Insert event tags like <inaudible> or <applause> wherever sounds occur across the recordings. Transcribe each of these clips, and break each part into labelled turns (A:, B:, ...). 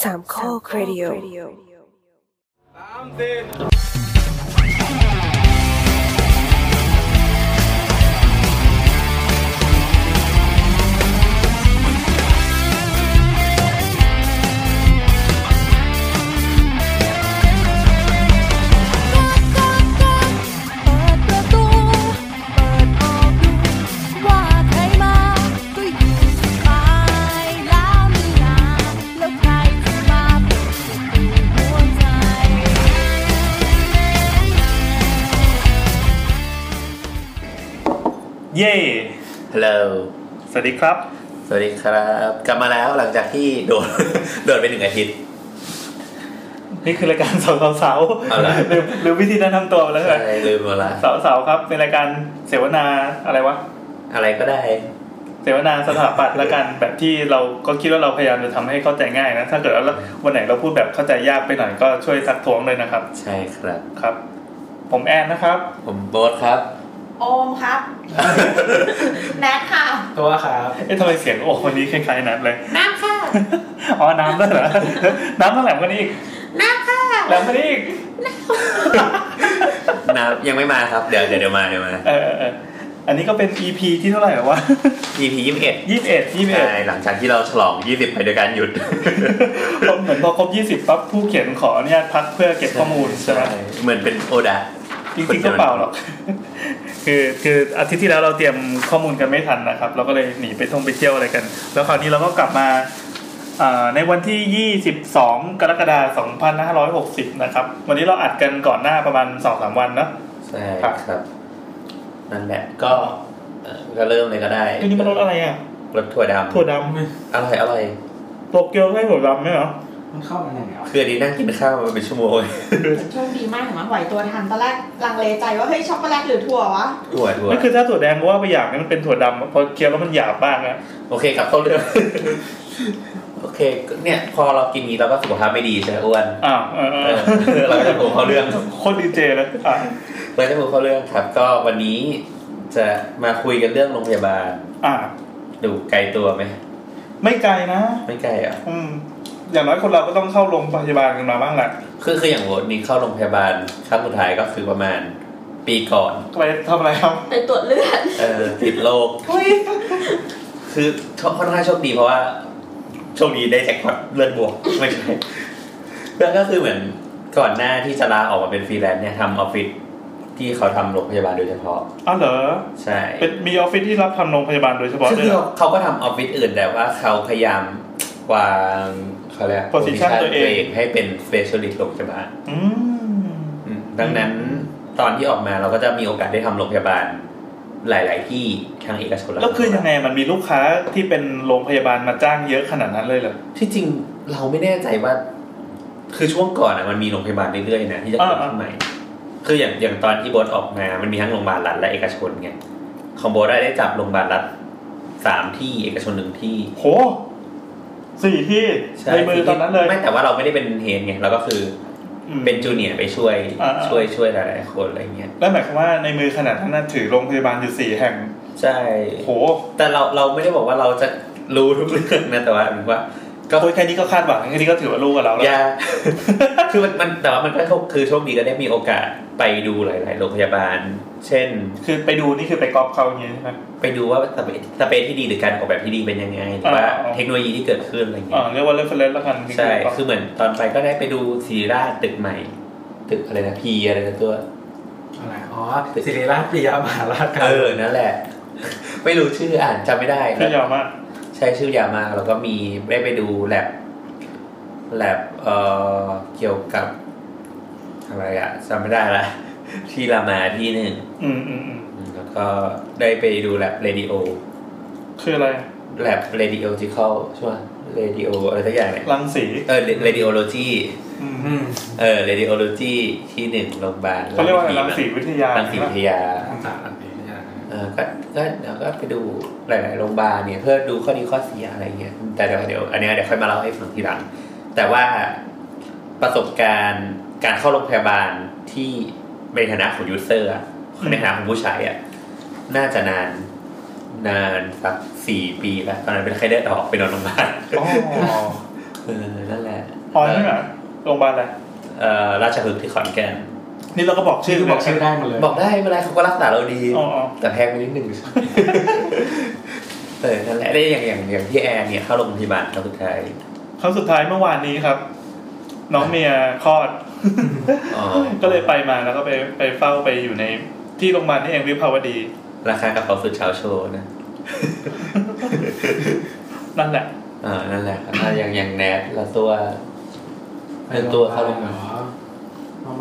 A: สามข้อครดิโอ
B: เปิดประตู เปิดออกดูว่าใครมา ก็อยู่สบายแล้วไม่นานแล้วใครจะมาเปิดประตูหัวใจ
C: เย่
D: ฮัลโหล
C: สวัสดีครับ
D: สวัสดีครับ กลับมาแล้วหลังจากที่ <laughs> โดน โดนไปหนึ่งอาทิตย์
C: นี่คือรายการ <laughs> สาวสาวสาว
D: เอาล่ะ
C: ลืมลืมวิธีแนะนำตัวไปแล้วเหรอ
D: ใช่ลืมหมดละ
C: สาวสาวครับเป็นรายการเสวนาอะไรวะ
D: อะไรก็ได้
C: เสวนาสถาปัตย์ละ
D: <laughs>
C: กัน แบบที่เราก็คิดว่าเราพยายามจะทำให้เข้าใจง่ายนะ ถ้าเกิดว่าวันไหนเราพูดแบบเข้าใจยากไปหน่อยก็ช่วยทักท้วงเลยนะครับ
D: ใช่ครับ
C: ครับ ผมแอนนะครับ
D: ผมโบ๊ทครับ
E: โอมครับ
B: <laughs>
E: แนทค่ะ
F: ตัวครับ
C: เอ๊ะทำไมเสียงโอ้คนนี้คล้ายๆนัดเลย <laughs>
E: น้ำค่ะ
C: อ๋อ น้ำด้วยเหรอ <laughs> น้ำเท่าไหร่กันอีก
E: น้ำค่ะ
C: แหล้วมันอีก
D: น้ำยังไม่มาครับ เดี๋ยวเดี๋ยวเดี๋ยวมาเดี๋ยวมา
C: เออเออเอออันนี้ก็เป็น EP ที่เท่าไหร่แล้ววะ <laughs>
D: EP ยี่สิบเอ็ด
C: ยี่สิบเอ็ดยี่สิบเอ็ด
D: ใช่หลังจากที่เราฉลองยี่สิบไปด้วยการหยุด
C: ผมเหมือนพอครบ 20ปั๊บผู้เขียนขออนุญาตพักเพื่อเก็บข้อมูลใช่ไหม
D: เหมือนเป็นโอดะ
C: จริงๆก็เปล่าหรอก คือคืออาทิตย์ที่แล้วเราเตรียมข้อมูลกันไม่ทันนะครับ เราก็เลยหนีไปท่องไปเที่ยวอะไรกัน แล้วคราวนี้เราก็กลับมาอ่าในวันที่ 22 กรกฎาคม2560 นะครับ วันนี้เราอัดกันก่อนหน้าประมาณ 2-3 วันนะ
D: ใช่
C: ครับ
D: ครับ นั่นแหละ ก็เอ่อก็เริ่มเลยก็ได้
C: ทีนี้มันรสอะไรอ่ะ
D: รสถั่วดำ
C: ถั่วด
D: อร่อยอร่อย
C: ำโตเกียวใช่ถั่วดำไหมเหรอ
F: มันเข้ามาไหนอ่ะ
D: คืออันนี้นั่งกินข้าวมาเป็นชั่วโมง <laughs>
E: โชคดีมากเห็นไหมไหวตัวทันตอนแรกลังเลใจว่า เฮ้ยช็อกโกแลตหรือถั่ววะ
D: ถั่วถั่ว
C: ไม่คือถ้าถั่วแดงก็ว่าไปอย่างนี้มันเป็นถั่วดำอะพอเคี้ยวแล้วมันหยาบมากนะ
D: โอเคกลับเข้าเรื่อง <laughs> โอเคก็เนี่ย พอเรากินนี้เราก็สุขภาพไม่ดีใช่ไหมอ้วน
C: อ้าวเออเอ
D: เอ
C: อ
D: อเราก็จะพูดเข้าเรื่อง
C: โคตรดีเจเลยอ่ะ
D: เราจะพูดเข้าเรื่องครับ ก็วันนี้จะมาคุยกันเรื่องโรงพยาบาล
C: อ่ะ
D: ดูไกลตัวไหม
C: ไม่ไกลนะ
D: ไม่ไกลอ่ะ
C: อืม อย่างน้อยคนเราก็ต้องเข้าโรงพยาบาลกันมาบ้างแหละ
D: คือคืออย่างโหดนี้เข้าโรงพยาบาลครั้งสุดท้ายก็คือประมาณ ปีก่อน
C: ไปทำอะไรครับ
E: ไปตรวจเลือด
D: เออติดโรค
E: เฮ้ย
D: คือค่อนข้างโชคดีเพราะว่าโชคดีได้แจ็คพอตเลือดบวกไม่ใช่แล้วก็คือเหมือนก่อนหน้าที่จะลาออกมาเป็นฟรีแลนซ์เนี่ยทำออฟฟิศที่เขาทำโรงพยาบาลโดยเฉพาะ
C: อ้าวเหรอ
D: ใช่
C: เป็นมีออฟฟิศที่รับทำโรงพยาบาลโดยเฉพาะด้วย
D: คือ
C: เหรอ
D: เขาก็ทำออฟฟิศอื่นแต่ว่าเขาพยายามวางเขาเรียก
C: Position
D: position
C: ตัวเอง
D: ให้เป็น specialist โรงพยาบาล
C: อืม
D: อืมดังนั้นตอนที่ออกมาเราก็จะมีโอกาสได้ทำโรงพยาบาลหลาย ๆ ที่ทางเอกชน
C: แล้วคือยังไงมันมีลูกค้าที่เป็นโรงพยาบาลมาจ้างเยอะขนาดนั้นเลยเหรอ
D: ที่จริงเราไม่แน่ใจว่า คือช่วงก่อนอะมันมีโรงพยาบาลเรื่อย ๆ นะที่จะเกิด
C: อ่าๆ
D: ขึ้นใหม่ คืออย่างอย่างตอนที่โบทออกมา มันมีทั้งโรงพยาบาลรัฐและเอกชนไงของโบทได้จับโรงพยาบาลรัฐสามที่เอกชนหนึ่งที่
C: โหสี่ที่
D: ใช่
C: ในมือตอนนั้นเลย
D: ไม่แต่ว่าเราไม่ได้เป็นเฮนไงเราก็คืออเป็นจูเนียร์ไปช่วย
C: อ่าๆ
D: ช่วยช่วยหลายๆคนอะไรเงี้ย
C: แล้วหมายความว่าในมือขนาดนั้นนะถือโรงพยาบาลอยู่สี่แห่ง
D: ใช่
C: โห
D: แต่เราเราไม่ได้บอกว่าเราจะรู้ทุกเรื่องนะแต่ว่าหมายถึงว่า
C: ก็แค่นี้ก็คาดหวังแค่นี้ก็ถือว่ารู้กับเราแล้ว
D: อย่า <laughs> คือมันมันแต่ว่ามันก็โชคคือโชคดีก็ได้มีโอกาสไปดูหลาย ๆ โรงพยาบาล เช่น
C: คือไปดูนี่คือไปก๊อปเขาอย่างนี้ใช่ไหม
D: ไปดูว่าสเปซสเปซที่ดีหรือการออกแบบที่ดีเป็นยังไงหรือว่า
C: อ่าๆ
D: เทคโนโลยีที่เกิดขึ้นอะไร
C: อ๋
D: เงี้
C: อย เรียกว่าเรฟเฟรนซ์ละกัน
D: ใช่
C: คือก๊อป
D: คือเหมือนตอนไปก็ได้ไปดูศิริราชตึกใหม่ ตึกอะไรนะพีอะไรนะตัว
F: อะไรอ๋อศิริราชปิยมหาราชครับ
D: เออ นั่นแหละ ไม่รู้ชื่ออ่านจำไม่ได้
C: คือยอมอ่ะ
D: ใช้ชื่อยาวมากแล้วก็มีได้ไปดูแลบแลบเอ่อเกี่ยวกับ อะไรอะจำไม่ได้ละ <laughs> ที่รามาที่หนึ่ง
C: อืมอืมอืม
D: แล้วก็ได้ไปดูแลบเรดิโอ
C: คืออะไร
D: แลบเรดิโอจิคอลใช่ไหมเรดิโออะไรสักอย่างเนี่ย
C: รังสี
D: เออเรดิโอโลจี
C: อืม
F: อืม
D: เออเรดิโอโลจีที่หนึ่งโรงพยาบาล
C: เขาเรียกว่าอะไรรังสีวิทยา
D: รังสีวิทยา
F: ทางสารอันนี้ใช่ไหม
D: เออก็ก็เดี๋ยวก็ไปดูหลาย ๆ โรงพยาบาลเนี่ยเพื่อดูข้อดีข้อเสียอะไรเงี้ยแต่เดี๋ยวเดี๋ยวอันเนี้ยเดี๋ยวค่อยมาเล่าให้ฟังทีหลัง แต่ว่าประสบการณ์การเข้าโรงพยาบาลที่ในฐานะของยูเซอร์อะในฐานะของผู้ใช้อะน่าจะนาน นานสักสี่ปีแล้วตอนนั้นเป็นใครได้ออกไปนอนโรงพยาบาล
C: อ๋อ
D: เออนั่นแหละ
C: ออนนี่เหรอโรงพยาบาลอะไร
D: เอ่อราชพฤกษ์ที่ขอนแก่น
C: นี่เราก็บอกชื่
F: ชื่
C: อ
F: อก็บอกชื่อได้หมดเลย
D: บอกได้ไม่เป็นไรเขาก็รักษาเราดี
C: อ๋ออ๋อ
D: แต่แพงไปนิดนึง <laughs> เออนั่นแหละได้อย่างอย่างอย่างพี่แอนเนี่ยเข้าโรงพยาบาลครั้งสุดท้าย
C: ครั้งสุดท้ายเมื่อวานนี้ครับ น้องเมียคลอด
D: อ๋อ
C: ก็เลยไปมาแล้วก็ไปไปเฝ้าไปอยู่ในที่โรงพยาบาลนี่เองวิภาวดี
D: ราคากระเป๋าสุดเช้าโชว์นะ
C: นั่นแหละ
D: เออนั่นแหละอ่ะอย่างอย่างแนทละตัว เป็นตัวเข้าลง
F: เหรอ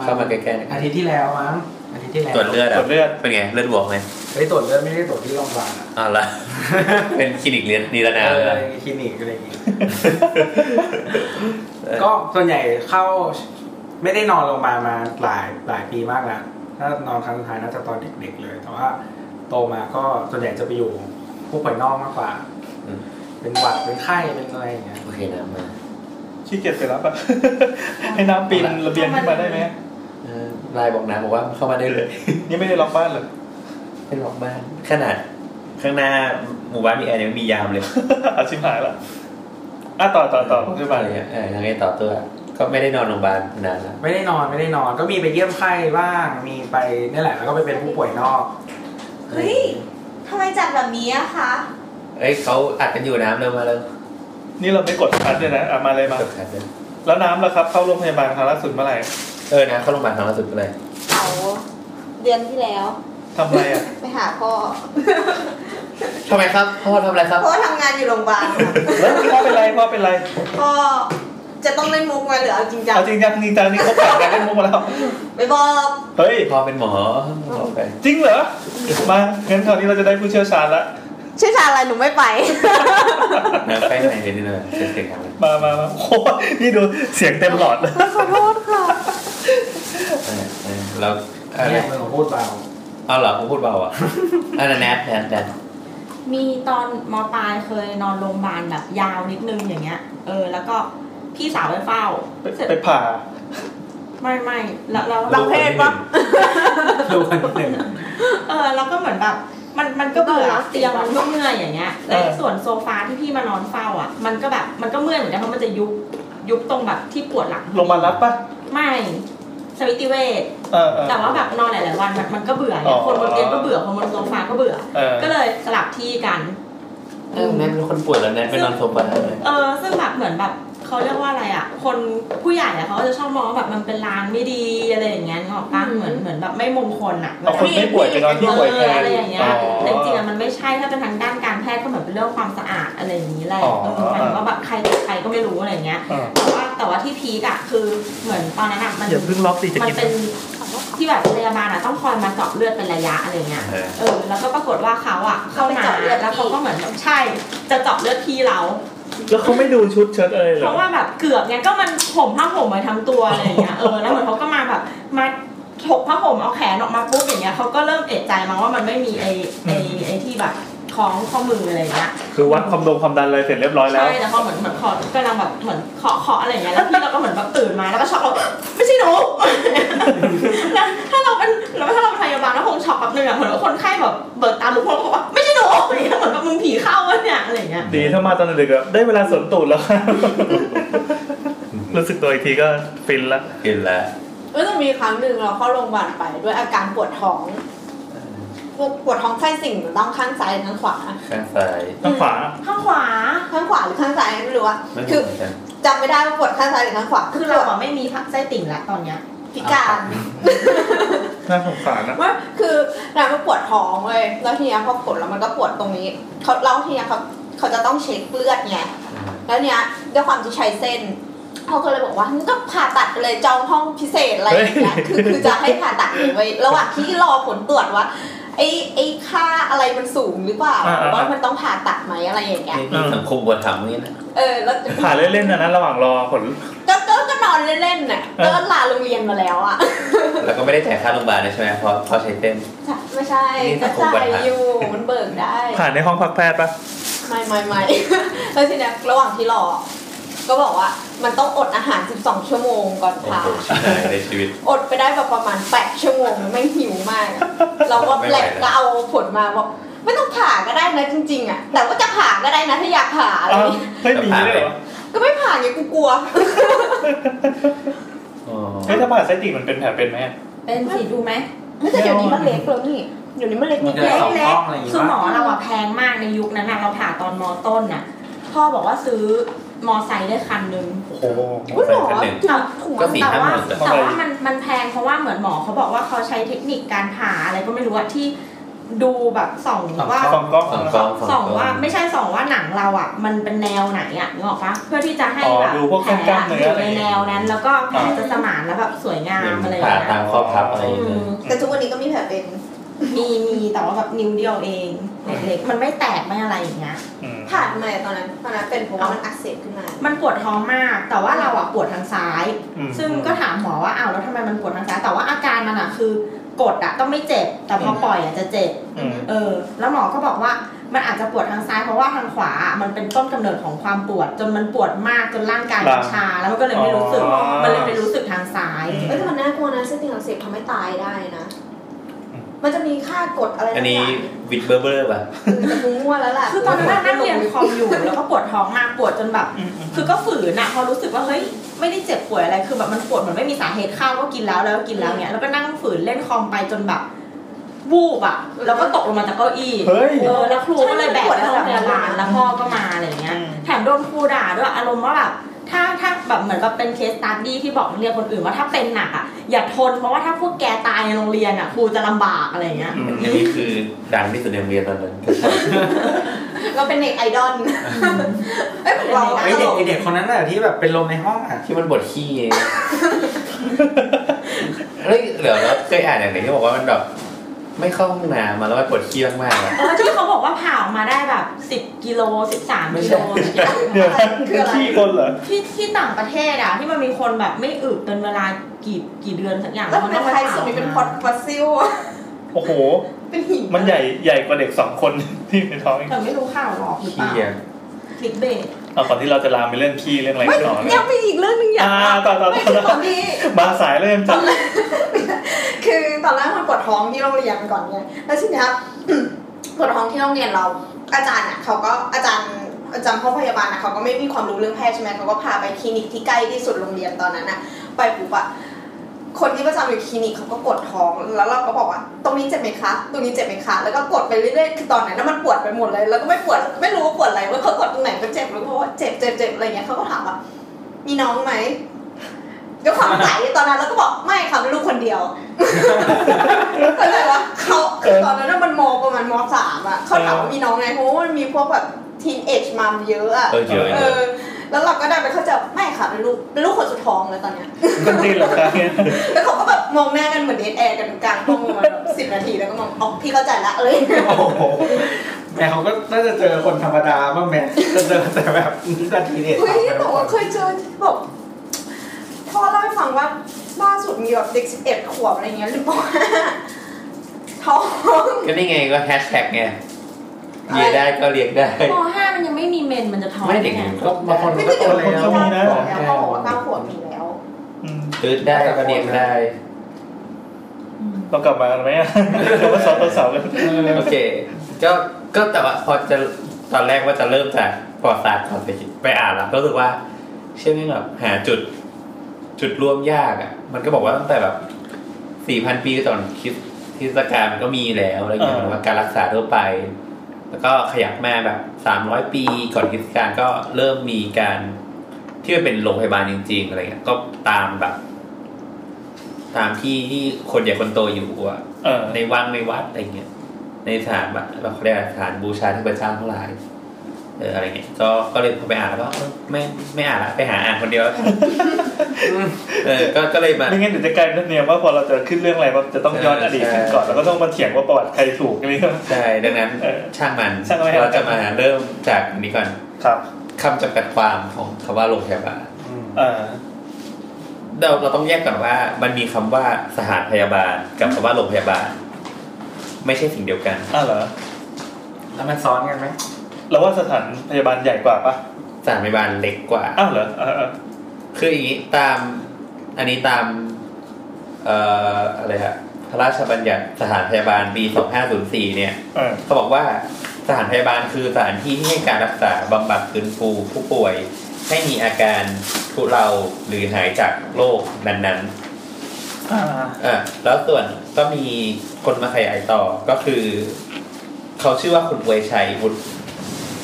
D: เข้ามาใกล้ๆนะ
F: อาทิตย์ที่แล้วมั้งอาทิตย์ที่แล้ว
D: ตรวจเลือด
C: ต
D: อ่ะ
C: รวจเลือด
D: เป็นไงเลือดบวกไหม
F: ไอ้ยตรวจเลือดไม่ได้ตรวจที่โรงพยาบาลอะ
D: อ๋อละ <laughs> เป็นคลินิกเลือดนิรนาม
F: เอ
D: เหรอ
F: อคลินิกอะไรอย่างงี้ ก็ส่วนใหญ่เข้าไม่ได้นอนโรงพยาบาลมาหลายหลายปีมากแล้วถ้านอนครั้งสุดท้ายน่าจะตอนเด็ก ๆ เลย แต่ว่าโตมาก็ส่วนใหญ่จะไปอยู่ผู้ป่วยนอกมากกว่า เป็นหวัดเป็นไข้เป็นอะไรอย่างเงี้ย
D: โอเคนะมา
C: ขี้เกียจไปรับอะ ให้น้ำปีนระเบียงขึ้นมาได้ไหม
D: เออลายบอกนะบอกว่าเข้ามาได้เลย
C: นี่ไม่ได้ล็อกบ้านเลย <laughs>
D: เป็นล็อกบ้าน ขนาดข้างหน้าหมู่บ้านมีแอร์ยังมียามเลย
C: อาชิมหายละอ่ะต่อต่อต่อผมขึ้นมา
D: อะไรเงี้ยเออยังไงต่อตัวก็ไม่ได้นอนโรงพยาบาลนานแล้ว
F: ไม่ได้นอนไม่ได้นอนก็มีไปเยี่ยมไข้บ้างมีไปนี่แหละแล้วก็ไปเป็นผู้ป่วยนอก
G: เฮ้ยทำไมจัดแบบนี้อะคะ
D: เอ้ยเขาอัดกันอยู่น้ำเริ่มมาแล้ว
C: นี่เราไม่กดคัดเลยนะอ่ะมาเลยมา
D: จบขัดเลย
C: แล้วน้ำล่ะครับ เข้าโรงพยาบาลครั้งล่าสุดเมื่อไหร่
D: เออนะเข้าโรงพยาบาลครั้งล่าสุดเมื่อไหร่
G: เสาเดือนที่แล้ว
C: ทำอะไรอ่ะ
G: ไปหา
B: <laughs>
G: พ่อ
D: ทำไมครับพ่อทำอะไรครับ
G: พ่อทำงานอยู่โรงพยาบาลค่ะ
C: แล้วพ่อเป็นไรพ่อเป็นไร
G: พ่อจะต้องเล่นมุกไว้หรือเอาจริงจัง
C: เอาจริงจังจริงจังนี่เขาแปลกกันเล่นมุกมาแล้ว
G: ไปบอก
C: เฮ้ย
D: พ่อเป็นหมอบอกไป
C: จริงเหรอ มางั้นคราวนี้เราจะได้ผู้เชี่ยวชาญละ
G: ชื่อชาอะไรหนูไม่ไป
D: นะใกล้ไหนอยนิดหน่อยเสียงๆครับ
C: มามามาโอ้ยนี่ดูเสียงเต็มหลอดเลย
G: ขอโทษค่ะ
D: เออเออแล้วอะ
F: เนี่
D: ไร
F: ยมันของพูดเบา
D: เอาเหรอผมพูดเบา <laughs> อ่ะ อันนั้นแนทแนทแนท
A: มีตอนมปลายเคยนอนโรงพยาบาลแบบยาวนิดนึงอย่างเงี้ย เออ แล้วก็พี่สาวไปเฝ้า
C: ไปไปผ่า
A: ไม่ไม่แล้วเรา
G: บางเพศปะ
F: ดูคนนิดหนึ่ง
A: เออแล้วก็เหมือนแบบ มันมันก็เบื่อเตียงมันก็เมื่อยอย่างเงี้ย
C: เอ
A: แล้ว
C: อ
A: ส่วนโซฟาที่พี่มานอนเฝ้าอ่ะ มันก็แบบมันก็เมื่อยเหมือนกันเพราะมันจะยุบยุบตรงแบบที่ปวดหลัง
C: โรงพยาบาลรัฐปะ
A: ไม่สวิติเวช
C: เออเออ
A: แต่ว่าแบบนอนหลายๆวันมันมันก็เบื่อไงคนบนเตียงก็เบื่อคนบนโซฟาก็เบื่อ
C: เออ
A: ก็เลยสลับที่กัน
D: เออแนทเป็นคนป่วยแล้วแนทไปนอนโซฟาเลย
A: เออซึ่งแบบเหมือนแบบเขาเรียกว่าอะไรอ่ะ คนผู้ใหญ่อะเขาก็จะชอบมองว่าแบบมันเป็นร้านไม่ดีอะไรอย่างเงี้ยนึกออกปะ
G: อืม
A: เหมือนเหมือนแบบไม่มงคลอ่ะ
C: เอาคนไม่ป่วยไปนอนที่ป่วยแท
A: เออน อะไรอย่างเงี้ย
C: อ๋อ
A: แต่จริงๆอะมันไม่ใช่ถ้าเป็นทางด้านการแพทย์ก็เหมือนเป็นเรื่องความสะอาดอะไรอย่างนี้แหละ
C: อ๋อ
A: เออมันก็แบบใครต่อใครก็ไม่รู้อะไรอย่างเงี้ย
C: เออ
A: แต่ว่าแต่ว่าที่พีกอะคือเหมือนตอนนั้นอะมัน
C: อย่าเพิ่งล็อกดิจะ
A: มัน
C: กิน
A: เป็นที่แบบพยาบาลอะต้องคอยมาเจาะเลือดเป็นระยะอะไรอย่างเงี้ย
D: เออ
A: เออแล้วก็ปรากฏว่าเขาอะเข้ามา
G: เขาไปเจาะเลือด
A: แล้วเขาก็เหมือนแบบใช่จะเจาะเลือดพี่เรา
C: แล้วเขาไม่ดูชุดเชิ้ตอะไรเลยเห
A: เพ
C: รอ
A: ราะว่าแบบเกือบไงก็มันผมผ้าห่มมาทั้งตัวอะไรอย่างเงี้ยเออแล้วเหมือนเขาก็มาแบบมาถกผ้าห่มเอาแขนออกมาปุ๊บอย่างเงี้ยเขาก็เริ่มเอะใจมาว่ามันไม่มีไอไอไอที่แบบคล้องข้อมืออะไรอย่างเงี้ย
C: คือวัดความดงความดันอะไรเสร็จเรียบร้อยแล้ว
A: ใช่แต่พอเหมือนเหมือนคอกำลังแบบเหมือนเคาะเคาะอะไรอย่างเงี้ยแล้วพี่เราก็เหมือนแบบตื่นมาแล้วก็ช็อกเราไม่ใช่หนู <laughs> แล้วถ้าเราเป็นแล้วถ้าเราเป็นพยาบาลแล้วคงช็อกแบบนึงอะเหมือนว่าคนไข้แบบเบิกตาลุกพลบอกว่าไม่ใช่หนู <laughs> อย่างเงี้ยเหมือนแบบมึงผีเข้าวะเนี่ยอะไรอย่างเงี้ย
C: ดีถ้ามาตอนดึกๆอะได้เวลาสวนตูดแล้ว <laughs> รู้สึกตัวอีกทีก็ฟินละ
D: กินละ
G: ก็จะมีครั้งหนึ่งเราเข้าโรงพยาบาลไปด้วยอาการปวดท้องปวดปวดท้องไส้สิ่งต้องข้างซ้ายหรือข้างขวา
D: ข้างซ้าย
C: ข้างขวา
A: ข้างขวา
G: ข้างขวาหรือข้างซ้ายไม่รู้ว่า
D: ไม่
G: คือ
D: เหมือนกัน
G: จำไม่ได้ว่าปวดข้างซ้ายหรือข้างขวา
A: คือเราอะไม่มีพักไส้ติ่งแล้วตอนเนี้ย
G: พิการ
C: น่าสงสารนะ
G: ว่าคือเราก็ปวดท้องเลยแล้วทีเนี้ยพอปวดแล้วมันก็ปวดตรงนี้เขาเราทีเนี้ยเขาเขาจะต้องเช็คเลือดไง แล้วเนี้ยด้วยความที่ใช้เส้นเขาก็เลยบอกว่างั้นก็ผ่าตัดไปเลยจองห้องพิเศษอะไรอย่างเงี้ย
C: เฮ้ย
G: คือคือจะให้ผ่าตัดเลยเว้ <laughs> ยระหว่างที่รอผลตรวจว่าไอ้ไอ้ค่าอะไรมันสูงหรือเปล่าหรือว่ามันต้องผ่าตัดไหมอะไรอย่างเงี้ย
D: นี่นี่สังคมบัวถามนี่นะ
G: เออแล้ว
C: ผ่าเล่นๆนะนะระหว่างรอผล
G: ก็ก็ก็นอนเล่นๆน่ะแล้วก็ลาโรงเรียนมาแล้วอ่ะ <laughs>
D: แล้วก็ไม่ได้จ่ายค่าโรงพยาบาลนะใช่ไหมเพราะเพราะใช้เต้น
G: ไม่ใช่
D: นี่
G: ก็
D: ถ้าผม
G: จ่า
D: บัต
G: ย
D: รผ่าน
G: อยู่มันเบิกได้
C: ผ่าในห้องพักแพทย์ปะ
G: ไม่ไม่ไม่ <laughs> แล้วทีเนี้ยระหว่างที่รอ ก็บอกว่ามันต้องอดอาหาร 12 ชั่วโมงก่อน
D: โอ้
G: ผ่า
D: โหชิบหายในชีวิต
G: อดไปได้แบบประมาณแปดชั่วโมงไม่หิวมากอะเราก็
D: ไม่
G: แห
D: ไห
G: ล
D: ว
G: ก
D: แล้ว
G: ก็เอาผลมาบอกไม่ต้องผ่าก็ได้นะจริง ๆอ่ะแต่ว่าจะผ่าก็ได้นะถ้าอยากผ่าอะไร
C: อ้าว
G: เงี้ย
C: เฮ้ยมีด้วยเหรอ
G: ก็ไม่ผ่านไงกูกลัว
D: อ๋อ
C: เฮ้ยถ้าผ่าไส้ติ่งมันเป็นแผลเป็นไหมอะ
A: เป็นสิดูไหม
G: ไม่แต่เดี๋ยวนี้มันเล็กแล้วนี่เดี๋ยวนี้มันเล็กนิด
F: มัน
G: เดี
F: จะ
G: ยว
F: สองห้องอะไรอย่างงี้
A: คือหมอ
F: ปะ
A: เราอะแพงมากในยุคนั้นอะเราผ่าตอนมอต้นน่ะ พ่อบอกว่าซื้อมอไซค์ได้คันหนึง
C: โอ้โห
G: คุณหมอ
A: แต่
D: ก็สี่ห้าหมื่นแต่
A: แต่ว่ามันมันแพงเพราะว่าเหมือนหมอเขาบอกว่าเขาใช้เทคนิคการผ่าอะไรก็ไม่รู้อะที่ดูแบบส่องว่า
C: สองกล้อง
D: สองกล้อง
A: ส่องว่าไม่ใช่ส่องว่าหนังเราอะมันเป็นแนวไหนอะนึกออกปะเพื่อที่จะให้
C: อ๋อ
A: แบบ
C: ดูพวก
A: แผ
C: ก
A: ล
C: ล้องกล้าม
A: อ
C: เนื้ออะ
A: ยู่
C: ไรอ
A: ใน
C: ย่าง
A: แน
C: เงี้ย
A: วนั้น แล้วก็แผล
C: อ่า
A: จะสมานแล้วแบบสวยงามอะไรอย่าง
D: ผ่า
A: เงี้
D: ตาย มข้อพับอะไรอย่างเงี้ย
G: แต่ทุกวันนี้ก็มีแผลเป็น
A: มีมีแต่ว่าแบบนิ้วเดียวเองเล็กๆมันไม่แตกไม่อะไรอย่างเงี้ย
C: อืม
G: ผ่านมาตอนนั้นตอนนั้นเป็นเพราะว่ามันอักเสบขึ้นมา
A: มันปวดท้องมาก แต่ว่าเราอะปวดทางซ้าย
C: อืม
A: ซึ่งก็ถามหมอว่าอ้าวแล้วทำไมมันปวดทางซ้าย แต่ว่าอาการมันอะคือกดอะต้องไม่เจ็บ แต่พอปล่อยอะจะเจ็บ
C: อืม
A: เออ แล้วหมอก็บอกว่ามันอาจจะปวดทางซ้ายเพราะว่าทางขวาอะมันเป็นต้นกำเนิดของความปวด จนมันปวดมากจนร่างกายมัน
C: บ้า
A: ชา แล้วมันก็เลยไม่รู้สึก
C: อ๋อ
A: มันเลยไปรู้สึกทางซ้าย
G: เอ้ยแต่มันน่ากลัวนะเส้นติ่งอักเสบทำให้ตายได้นะ มันจะมีค่ากดอะไร
D: อันนี้วิดเบอร์เบอร์ป่ะ
G: อืมแต่กูมั่วแล้วล่ะ
A: คือตอนนั้นอะนั่งเรียนคอมอยู่ แล้วก็ปวดท้องมากปวดจนแบบ
C: อืมอืม
A: คือก็ฝืนอะพอรู้สึกว่าเฮ้ยไม่ได้เจ็บป่วยอะไรคือแบบมันปวดเหมือนไม่มีสาเหตุข้าวก็กินแล้วแล้วก็กินแล้วเนี่ยแล้วก็นั่งฝืนเล่นคอมไปจนแบบวูบอะแล้วก็ตกลงมาจากเก้าอี้
C: เฮ้ย
A: เออแล้วครูก็เลยแบกไปโรงพยาบาลแล้วพ่อก็มาอะไรเงี้ย
C: อืม
A: แถมโดนครูด่าด้วยอารมณ์ว่าแบบถ้าถ้าแบบเหมือนแบบเป็นเคสตัดดี้ที่บอกนักเรียนคนอื่นว่าถ้าเป็นหนักอะอย่าทนเพราะว่าถ้าพวกแกตายในโรงเรียนอะครูจะลำบากอะไรเงี้ย
C: อืม
D: อันนี้คือดังที่สุดในโรงเรียนตอนนั้น
G: เราเป็นเด็กไอดอล <laughs> เอ้ยเหมือนเรา
A: เฮ้
F: ไอย เด็กไอเด็กคนนั้นน่ะที่แบบเป็นลมในห้องอ่ะ
D: ที่มันบดขี้เองเฮ้ยเดี๋ยวเราเคยอ่านอย่างไหนที่บอกว่ามันแบบไม่เข้าห้องน้ำมาแล้วมันปวดขี้มากๆอะ
A: เออที่เขาบอกว่าผ่าออกมาได้แบบ 10กิโล13กิโลอย่างเงี้ย
C: เดี๋ยวคือขี้คนเหรอ
A: ที่ที่ต่างประเทศอะที่มันมีคนแบบไม่อึเป็นเวลากี่กี่เดือนสักอย่าง
G: แล้วมันเป็น
A: ก็
G: ใครสุด
A: ผ่า
G: นี่เป็น
A: มา
G: พอดฟอสซิล
C: โอ้โห
G: เป็นหิน
C: มันใหญ่ใหญ่กว่าเด็กสองคน <laughs> ที่ในท้องอีก
A: แต่ไม่รู้ข่าวหรอกหรือเปล่า
D: ขี้อะ
A: คลิกเบส
C: เอาก่อนที่เราจะลามไปเรื่องขี้เรื่องอะไร
G: ไม่
C: กันต่อเลย
G: ยังมีอีกเรื่องหนึงอย่า
C: อ่าง ต่อต่อ
G: ไม่
C: ต่อ
G: คือต
C: ต่
G: อ
C: อน
G: ที่
C: มาสายเริ่มจับ
G: คือตอนแรกมันปวดท้องที่โรงเรียนก่อนไงแล้วทีเนี้ย <clears throat> ปวดท้องที่โรงเรียนเรา อาจารย์อ่ะเขาก็อาจารย์ประจำห้องพยาบาลอ่ะเขาก็ไม่มีความรู้เรื่องแพทย์ใช่ไหมเขาก็พาไปคลินิกที่ใกล้ที่สุดโรงเรียนตอนนั้นอ่ะ ไปปุ๊บอ่ะคนที่ประจำอยู่คลินิกเขาก็กดท้องแล้วเราก็บอกว่า ตรงนี้เจ็บไหมคะตรงนี้เจ็บไหมคะแล้วก็กดไปเรื่อยๆคือตอนนั้นนะมันปวดไปหมดเลย แล้วก็ไม่ปวดไม่รู้ว่าปวดอะไรว่าเขากดตรงไหนก็เจ็บแล้วก็บอกว่าเจ็บเจ็บเจ็บอะไรเงี้ยเขาก็ถามว่ามีน้องไหมด้วยความใสตอนนั้นเราก็บอกไม่ค่ะเป็นลูกคนเดียว <laughs> เข้าใจว่าเขาคือตอนนั้นนะมันมประมาณมสามอ่ะเขาถามว่ามีน้องไงเพราะว่ามันมีพวกแบบทีนเอจมัมเยอะอ่ะ
D: เออเยอะ
G: เอ
D: เยอะ
G: อ แล้วเราก็ได้ไปเข้าใจไม่ค่ะเป็นลูกเป็นลูกคนสุดท้องเลยตอนเนี้ย <laughs>
C: คนจีนเหรอคะเนี่ย
G: แล้วเขาก็แบบมองหน้ากันเหมือนเดทแอร์กันกลางห้องประมาณสิบนาทีแล้วก็มองอ๋อพี่เข้าใจละเอ้ย
F: โอ้โหแม่เขาก็น่าจะเจอคนธรรมดาบ้างแม่จะเจอแต่แบบนาทีเด็ด
G: เฮ้ยบอกว่าเคยเจอแบบพ่อเล่าให้ฟังว่าล่าสุดมีแบบเด็กสิบเอ็ดขวบอะไรเงี้ยหรือเปล่าท้อง <laughs>
D: ก็นี่ไงก็แฮชแท็กไงเลียได้ก็เลียงได้
A: มห้ามันยังไม่มีเมนมันจะท้อง
D: ไม่เด็ก
A: ไง
D: ก็
F: บางคน
G: ไม่
F: ก็
G: ได้
F: โต
G: เดี๋ยว
F: แล้
G: เก้าว ขวบแล้วพ่อบอกว่าเก้าขวบมี <laughs> แล้ว
C: อืม
D: ตื้นได้ก็เลียงได้
C: เรากลับมากันไหมอะเรามาสอนตอนเสาร์กัน
D: โอเค ก็ก็แต่ว่าพอจะตอนแรกว่าจะเริ่มจากประวัติศาสตร์ก่อนไปไปอ่านแล้วก็รู้สึกว่า เชื่อไหมแบบหาจุด จุดร่วมยากอ่ะ มันก็บอกว่าตั้งแต่แบบสี่พันปีก่อนคริสต์คริสตกาลมันก็มีแล้วอะไรอย่างเงี้ย
C: อ่า
D: หรือว่าการรักษาทั่วไป แล้วก็ขยับมาแบบสามร้อยปีก่อนคริสตกาลก็เริ่มมีการ ที่มันเป็นโรงพยาบาลจริง ๆ อะไรเงี้ยก็ตามแบบ ตามที่ที่คนใหญ่คนโตอยู่อ่ะ
C: เออ
D: ในวังในวัดอะไรเงี้ย ในสถานแบบแบบเขาเรียกอะไรสถานบูชาเที่ประเจ้าทั้งหลาย เอออะไรเงี้ย ก็ก็เลยพอไปอ่านแล้วก็เออไม่ไม่อ่านละไป <laughs> หาอ่านคนเดียวแล้วกันเออก็ก็เลยมา
C: ไม่งั้นเดี๋ยวจะกลายเป็นธรรมเนียมว่าพอเราจะขึ้นเรื่องอะไรปั๊บจะต้องย้อนอดีตขึ้นก่อน แล้วก็ต้องมาเถียงว่าประวัติใครถูกอะไรก็
D: ใช่ดังนั้น
C: เออ
D: ช่างมัน
C: ช่างมัน
D: เราจะมาเริ่มจากอันนี้ก่อน
C: ครับ
D: คำจำกัดความของคำว่าโรงพยาบาล
C: เออ
D: เราเราต้องแยกก่อนว่า มันมีคำว่าสถานพยาบาลกับคำว่าโรงพยาบาล ไม่ใช่สิ่งเดียวกัน
C: อ้าวเหรอ
F: แล้วมันซ้อนกันไหม
C: เราว่าสถานพยาบาลใหญ่กว่าปะ
D: สถานพยาบาลเล็กกว่า
C: อ้าวเหรอเออเออ
D: คืออย่างนี้ตามอันนี้ตามเอ่ออะไรฮะพระราชบัญญัติสถานพยาบาลปี 2504 เนี่ย
C: เออ
D: เขาบอกว่าสถานพยาบาลคือสถานที่ที่ให้การรักษาบำบัดฟื้นฟูผู้ป่วย ให้มีอาการทุเลาหรือหายจากโรคนั้นๆ
C: อ่า
D: อ่ะแล้วส่วนก็มีคนมาขยายต่อก็คือ เขาชื่อว่าคุณเวยชัยวุฒิ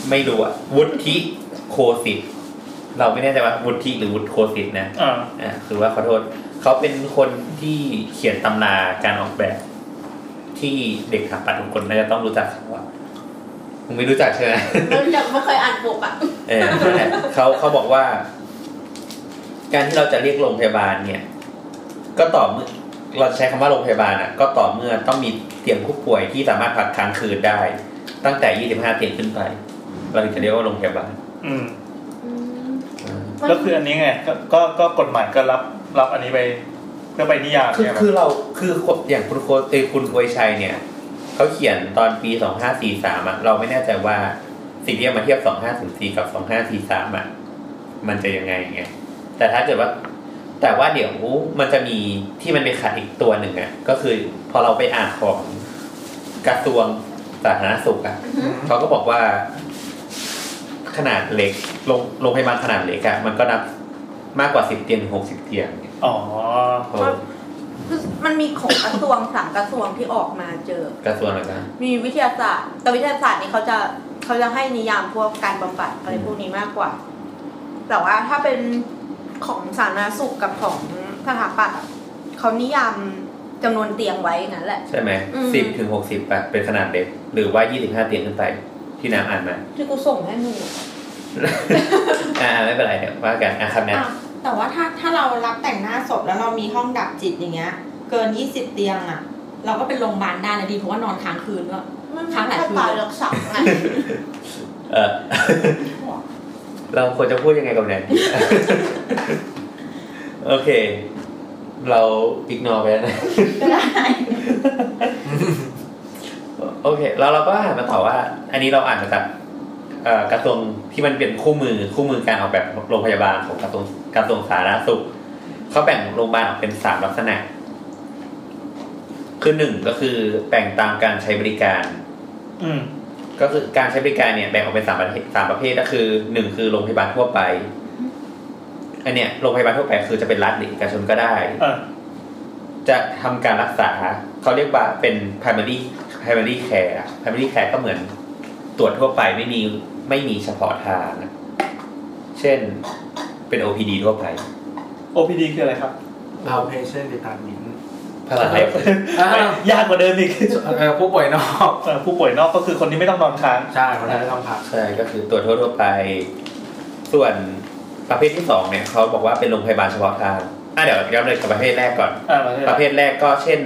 D: ไม่รู้อะวุฒิโคสิตเราไม่แน่ใจว่าวุฒิหรือวุฒิโคสิตนะ
C: อ่า
D: อ่ะคือว่าขอโทษ เขาเป็นคนที่เขียนตำราการออกแบบ ที่เด็กสถาปัตย์ทุกคนน่าจะต้องรู้จักเขาอะมึงไม่รู้จักใช่ไหม
E: เราอยากไม่เคยอ่านปกอ่ะ
D: เออ <laughs> นั่นแหละเขาเขาบอกว่า การที่เราจะเรียกโรงพยาบาลเนี่ย ก็ต่อเมื่อเราใช้คำว่าโรงพยาบาลอ่ะ ก็ต่อเมื่อต้องมีเตียงผู้ป่วยที่สามารถพักค้างคืนได้ ตั้งแต่ 25 เตียงขึ้นไป เราถึงจะเรียกว่าโรงพยาบาล
C: อืม
D: เออ
C: ก็คืออันนี้ไงก็ก็ก็กฎหมายก็รับรับอันนี้ไปก็ไปนิยาม
D: คือ
C: เนี่ย
D: คือเราคืออย่างคุณโคเตคุณควยชัยเนี่ยเขาเขียนตอนปี 2543อ่ะเราไม่แน่ใจว่าสิ่งที่เอามาเทียบ 2504 กับ 2543อ่ะมันจะยังไงไงแต่ถ้าเกิดว่า แต่ว่าเดี๋ยวมันจะมีที่มันไปขัดอีกตัวหนึ่งอะก็คือพอเราไปอ่านของกระทรวงสาธารณสุขอะ
E: อือฮึ
D: เขาก็บอกว่า ขนาดเล็กโรงโรงพยาบาลขนาดเล็กอะมันก็นับมากกว่าสิบเตียงหกสิบเตียงเนี่ย
C: อ๋อ
D: โอ้
E: คือมันมีของกระทรวงสามกระทรวงที่ออกมาเจอ
D: กระทรวงอะไรนะ
E: มีวิทยาศาสตร์ แต่วิทยาศาสตร์นี่เขาจะเขาจะให้นิยามพวกการบำบัดอะไรพวกนี้มากกว่า แต่ว่าถ้าเป็นของสาธารณสุขกับของสถาปัตย์อะเขานิยามจำนวนเตียงไว้อย่างนั้นแหละ
D: ใช่ไหม
E: อืม
D: สิบถึงหกสิบอะเป็นขนาดเล็ก หรือว่ายี่สิบห้าเตียงขึ้นไป ที่น้ำอ่านมา
E: ที่กูส่งให้มึงอะ
D: อ่าไม่เป็นไรเดี๋ยวว่ากันอ่ะครับแนท
A: อ่ะแต่ว่าถ้าถ้าเรารับแต่งหน้าศพแล้วเรามีห้องดับจิตอย่างเงี้ย เกินยี่สิบเตียงอ่ะ เราก็เป็นโรงพยาบาลได้นะดีเพราะว่านอนค้างคืนก็
E: มัน
A: ครั้งไหน
E: ถ้า
A: คือ
E: ตายรักษาไง
D: เออ เราควรจะพูดยังไงกับแน <laughs> น โอเค เราอิกนอไปแล้วนะ <laughs>
A: ก็ได้
D: โอเค แล้วเราก็อ่านมาต่อว่า อันนี้เราอ่านมาจากเอ่อกระทรวงที่มันเป็นคู่มือคู่มือการออกแบบโรงพยาบาลของกระทรวงกระทรวงสาธารณสุขเขาแบ่งโรงพยาบาลออกเป็นสามลักษณะ คือหนึ่งก็คือแบ่งตามการใช้บริการ
C: อืม
D: ก็คือการใช้บริการเนี่ยแบ่งออกเป็นสามประเภทสามประเภทก็คือหนึ่งคือโรงพยาบาลทั่วไป อันเนี้ยโรงพยาบาลทั่วไปคือจะเป็นรัฐหรือเอกชนก็ได้
C: เออ
D: จะทำการรักษาเขาเรียกว่าเป็น primary primary care อะ primary care ก็เหมือนตรวจทั่วไปไม่มีไม่มีเฉพาะทางอะเช่นเป็น OPD ทั่วไป
C: โอพีดีคืออะไรครับ
F: เราเพเชนต์ดิตามิน
D: พลัง
C: เอ้ยยากกว่าเดิมอีก
F: ผู้ป่วยนอก
C: เออผู้ป่วยนอกก็คือคนที่ไม่ต้องนอนค้าง
F: ใช่คนนั้นไม่ต้องพัก
D: ใช่ก็คือตรวจทั่วๆไป ส่วนประเภทที่สองเนี่ยเขาบอกว่าเป็นโรงพยาบาลเฉพาะทางอ่ะเดี๋ยวย้อนเลยกับประเภทแรกก่อน
C: อ่ามาเลย
D: ประเภทแรกก็เช่น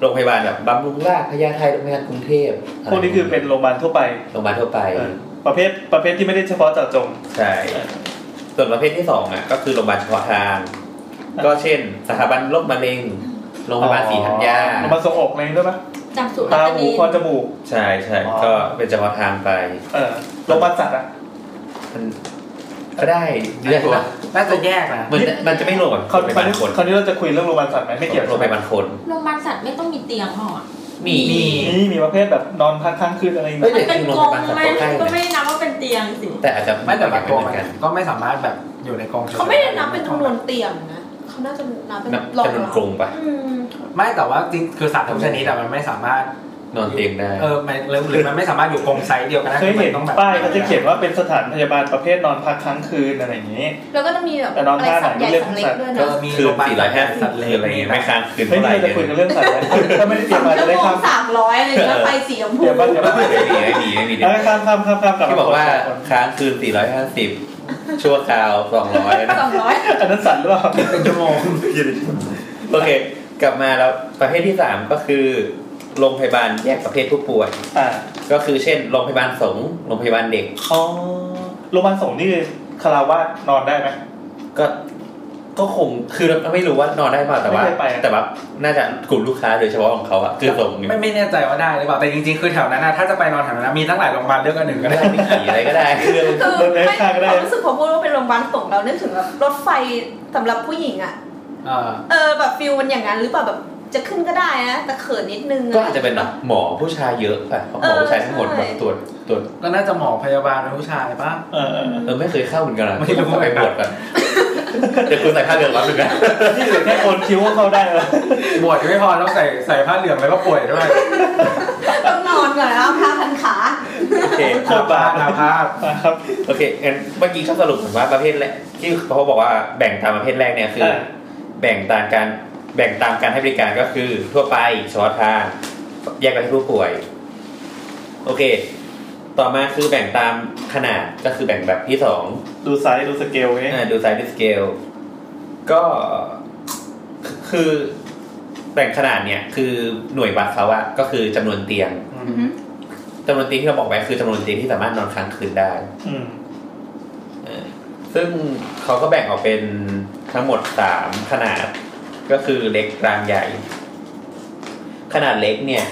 D: โรงพยาบาลแบบบำรุงราษฎร์พญาไทโรงพยาบาลกรุงเทพ
C: พวกนี้คือเป็นโรงพยาบาลทั่วไป
D: โรงพยาบาลทั่วไป
C: เออประเภทประเภทที่ไม่ได้เฉพาะเจาะจง
D: ใช่ส่วนประเภทที่สองอ่ะก็คือโรงพยาบาลเฉพาะทาง
C: ออ
D: ก็เช่น สถาบันโรคมะเร็งโรงพยาบาลศรีธัญญา
C: โรงพยาบาลทรงอกอะไรอย่างนี้ด้วยปะ
A: จำสูตร
C: ตา
A: แล้วจะ
C: หู
A: ดี
C: คอจมูก
D: ใช่ใช่
C: อ๋อ
D: ก็เป็นเฉพาะทางไป
C: เออโรงพยาบาลสัตว์อ่ะ
D: มันก็ได้เรื่องละ
F: น่าจะแยกนะ
D: มันจะมันจะไม่รวมกับ
C: คราว
D: โรงพ
C: นี้
D: ยาบาลคน
C: คราวนี้เราจะคุยเรื่องโรงพยาบาลสัตว์ไหมไม่เกี่ยว
D: โรงพยาบาลคน
A: โรงพยาบาลสัตว์ไม่ต้องมีเตียงหรอก
D: มี
F: มี
C: นี่มีประเภทแบบนอนพักค้างคืนอะไรอย่าง
D: เอ้ย
C: เงี้ย
A: มั
D: เดี๋ยว
A: นเป็น
D: โรง
A: ก
D: พ
A: รง
D: ยาบาลสัตว์ก็ใกล้
A: ไม่ก็ไม่
D: นะ
A: ได้นับว่าเป็นเตียงสิ
D: แต่อาจจะ
F: ไม่แต่บาง
D: เห
F: ตัว
D: มือนกัน
F: ก็ไม่สามารถแบบอยู่ในกอง
E: เขาไม่ได้นับเป็นจำนวนเตียงนะเขาน่าจะนับเป็น
D: นับ
E: รอง
D: จำนวนกรงปะ
E: อืม
F: ไม่แต่ว่าจริงคือสัตว์ทุกชนิดแต่มันไม่สามารถ
D: นอนเตียงได้
F: เออมันหรือหรือมันไม่สามารถอยู่กรงไซส์เดียวกันได้
C: เคยเห็น
F: ต้องแบบ
C: ป้ายเขาจะเขียนว่าเป็นสถานพยาบาลประเภทนอนพักค้างคืนอะไรอย่างนี้
E: แล้วก็จะมีแบบ
C: แต่น้อง
E: อะไร
C: ท่า
E: สัตว์
C: ไหน
E: ใหญ่
C: เรียก
E: สัตว์เล็ก
C: สัต
E: ด้วย
C: ว์
D: ก็
E: นะ
D: คือสี่ร้อยห้าสิบเลยอะไรเงี้ยไม่ค้างคืน
C: เฮ้ย
D: เท่าไหร่
C: นี่เราจะคุยกันเรื่องสัตว์ไหมถ้าไม่ได้เตรียมมาจะได้ข้าม
E: สามร้อยอะไรเงี้ยไฟสีชมพู
C: เดี๋ยวบ้างเดี๋ยวบ้าง
D: ไม่มีไม่มีไม่มี
C: เอาข้ามข้ามข้ามข้ามกลับม
D: ที่บอกว่าค้างคืนสี่ร้อยห้าสิบชั่วคราวสองร้อย <laughs>
E: สองร้อย
C: อันนั้นสัตว์หรือเปล่า
F: เป็นชั่วโมง
D: โอเค กลับมาแล้วประเภทที่สามก็คือโรงพยาบาลแยกประเภทผู้ป่วย
C: อ่า
D: ก็คือเช่นโรงพยาบาลสงฆ์โรงพยาบาลเด็ก
C: อ๋อโรงพยาบาลสงฆ์นี่คาราวาสนอนได้ไหม
D: ก็ก็คงคือเราไม่รู้ว่านอนได้เปล่าแต่ว่า
C: ไม่เคยไปอะ
D: แต่ว่าน่าจะกลุ่มลูกค้าโดยเฉพาะของเขาอะคือสงฆ์เนี่ย
F: ไม่ไม่แน่ใจว่าได้หรือเปล่าแต่จริงๆคือแถวนั้นนะถ้าจะไปนอนแถวนั้นนะมีตั้งหลายโรงพยาบาลเลือกอันหนึ่งก็
D: ไม่
F: ได้
D: ใช่ไปขี่อะไรก็ได้คือ
E: คือ
C: โดนเดิน
E: ไม่
C: ทางก็ได้
E: ความรู้สึกพอพูดว่าเป็นโรงพยาบาลส่งเรานึกถึงแบบรถไฟสำหรับผู้หญิงอ่ะ
F: เออ
E: เออแบบฟิลมันอย่างนั้นหรือเปล่าแบบ จะขึ้นก็ได้นะแต่เขินนิดนึง
D: ก็อาจจะเป็นแบบหมอผู้ชายเยอะป่ะเพราะหมอผู้ชายทั้งหมดแบบตรวจตรวจ
F: ก็น่าจะหมอพยาบาลเป็นผู้ชายป่ะ
C: เออเออ
D: เออไม่เคยเข้าเหมือนกันนะ
F: ไม่รู้
D: ต้องไปบวชก่อนเดี๋ยวคุณใส่ผ้าเหลืองรับหนึ่งนะ
C: นี่เหลือแค่โอนคิ้วก็เข้าได้แล้ว
F: บวชยังไม่พอต้องใส่ใส่ผ้าเหลืองแล้วก็ป่วยด้วย
E: ต้องนอนก่อนแล้วผ้าพันขา
D: โอเค
C: โคตรบาป
F: อาภาพ
C: ครับ
D: โอเคงั้นเมื่อกี้เขาสรุปถึงว่าประเภทแรกที่เขาบอกว่าแบ่งตามประเภทแรกเนี่ยคือ
C: อ่า
D: แบ่งตามการแบ่งตามการให้บริการก็คือ ทั่วไปเฉพาะทางแยกไปที่ผู้ป่วย โอเค ต่อมาคือแบ่งตามขนาดก็คือแบ่งแบบที่สอง
C: ดูไซส์ดูสเกลเอง
D: อ่าดูไซส์ดูสเกลก็คือแบ่งขนาดเนี่ยคือหน่วยวัดเขาอะก็คือจำนวนเตียงจำนวนเตียงที่เราบอกไว้คือจำนวนเตียงที่สามารถนอนค้างคืนได้
C: อืม
D: ซึ่งเขาก็แบ่งออกเป็นทั้งหมดสามขนาด ก็คือเล็กกลางใหญ่ ขนาดเล็กเนี่ย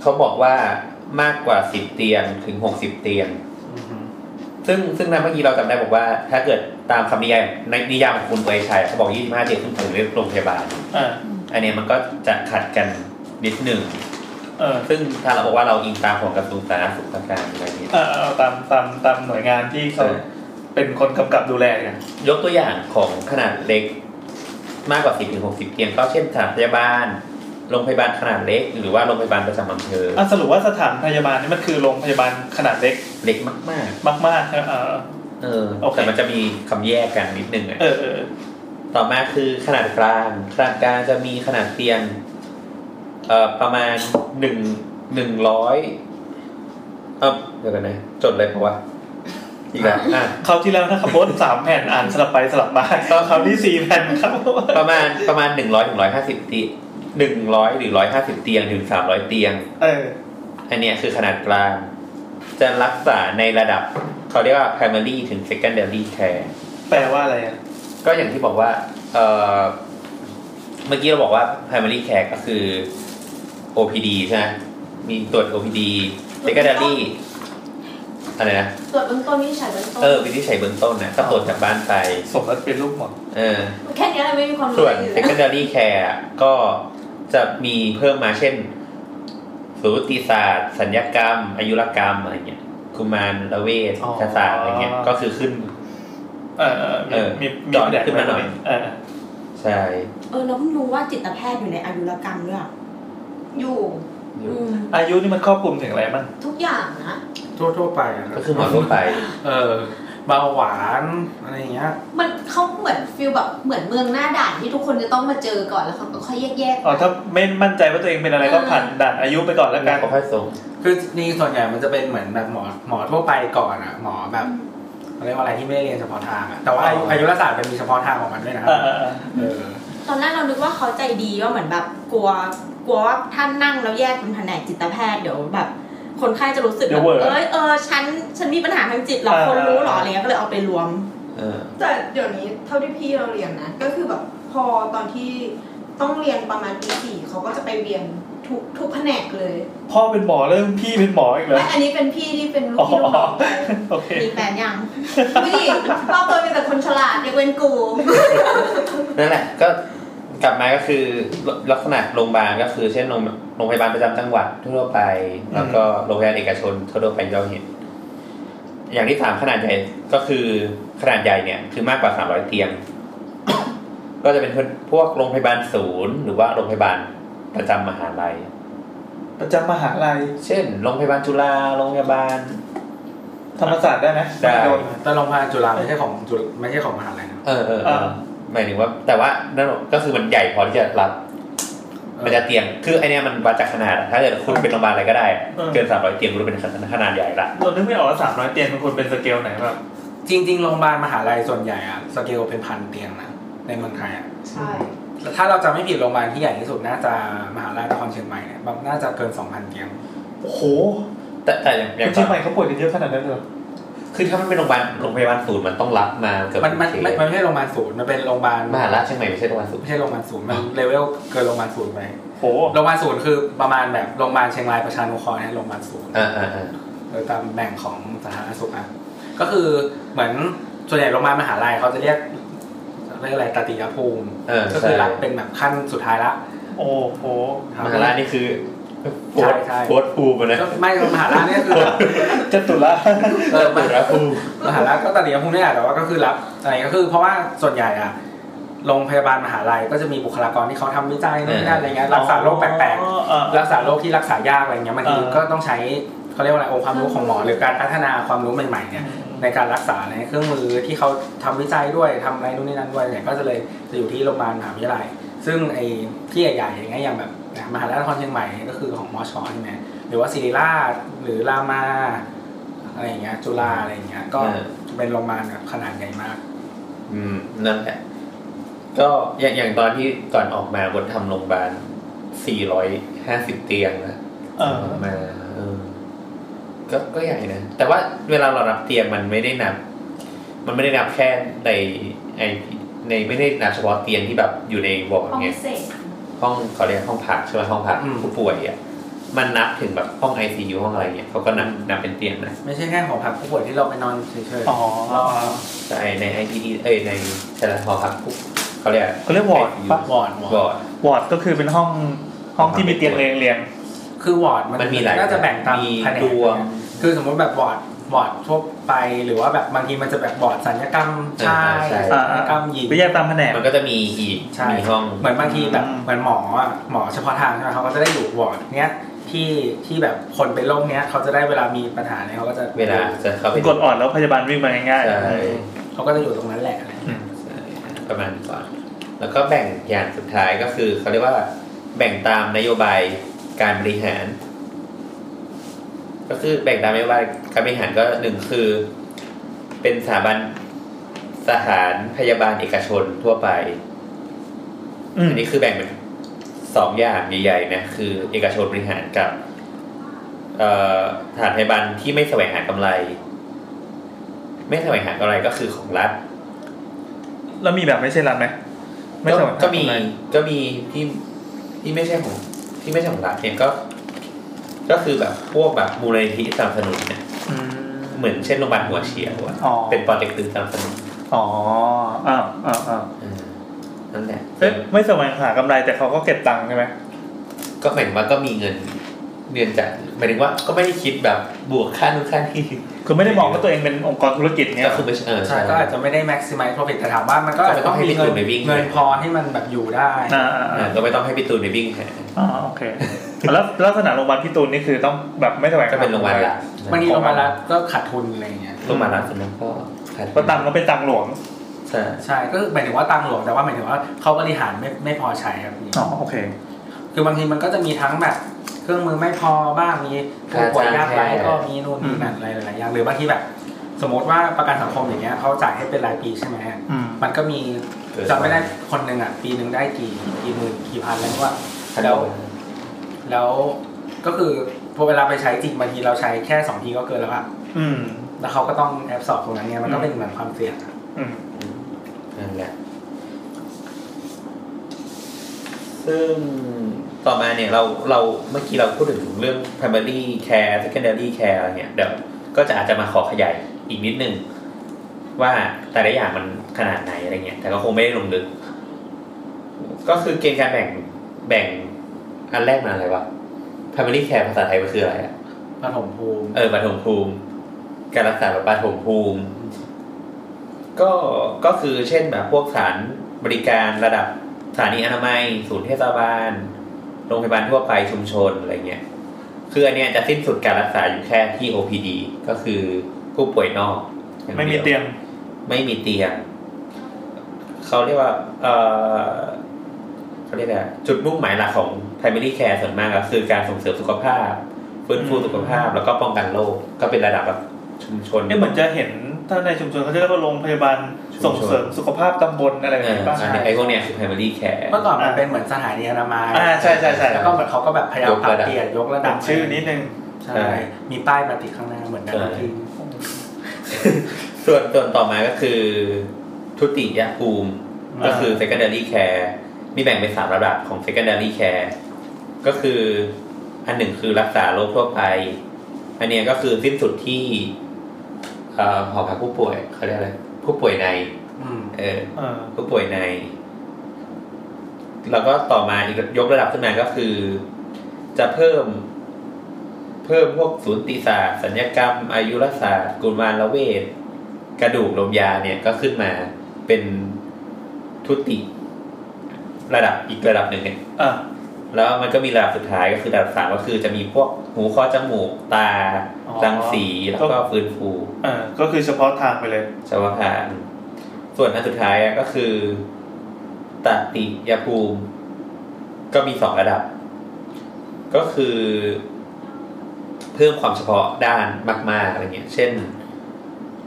D: เขาบอกว่ามากกว่าสิบเตียงถึงหกสิบเตียง ซึ่งซึ่งนะเมื่อกี้เราจำได้บอกว่า ถ้าเกิดตามคำนิยามในนิยามของคุณเวยชัยเขาบอกยี่สิบห้าเตียงขึ้นไปเรียกโรงพยาบาล
C: อ่า
D: อันเนี้ยมันก็จะขัดกันนิดหนึ่ง
C: เออ
D: ซึ่งถ้าเราบอกว่าเราอิงตามของกระทรวงสาธารณสุขทางการอะไรนี้
C: เออเอาตามตามตามหน่วยงานที่เขา
D: ใช่
C: เป็นคนกำกับดูแลเนี่ย
D: ยกตัวอย่างของขนาดเล็กมากกว่า 10ถึง60 เตียงก็เช่นสถานพยาบาล โรงพยาบาลขนาดเล็ก หรือว่าโรงพยาบาลประจำอำเภอ
C: อ่ะสรุปว่าสถานพยาบาลนี่มันคือโรงพยาบาลขนาดเล็ก
D: เล็กมาก
C: มากๆใช่ไหมเออ
D: ๆเออ
C: โอเค
D: แต่มันจะมีคำแยกกันนิดนึงอะ
C: เออเออ
D: ต่อมาคือขนาดกลางขนาดกลางจะมีขนาดเตียงเอ่อประมาณหนึ่งหนึ่งร้อยเออเดี๋ยวกันนะจดเลยเพราะว่าอีกแล้วอ่ะ
C: คราวที่แล้วนะครับโบสสาม <laughs> แผ่นอ่านสลับไปสลับมา <laughs> ตอนคราวที่สี่แผ่นครับ <laughs>
D: ประมาณประมาณหนึ่งร้อยถึงร้อยห้าสิบเตียงหนึ่งร้อยหรือร้อยห้าสิบเตียงถึงสามร้อยเตียง
C: เออ
D: อันเนี้ยคือขนาดกลาง จะรักษาในระดับ เขาเรียกว่า primary ถึง secondary care
C: แปลว่าอะไรอ่ะ
D: ก็อย่างที่บอกว่าเอ่อเมื่อกี้เราบอกว่า primary care ก็คือ OPD ใช่ไหมมีตรวจ OPD secondary อะไรนะ
E: ตรวจเบื้องต้นวินิจฉัยเบื้องต้น
D: เออวิธีใช้เบื้องต้นนะก็ตรวจจากบ้านไป
C: สมแล้วเป็นลูกหมอ
D: เออ
E: แค่เนี้ยเราไม่มีความรู้
D: ส่ว
E: อะไร
D: น
E: อยู่แล้ว
D: secondary care ก็จะมีเพิ่มมาเช่นสูติศาสตร์ สัญญกรรม อายุรกรรมอะไรเงี้ยกุมารละเวชศาสตร์อะไรเงี้ยก็คือขึ้น
C: เออเออ
D: เอ
C: มี
D: อ
C: มีมี
D: จอด
C: แดด
D: ขึ้นมาหน่อย
C: เออ
D: ใช่
A: เออเราเพิ่งรู้ว่าจิตแพทย์อยู่ในอายุรกรรมด้วยอะ
E: อยู่
A: อืม
C: อายุนี่มันครอบคลุมถึงอะไรบ้าง
E: ทุกอย่างนะ
F: ทั่วทั่วๆไปอะครับ
D: ก็คือหมอทั่วไป
F: เออเบาหวานอะไรอย่างเงี้ย
E: มันเขาเหมือนฟิลแบบเหมือนเมืองหน้าด่านที่ทุกคนจะต้องมาเจอก่อนแล้วเขาก็ค่อยแยกๆ
C: อ๋อถ้าไม่มั่นใจว่าตัวเองเป็นอะไรก็ผ่านด่านอายุไปก่อนแล้วกัน
D: ก็ค่อยส่ง
F: คือนี่ส่วนใหญ่มันจะเป็นเหมือนแบบหมอหมอทั่วไปก่อนอะหมอแบบเขาเรียกว่าอะไรที่ไม่ได้เรียนเฉพาะทางอะแต่ว่าอายุอายุรศาสตร์มันมีเฉพาะทางของมันด้วยนะ
C: เออเออเออ
F: เออ
A: ตอนแรกเรานึกว่าเขาใจดีว่าเหมือนแบบกลัว กลัวว่าท่านนั่งแล้วแยกเป็นแผนกจิตแพทย์เดี๋ยวแบบ คนไข้จะรู้สึกแบบเอ้ยเออฉันฉันมีปัญหาทางจิตเหรอคนรู้เหรออะไรเงี้ยก็เลยเอาไปรวม
D: เออ
E: แต่เดี๋ยวนี้เท่าที่พี่เราเรียนนะก็คือแบบพอตอนที่ต้องเรียนประมาณปีสี่เขาก็จะไปเรียนทุกทุกแผนกเลย
C: พ่อเป็นหมอแล้วพี่เป็นหมออีกเหรอ
E: ไม่อันนี้เป็นพี่ที่เป็นลู
C: อ๋
E: กพี่ลูกน้
C: อ
E: อง
C: โอเค
A: มีแฟนยัง
E: ไม่ดิรอบตัวมีแต่คนฉลาดยกเว้นกู
D: นั่นแหละก็กลับมาก็คือลักษณะโรงพยาบาลก็คือเช่นโรงโรงพยาบาลประจำจังหวัดทั่วไป แล้วก็โรงพยาบาลเอกชนทั่วไปที่เราเห็น อย่างที่สามขนาดใหญ่ก็คือขนาดใหญ่เนี่ยคือมากกว่าสามร้อยเตียง ก็จะเป็นพวกโรงพยาบาลศูนย์หรือว่าโรงพยาบาลประจำมหาลัย
C: ประจำมหาลัย
D: เช่น โรงพยาบาลจุฬาโรงพยาบาล
C: ธรรมศาสตร์ได้ไหม
D: ได้
C: โน
F: แต่โรงพยาบาลจุฬาไม่ใช่ของจุฬไม่ใช่ของมหาลัยนะ
D: เออเออเออ
C: อ่า
D: หมายถึงว่า แต่ว่านั่นก็คือมันใหญ่พอที่จะรับ มันจะเตียง คือไอเนี้ยมันวัดจากขนาด ถ้าเกิดคุณเป็นโรงพยาบาลอะไรก็ได้
C: เออ
D: เกินสามร้อยเตียงคุณเป็นขนาดใหญ่ละ
C: เรานึกไม่ออกว่าสามร้อยเตียงมันควรเป็นสเกลไหนแบบ
F: จริง ๆโรงพยาบาลมหาลัยส่วนใหญ่อะสเกลเป็นพันเตียงนะในเมืองไทยอะ
E: ใช่
F: แต่ถ้าเราจะไม่ผิดโรงพยาบาลที่ใหญ่ที่สุดน่าจะมหาลัยนครเชียงใหม่เนี่ยแบบน่าจะเกิน 2,000 เตียง
C: โอ้โห
D: แต่แต่อย่างอย่าง
C: เชียงใหม่เขาป่วยกันเยอะขนาดนั้นเลยเหรอ
D: คือถ้ามันเป็นโรงพยาบาลโรงพยาบาลศูนย์มันต้องรับมาเกือบ
F: มันมัน
D: เค
F: มันมันไม่ใช่โรงพยาบาลศูนย์มันเป็นโรงพยาบาล
D: มหาลัยเชียงใหม่ไม่ใช่โรงพยาบาลศูนย์
F: ไม่ใช่โรงพยาบาลศูนย์มันเลเวลเกินโรงพยาบาลศูนย์ไป
C: โห
F: โรงพยาบาลศูนย์คือประมาณแบบโรงพยาบาลเชียงรายประชานุเคราะห์เนี่ยโรงพยาบาลศูนย์
D: อ่าอ่าอ่า
F: โดยตามแบ่งของสาธารณสุขนะก็คือเหมือนส่วนใหญ่โรงพยาบาลมหาลัยเขาจะเรียกเรียกอะไรตติยภูมิ
D: เออ
F: ก็
D: ใช่
F: คือรับเป็นแบบขั้นสุดท้ายละ
C: โอ้โห
F: คบ
D: มหาลานี่คือโพสต์
F: ใช่ใช่
D: โพสต์ภูมิอะนะ
F: ก็ไม่มหาลัยเนี่ยคือ
C: จะตุละ
D: เออมหาลาภูมิ
F: มหาลัยก็ตัดเลี้ยงพวกนี้แหละแต่ว่าก็คือรับอะไรก็คือเพราะว่าส่วนใหญ่อะโรงพยาบาลมหาลัยก็จะมีบุคลากรที่เขาทำวิจัยนู่นนี่นั่นอะไรเงี้ยรักษาโรคแปลกๆ รักษาโรคที่รักษายากอะไรเงี้ยบางที
C: เออ
F: ก็ต้องใช้เขาเรียกว่าอะไรองค์ความรู้ของหมอ หรือการพัฒนาความรู้ใหม่ๆเนี่ยในการรักษาในเครื่องมือที่เขาทำวิจัยด้วยทำอะไรนู่นนี่นั่นด้วยเนี่ยก็จะเลยจะอยู่ที่โรงพยาบาลมหาวิทยาลัย ซึ่งไอ้ที่ใหญ่ๆอย่างเงี้ยอย่างแบบมหาลัยนครเชียงใหม่ก็คือของมอชใช่ไหมหรือว่าศิริราชหรือรามาอะไรอย่างเงี้ยจุฬาอะไรอย่างเงี้ยก็
D: เออ
F: เป็นโรงพยาบาลแบบขนาดใหญ่มาก
D: อืมนั่นแหละก็อย่างอย่างตอนที่ก่อนออกมาบนทำโรงพยาบาล 450 เตียงนะ
C: เออ
D: ทำมาเออก็ก็ใหญ่นะ แต่ว่าเวลาเรานับเตียงมันไม่ได้นับ มันไม่ได้นับแค่ในไอในไม่ได้นับเฉพาะเตียงที่แบบอยู่ในวอร์ด
A: ห้อง
D: ไง
A: พิเศษ
D: ห้องเขาเรียกห้องพักใช่ไหมห้องพัก
F: อืม
D: ผู้ป่วยอ่ะมันนับถึงแบบห้องไอซียูห้องอะไรเนี่ยเขาก็นับนับเป็นเตียงนะ
F: ไม่ใช่แค่หอพักผู้ป่วยที่เราไปนอนเฉย
C: อ๋อ
D: ใช่ในไอพีเอ้ยในใช่ละหอพักผู้เขาเรียก
C: เขาเรียกวอร์ดปะ
F: ๆวอร์ดวอ
D: วอ
F: ร์ด
D: ร์ด
C: วอร์ดก็คือเป็นห้องห้องที่มีเตียงเรียงเรียง
F: คือวอร์ดมัน
D: มันมีหลาย
F: น่าจะแบ่งตาม
D: มี
F: แผนก
D: ดวง
F: คือสมมติแบบวอร์ดวอร์ดทั่วไปหรือว่าแบบบางทีมันจะแบบวอร์ดสัญญกรรมชาย
D: เออใช่
F: สัญญกรรมหญิง
C: ก็แยกตามแผนก
D: มันก็จะมีอีก
F: ใช่
D: มีห้อง
F: เหมือนบางทีแบบ
C: อืม
F: เหมือนหมออะหมอเฉพาะทางใช่ไหมเขาก็จะได้อยู่วอร์ดเนี้ยที่ที่แบบคนเป็นโรคเนี้ยเขาจะได้เวลามีปัญหาเนี่ยเขาก็จะ
D: เวลาจะเข้าไป
C: กดอ่อนแล้วพยาบาลวิ่งมาง่าย
D: ใช่
F: เขาก็จะอยู่ตรงนั้นแหละอะไรอย่างเงี้ย
D: ใช่ประมาณนี้ก่อน แล้วก็แบ่งอย่างสุดท้ายก็คือเขาเรียกว่าแบ่งตามนโยบายการบริหาร ก็คือแบ่งตามนโยบายการบริหารก็หนึ่งคือ เป็นสถาบันสถานพยาบาลเอกชนทั่วไป
C: ๆอืม
D: อันนี้คือแบ่งเป็นสองอย่างใหญ่ๆนะคือเอกชนบริหารกับเอ่อสถานพยาบาลที่ไม่แสวงหากำไร ไม่แสวงหากำไรก็คือของรัฐ
C: แล้วมีแบบไม่ใช่รัฐไหมไม่
D: ก็
C: ใช่แบบ
D: ก็มีก็มีที่ที่ไม่ใช่ของที่ไม่ใช่ของรัฐเนี่ยก็ ก็คือแบบพวกแบบมูลนิธิสนับสนุนเนี่ย
C: อืม
D: เหมือนเช่นโรงพยาบาลหัวเฉียวอะ
C: อ๋อ
D: เป็นปอเต็กตึงสนับสนุน
C: อ๋ออ้าวอ้าวอ้าว
D: อืมนั่นแหละ
C: เอ๊ะไม่แสวงหากำไรแต่เขาก็เก็บตังค์ใช่ไหม
D: ก็หมายถึงว่าก็มีเงินเดือนจากหมายถึงว่าก็ไม่ได้คิดแบบบวกค่านู่นค่านี่
C: คือไม่ได้มองว่าตัวเองเป็นองค์กรธุรกิจเงี้ย
D: ก็คือไม่ใช่เออ
F: ใช่
D: ใช่
F: ก็อาจจะไม่ได้ maximize profit แต่ถามว่ามันก็อาจจะต้องมี
D: ก็
F: เงิน
D: ไม่ต้องให้ไปวิ่ง
F: เงินพอให้มันแบบอยู่ได้
C: อ่าอ่า
D: เอ
C: อ่า
D: อก็ไม่ต้องให้พี่ตูนไปวิ่งหา
C: อ๋อโอเคแล้วลักษณะโรงพยาบาลพี่ตูนนี่คือต้องแบบไม่แสวงหา
D: ก็เป็นโรงพยาบาลรัฐ
F: บางทีโรงพยาบาลรัฐก็ขาดทุนอะไรอย่างเงี้ย
D: โรงพยาบาลรัฐส่วนนั้นก็ขาย
C: ก็ตังค์ก็เป็นตังค์หลวง
D: ใช่
F: ใช่ ก็คือหมายถึงว่าตังค์หลวงแต่ว่าหมายถึงว่าเขาบริหารไม่ไม่พอใช้ครับพี่
C: อ๋อโอเค
F: คือบางทีมันก็จะมีทั้งแบบเครื่องมือไม่พอบ้าง มีผู้ป่วยยากไร้ก็มีนู่นนี่นั่นอะไรหลายๆอย่าง หรือบางทีแบบ สมมติว่าประกันสังคมอย่างเงี้ยเขาจ่ายให้เป็นรายปีใช่ไหม
C: อืม
F: มันก็มี
D: เออ
F: จำไม่ได้คนหนึ่งอ่ะปีหนึ่งได้กี่กี่หมื่นกี่พันแล้วว่า
D: พัน
F: แล้ว
D: กว่า
F: แล้วก็คือพอเวลาไปใช้จริงบางทีเราใช้แค่สองทีก็เกินแล้วอะ
C: อืม
F: แล้วเขาก็ต้องแอบสอบตรงนั้นเนี้ยมันก็เป็นเหมือนความเสี่ยงอะ
C: อืม
D: นั่นแหละซึ่งต่อมาเนี่ยเราเราเมื่อกี้เราพูดถึงเรื่อง primary care secondary care อะไรเนี่ยเดี๋ยวก็จะอาจจะมาขอขยายอีกนิดนึง ว่าแต่ละอย่างมันขนาดไหนอะไรเงี้ย แต่ก็คงไม่ได้ลงลึก ก็คือเกณฑ์การแบ่งแบ่งอันแรกมันอะไรวะ primary care ภาษาไทยมันคืออะไรอะ
F: ปฐมภูมิ
D: เออปฐมภูมิ การรักษาแบบปฐมภูมิ ก็ก็คือเช่นแบบพวกสถานบริการระดับสถานีอนามัย ศูนย์เทศบาล โรงพยาบาลทั่วไปชุมชนอะไรเงี้ยคืออันเนี้ยจะสิ้นสุดการรักษาอยู่แค่ที่ OPD ก็คือผู้ป่วยนอกอาดีว
C: ไม่มีเตียง
D: ไม่มีเตียงเขาเรียกว่าเออเขาเรียกอะไรจุดมุ่งหมายหลักของ primary care ส่วนมากก็คือการส่งเสริมสุขภาพ ฟื้นฟูสุขภาพแล้วก็ป้องกันโรคก็เป็นระดับแบบชุมชน
C: เนี่ยเหมือนจะเห็นถ้าในชุมชนเขาจะเรียกว่าโรงพยาบาล
D: ชุมชน
C: ส่งเสริมสุขภาพตำบลอะไร
D: เอ
C: แบบ
D: อ
C: นี้ป่ะ
D: อันนี้ไอ้พวกเนี้ยคือ primary care
F: เมื่อก่อนมันเป็นเหมือนสถานีอนามัย
C: อ่าใช่ใช่ใช่
F: แล้วก็เหมือนเขาก็แบบพยายามปรับเปลี่ยนยกระดั
C: ดั
F: บ
C: งชื่อนิดนึง
F: ใช่ มีป้ายมาติดข้างหน้าเหมือนกัน
D: ใช่
F: จริง
D: ส่วนส่วนต่อมาก็คือ ทุติยภูมิ
C: อ่า
D: ก็คือ secondary care มีแบ่งเป็นสามระดับของ secondary care ก็คืออันหนึ่งคือรักษาโรคทั่วไป อันเนี้ยก็คือสิ้นสุดที่เอ่อหอพักผู้ป่วยเขาเรียกอะไรผู้ป่วยใน
F: ๆอืม
D: เออ
C: เออ
D: ผู้ป่วยใน แล้วก็ต่อมาอีกยกระดับขึ้นมาก็คือ จะเพิ่ม เพิ่มพวกศูนย์ติศาสตร์สัญญกรรม อายุรศาสตร์กุมารเวชกระดูกลมยาเนี่ยก็ขึ้นมาเป็นทุติ ระดับอีกระดับหนึ่งเนี่ย
C: อ่ะ
D: แล้วมันก็มีระดับสุดท้ายก็คือระดับสามก็คือจะมีพวกหูคอจมูก ตารังสีแล้วก็ฟื้นฟู
C: อ่าก็คือเฉพาะทางไปเลย
D: ชาวพานส่วนอันสุดท้ายอะก็คือตติยภูมิ ก็มีสองระดับ ก็คือ เพิ่มความเฉพาะด้านมาก ๆอะไรเงี้ย เช่น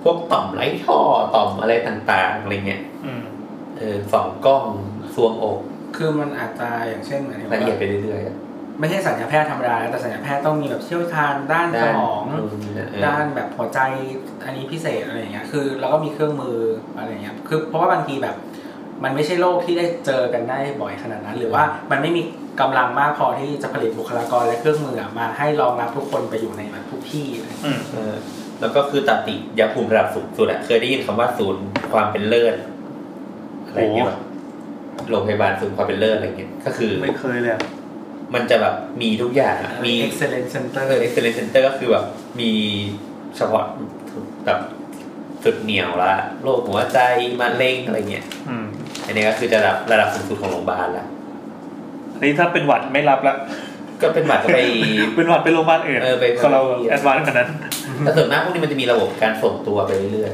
D: พวกต่อมไร้ท่อต่อมอะไรต่างๆอะไรเงี้ย
C: อืม
D: เออสองกล้องซวงอก
F: คือมันอาจจะอย่างเช่นเหมือน
D: ละเอียด
F: ว่า
D: ไปเรื่อยๆอะ
F: ไม่ใช่สัญญาแพทย์ธรรมดานะแต่สัญญาแพทย์ต้องมีแบบเชี่ยวชาญด้านสมอง
D: ด้านนู่นนี่นั่นเออ
F: ด้านแบบหัวใจอันนี้พิเศษอะไรอย่างเงี้ย คือเราก็มีเครื่องมืออะไรอย่างเงี้ย คือเพราะว่าบางทีแบบ มันไม่ใช่โรคที่ได้เจอกันได้บ่อยขนาดนั้น หรือว่ามันไม่มีกำลังมากพอที่จะผลิตบุคลากรและเครื่องมืออะมาให้รองรับทุกคนไปอยู่ในแบบทุกที่อะไรอย่างเงี้ย
C: อืม
D: เออแล้วก็คือตติยภูมิระดับสูงสุดอะเคยได้ยินคำว่าศูนย์ความเป็นเลิศอะไรเงี้ย
C: โอ้
D: ปะโรงพยาบาลศูนย์ความเป็นเลิศอะไรเงี้ยก็คือ
C: ไม่เคยเลยอะ
D: มันจะแบบมีทุกอย่างอะมี
F: excellent center
D: เออ excellence center ก็คือแบบมีเฉพาะแบบสุดเหนียวละโรคหัวใจมะเร็งอะไรเงี้ย
C: อืม
D: อันนี้ก็คือระดับระดับสูงสุดของโรงพยาบาลละ
C: อันนี้ถ้าเป็นหวัดไม่รับละ
D: ก็เป็นหวัดก็ไป
C: เป็นหวัดไปโรงพยาบาลอื่น
D: เออไป
C: ของเราแอดวานซ์กว่านั้น
D: <laughs> แต่ส่วนมากพวกนี้มันจะมีระบบการส่งตัวไปเรื่อย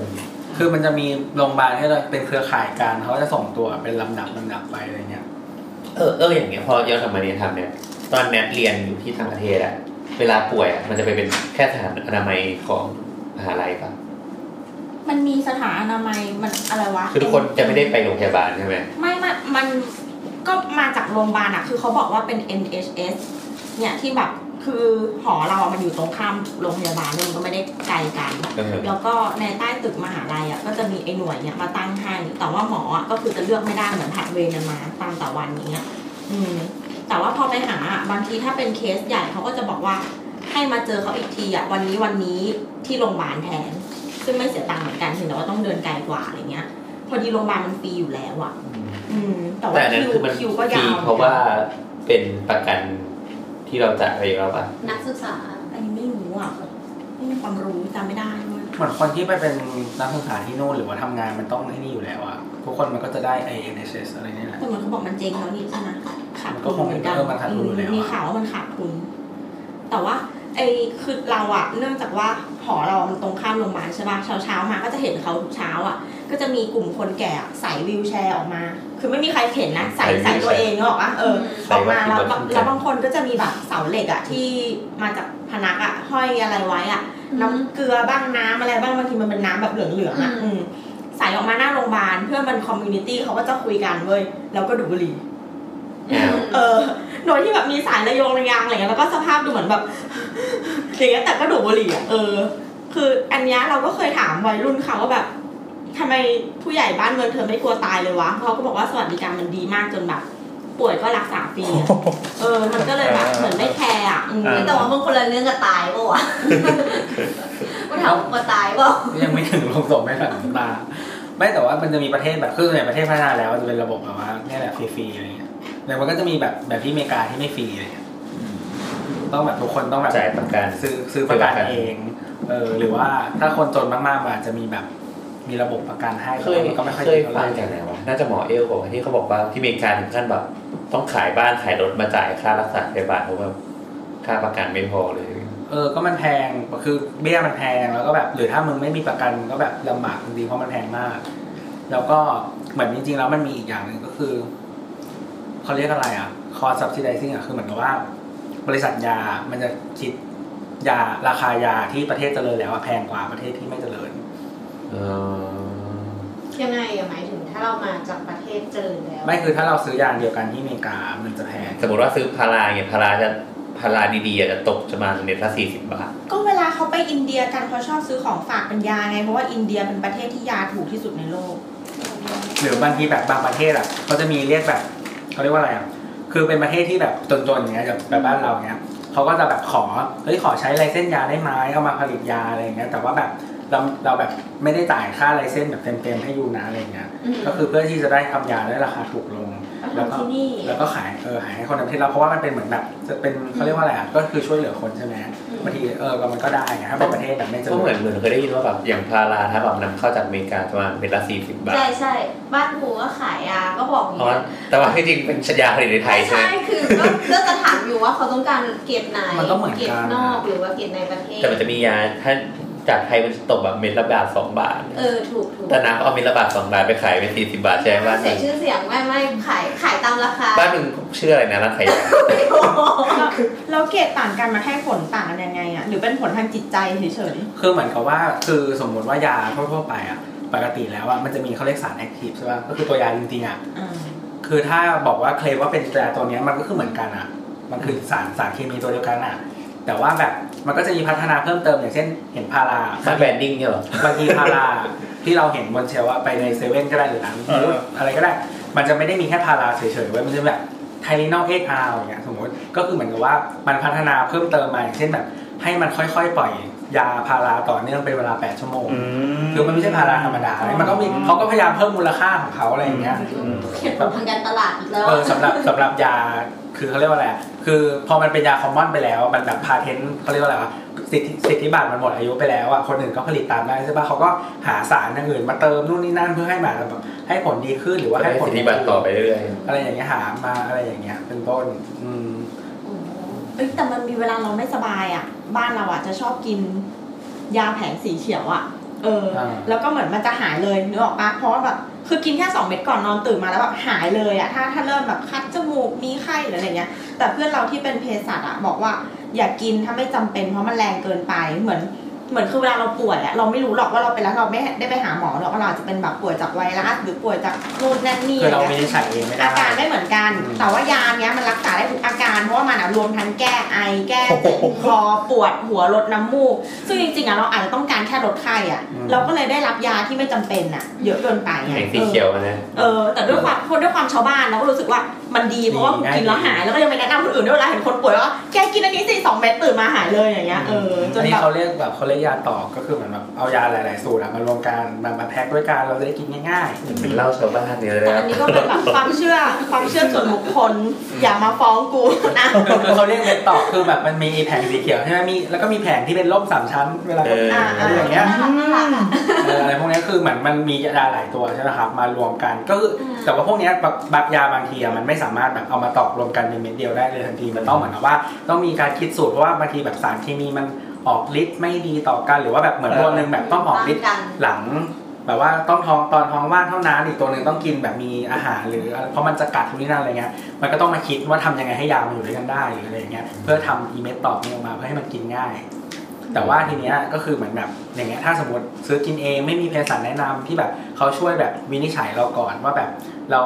F: คือมันจะมีโรงพยาบาลให้เราเป็นเครือข่ายกันเขาจะส่งตัวเป็นลำดับลำดับไปอะไรเงี้ย
D: ๆเออเอออย่างเงี้ยพอย้อนกลับมาเรียนทำเนี่ยตอนแนทเรียนอยู่ที่ต่างประเทศอะเวลาป่วยอะมันจะไปเป็นแค่สถานอนามัยของมหาลัยปะ
A: มันมีสถานอนามัยมันอะไรวะ
D: คือทุกคนจะไม่ได้ไปโรงพยาบาลใช่ไหม
A: ไม่ไมันมันก็มาจากโรงพยาบาลอะคือเขาบอกว่าเป็น NHS เนี่ยที่แบบคือหอเราอะมันอยู่ตรงข้ามโรงพยาบาลเนี่ยมันก็ไม่ได้ไกลกัน
D: เออ
A: แล้วก็ในใต้ตึกมหาลัยอะก็จะมีไอ้หน่วยเนี่ยมาตั้งให้แต่ว่าหมออะก็คือจะเลือกไม่ได้เหมือนผัดเวรกันมาตามต่อวันอย่างเงี้ย อืม แต่ว่าพอไปหาอะบางทีถ้าเป็นเคสใหญ่เขาก็จะบอกว่าให้มาเจอเขาอีกทีอะวันนี้วันนี้ที่โรงพยาบาลแทน ซึ่งไม่เสียตังค์เหมือนกันเพียงแต่ว่าต้องเดินไกลกว่าอะไรเงี้ย พอดีโรงพยาบาลมันฟรีอยู่แล้วอะ อืมแต่ว่า
D: แต่อันนั้น
A: คิว
D: คือมัน
A: คิวก็ยา
D: มี
A: ว
D: เพราะว่าเป็นประกันที่เราจ่ายไปอยู่แล้วปะ
G: นักศึกษา
A: อันนี้ไม่รู้อ่ะไม่มีความรู้จำไม่ได้ด้วย
F: เหมือนคนที่ไปเป็นนักศึกษาที่นู่นหรือว่าทำงานมันต้องไอ้นี่อยู่แล้วอะทุกคนมันก็จะได้ i n h s อะไรเนี่ยแหละ
A: แต่เหมือนเขาบอกมันเจ๊งแล้วนี่ใช่ไหมขาด
F: มันก็
A: ทุ
F: ค
A: น
F: ง
A: เห
F: เป็น
A: มือนกัน
F: เออมันขาดทุนอยู่แล้วอะ
A: มีข่าวว่ามันขาดทุน แต่ว่า ไอ้คือเราอะเนื่องจากว่าหอเรามันตรงข้ามโรงพยาบาลใช่ป่ะเช้าเช้าๆมาก็จะเห็นเขาทุกเช้าอะก็จะมีกลุ่มคนแก่อะใส่วีลแชร์ออกมา คือไม่มีใครเข็นนะใส่ใส่ตัวเองนึกออกปะเออ ออกมาแล้วบางแล้วบางคนก็จะมีแบบเสาเหล็กอะที่มาจากพนักอะห้อยอะไรไว้อะน้ำเกลือบ้างน้ำอะไรบ้างบางทีมันเป็นน้ำแบบเหลืองๆอะอืมใส่ออกมาหน้าโรงพยาบาลเพื่อมันคอมมูนิตี้เขาก็จะคุยกันเว้ยแล้วก็ดูดบุหรี่
D: อ้าว
A: เออ <laughs> โดยที่แบบมีสายระโยงระยางอะไรเงี้ยแล้วก็สภาพดูเหมือนแบบ <laughs> อย่างเงี้ยแต่ก็ดูดบุหรี่อ่ะเออ คืออันเนี้ยเราก็เคยถามวัยรุ่นเขาว่าแบบทำไมผู้ใหญ่บ้านเมืองเธอไม่กลัวตายเลยวะเขาก็บอกว่าสวัสดิการมันดีมากจนแบบ ป่วยก็รักษาฟรีอะเออ มันก็เลยแบบเหมือนไม่แคร์อ่ะอืม
C: เออ
G: แต่ว่ามันคนละเรื่องกับตายปะวะ มันถามว่าตายเปล่า
F: ยังไม่ถึงลงศพไม่ถึงตาไม่แต่ว่ามันจะมีประเทศแบบคือในประเทศพัฒนาแล้วจะเป็นระบบแบบว่าเนี่ยแหละฟรีๆอะไรเงี้ยแต่มันก็จะมีแบบแบบที่อเมริกาที่ไม่ฟรีอะไรเงี้ยต้องแบบทุกคนต้องแบบ
D: จ่ายประกัน
F: ซื้อซื้อประกันเองเออหรือว่าถ้าคนจนมากๆมันอาจจะมีแบบมีระบบประกันให้
D: เคย
F: แต่ว่ามันก็ไม่ค่อย
D: เค
F: ดี
D: ย
F: เท่าไห
D: ฟั
F: ร่
D: งจากไหนวะน่าจะหมอเอลบอกว่าที่เขาบอกว่าที่อเมริกาถึงขั้นแบบต้องขายบ้านขายรถมาจ่ายค่ารักษาพยาบาลเพราะว่าค่าประกันไม่พอเลย
F: เออก็มันแพงคือเบี้ยมันแพงแล้วก็แบบหรือถ้ามึงไม่มีประกันมันก็แบบลำบากจริงๆเพราะมันแพงมาก แล้วก็เหมือนจริงๆแล้วมันมีอีกอย่างหนึ่งก็คือเขาเรียกอะไรอ่ะ คอ subsidizing อ่ะคือเหมือนกับว่า บริษัทยามันจะคิดยาราคายาที่ประเทศเจริญแล้วอะแพงกว่าประเทศที่ไม่เจริญ
D: เออ
G: ยังไงอะหมายถึงถ้าเรามาจากประเทศเจริญแล้ว
F: ไม่คือถ้าเราซื้อยาเดียวกันที่อเมริกามันจะแพง
D: สมมติว่าซื้อพาราเนี่ยพาราจะพาราดีๆอาจจะตกประมาณเน็ตละสี่สิบบาท
A: ก็เวลาเขาไปอินเดียกันเขาชอบซื้อของฝากเป็นยาไงเพราะว่าอินเดียเป็นประเทศที่ยาถูกที่สุดในโล <laughs> ก
F: หรือบางทีแบบบางประเทศอ่ะเขาจะมีเรียกแบบเขาเรียกว่าอะไรอ่ะคือเป็นประเทศที่แบบจนๆอย่างเงี้ยแบบบ้านเราเงี้ยเขาก็จะแบบขอเฮ้ยขอใช้ไลเส้นส์ยาได้ไหมเอามาผลิตยาอะไรอย่างเงี้ยแต่ว่าแบบ เราเราแบบไม่ได้จ่ายค่าไลเซนส์แบบเต็มๆให้ยูนะอะไรอย่างเงี้ย ก็คือเพื่อที่จะได้ทำยาได้ราคาถูกลง แล้วก็
G: ที่นี่
F: แล้วก็ขายเออขายให้คนในประเทศเราเพราะว่ามันเป็นเหมือนแบบจะเป็นเขาเรียกว่าอะไรอ่ะก็คือช่วยเหลือคนใช่ไหมบางทีเออก็มันก็ได้ไงถ้าเป็นประเทศแบบไม่เจ
D: ก็
F: ริ
D: เหมือ
F: ญ
D: นเหมือนเคยได้ยินว่าแบบอย่างพาราถ้าแบบนำเข้าจากอเมริกาประมาณเม็ดละสี่สิบบาท
G: ใช่ใช่บ้านกูก็ขายยาก็บอกอยู่
D: เพราะว่าแต่ว่าที่จริงเป็นชยาผลิตในไทย
G: ไม่
D: ใช่ไหม
G: ใช่คือก็ก็จะถามอยู่ว่าเขาต้องการเกียรติไหน
F: มันก็เหมือน
G: เกียร
F: กั
G: ติ
F: น
G: นอกหรือว่าเกียรติในประเทศ
D: แต่มันจะมียาถ้าจากไทยมันจะตกแบบเม็ดละบาทสองบาท
G: เออถูกถูก
D: แต่น้ำเอาเม็ดละบาทสองบาทไปขายเป็นสี่สิบบาทใช่ไหมบ้านห
G: เสี
D: นึ่
G: ย
D: ง
G: ชื่อเสียงไม่ไม่ขายขายตามราคา
D: บ้านหนึ่งชื่ออะไรนะร้านขายยา
A: เราเกรดต่างกันมาให้ผลต่างกันยังไงอ่ะหรือเป็นผลทางจิตใจเฉย
F: คือเหมือนกับว่าคือสมมติว่ายาทั่วๆไปอ่ะปกติแล้วอ่ะมันจะมีเขาเรียกสารแอคทีฟใช่ป่ะก็คือตัวยาจริงๆอ่ะ
A: ๆอ่า
F: คือถ้าบอกว่าเคลมว่าเป็นแต่ตัวเนี้ยมันก็คือเหมือนกันอ่ะ มันคือสารสารเคมีตัวเดียวกันอ่ะ แต่ว่าแบบมันก็จะมีพัฒนาเพิ่มเติมอย่างเช่น เห็นพารา
D: ค่าแบรนดิ้งเนี่ยเหรอบ
F: างทีพาราที่เราเห็นบนเชลว่าไปในเซเว่นก็ได้หรือร้าน
C: เออ
F: อะไรก็ได้ มันจะไม่ได้มีแค่พาราเฉยๆไว้ยมันจะแบบไทลินอลเอ็กอาร์อย่างเงี้ยสมมติก็คือเหมือนกับว่ามันพัฒนาเพิ่มเติมมาอย่างเช่นแบบให้มันค่อยๆ ปล่อยยาพาราต่อเนื่องเป็นเวลา 8 ชั่วโมงคือมันไม่ใช่พาราธรรมดามันก็มีเขาก็พยายามเพิ่มมูลค่าของเขาอะไรอย่างเงี้ย
G: เขียนผลทางการตลาดอีกแล้ว
F: เออสำหรับสำหรับยาคือเขาเรียกว่าอะไรอะคือพอมันเป็นยาคอมมอนไปแล้ว มันแบบพาเทนต์เขาเรียกว่าอะไรวะสิทธิสิทธิบัตรมันหมดอายุไปแล้วอ่ะคนอื่นก็ผลิตตามได้ใช่ปะเขาก็หาสารอย่างอื่นมาเติมนู่นนี่นั่นเพื่อให้หมาแบบให้ผลดีขึ้นหรือว่า
D: ให้
F: ให้ผล
D: สิทธิบัตรต่อไปเรื่อย
F: อะไรอย่างเงี้ยหามาอะไรอย่างเงี้ยเป็นต้นอืม
A: โอ้โหเอ้ยแต่มันมีเวลาเราไม่สบายอ่ะ บ้านเราอ่ะจะชอบกิน ยาแผนสีเขียวอ่ะ เอออา แล้วก็เหมือนมันจะหายเลยนึกออกปะเพราะว่าแบบคือกินแค่สองเม็ดก่อนนอนตื่นมาแล้วแบบหายเลยอ่ะถ้าถ้าเริ่มแบบคัดจมูกมีไข้หรืออะไรเงี้ย แต่เพื่อนเราที่เป็นเภสัชอ่ะบอกว่าอย่ากินถ้าไม่จำเป็นเพราะมันแรงเกินไปเหมือน เหมือนคือเวลาเราป่วยอะเราไม่รู้หรอกว่าเราเป็นแล้วเราไม่ได้ไปหาหมอหรอกว่าเราอาจจะเป็นแบบป่วยจากไวรัสหรือป่วยจากนู่นนั่นนี่
F: คือเรา
A: อะไร
F: ไม่
A: เงี้ย
F: ได้ใช้เองไม่ได้
A: อาการไม่เหมือนกัน
F: อืม
A: แต่ว่ายาเนี้ยมันรักษาได้ทุกอาการ เพราะว่ามันอะรวมทั้งแก้ไอแก้เจ็บคอปวดหัวลดน้ำมูก ซึ่งจริงๆอะเราอาจจะต้องการแค่ลดไข้อะเราก็เลยได้รับยาที่ไม่จำเป็นอะเยอะเกินไป
D: ๆ
A: ไง
D: แห่งสี
A: เออ
D: เขียวอะนะ
A: เออแต่ด้วยความคนด้วยความชาวบ้านเราก็รู้สึกว่ามันดีเพราะว่า
F: ดีง่าย
A: คุณกินแล้วหายแล้วก็ยังไปแนะนำคนอื่นด้วยเวลาเห็นคนป่วยว่าแกกินอันนี้สิสองเม็ดตื่นมาหายเลยอย่างเงี้ยเออจ
F: อั
A: น
F: นนี้
A: แบบ
F: เขาเรียกแบบเขาเรียกยาต่อก็คือเหมือนแบบเอายาหลาย ๆ สูตรอะมารวมกันมามาแพ็คด้วยกันเราจะได้กินง่าย ๆ
D: เป็นเหล้าชาวบ้านเนี่ยเลย
A: แต่
D: นะ
A: อันนี้ก็เป็นแบบความเชื่อความเชื่อส่วนบุคคลอย่ามาฟ้องกูนะ
F: เขาเรียกเว็บต่อคือแบบมันมีแผงสีเขียวใช่ไหมมีแล้วก็มีแผงที่เป็นร่มสามชั้นเวลา
D: เออ
F: เขา
A: อ่า
F: ะไรอย่างเงี้ย
G: น่ารักน่ารักอะ
F: เอออะไรพวกนี้คือเหมือนมันมียาหลายตัวใช่ไหมครับมารวมกันก็คืออ
G: ม
F: แต่ว่าพวกเนี้ยแบบบางยาบางทีอะมันไม่สามารถแบบเอามาตอกรวมกันเป็นเม็ดเดียวได้เลยทันทีมันต้องเหมือนกับว่าต้องมีการคิดสูตรเพราะว่าบางทีแบบสารเคมีมันออกฤทธิ์ไม่ดีต่อกันหรือว่าแบบเหมือนตัวหนึ่งแบบต้องออกฤทธิ์
G: กัน
F: หลังแบบว่าต้องท้องตอนท้องว่างเท่านั้นอีกตัวหนึ่งต้องกินแบบมีอาหารหรืออะไรเพราะมันจะกัดทุกนี่นั่นอะไรเงี้ยมันก็ต้องมาคิดว่าทำยังไงให้ยามันอยู่ด้วยกันได้หรืออะไรอย่างเงี้ยเพื่อทำอีเมตตอบนี้ออกมาเพื่อให้มันกินง่าย แต่ว่าทีเนี้ยก็คือเหมือนแบบอย่างเงี้ยถ้าสมมติซื้อกินเองไม่มีเภสัชแนะนำที่แบบเขาช่วยแบบวินิจฉัยเราก่อนว่าแบบเรา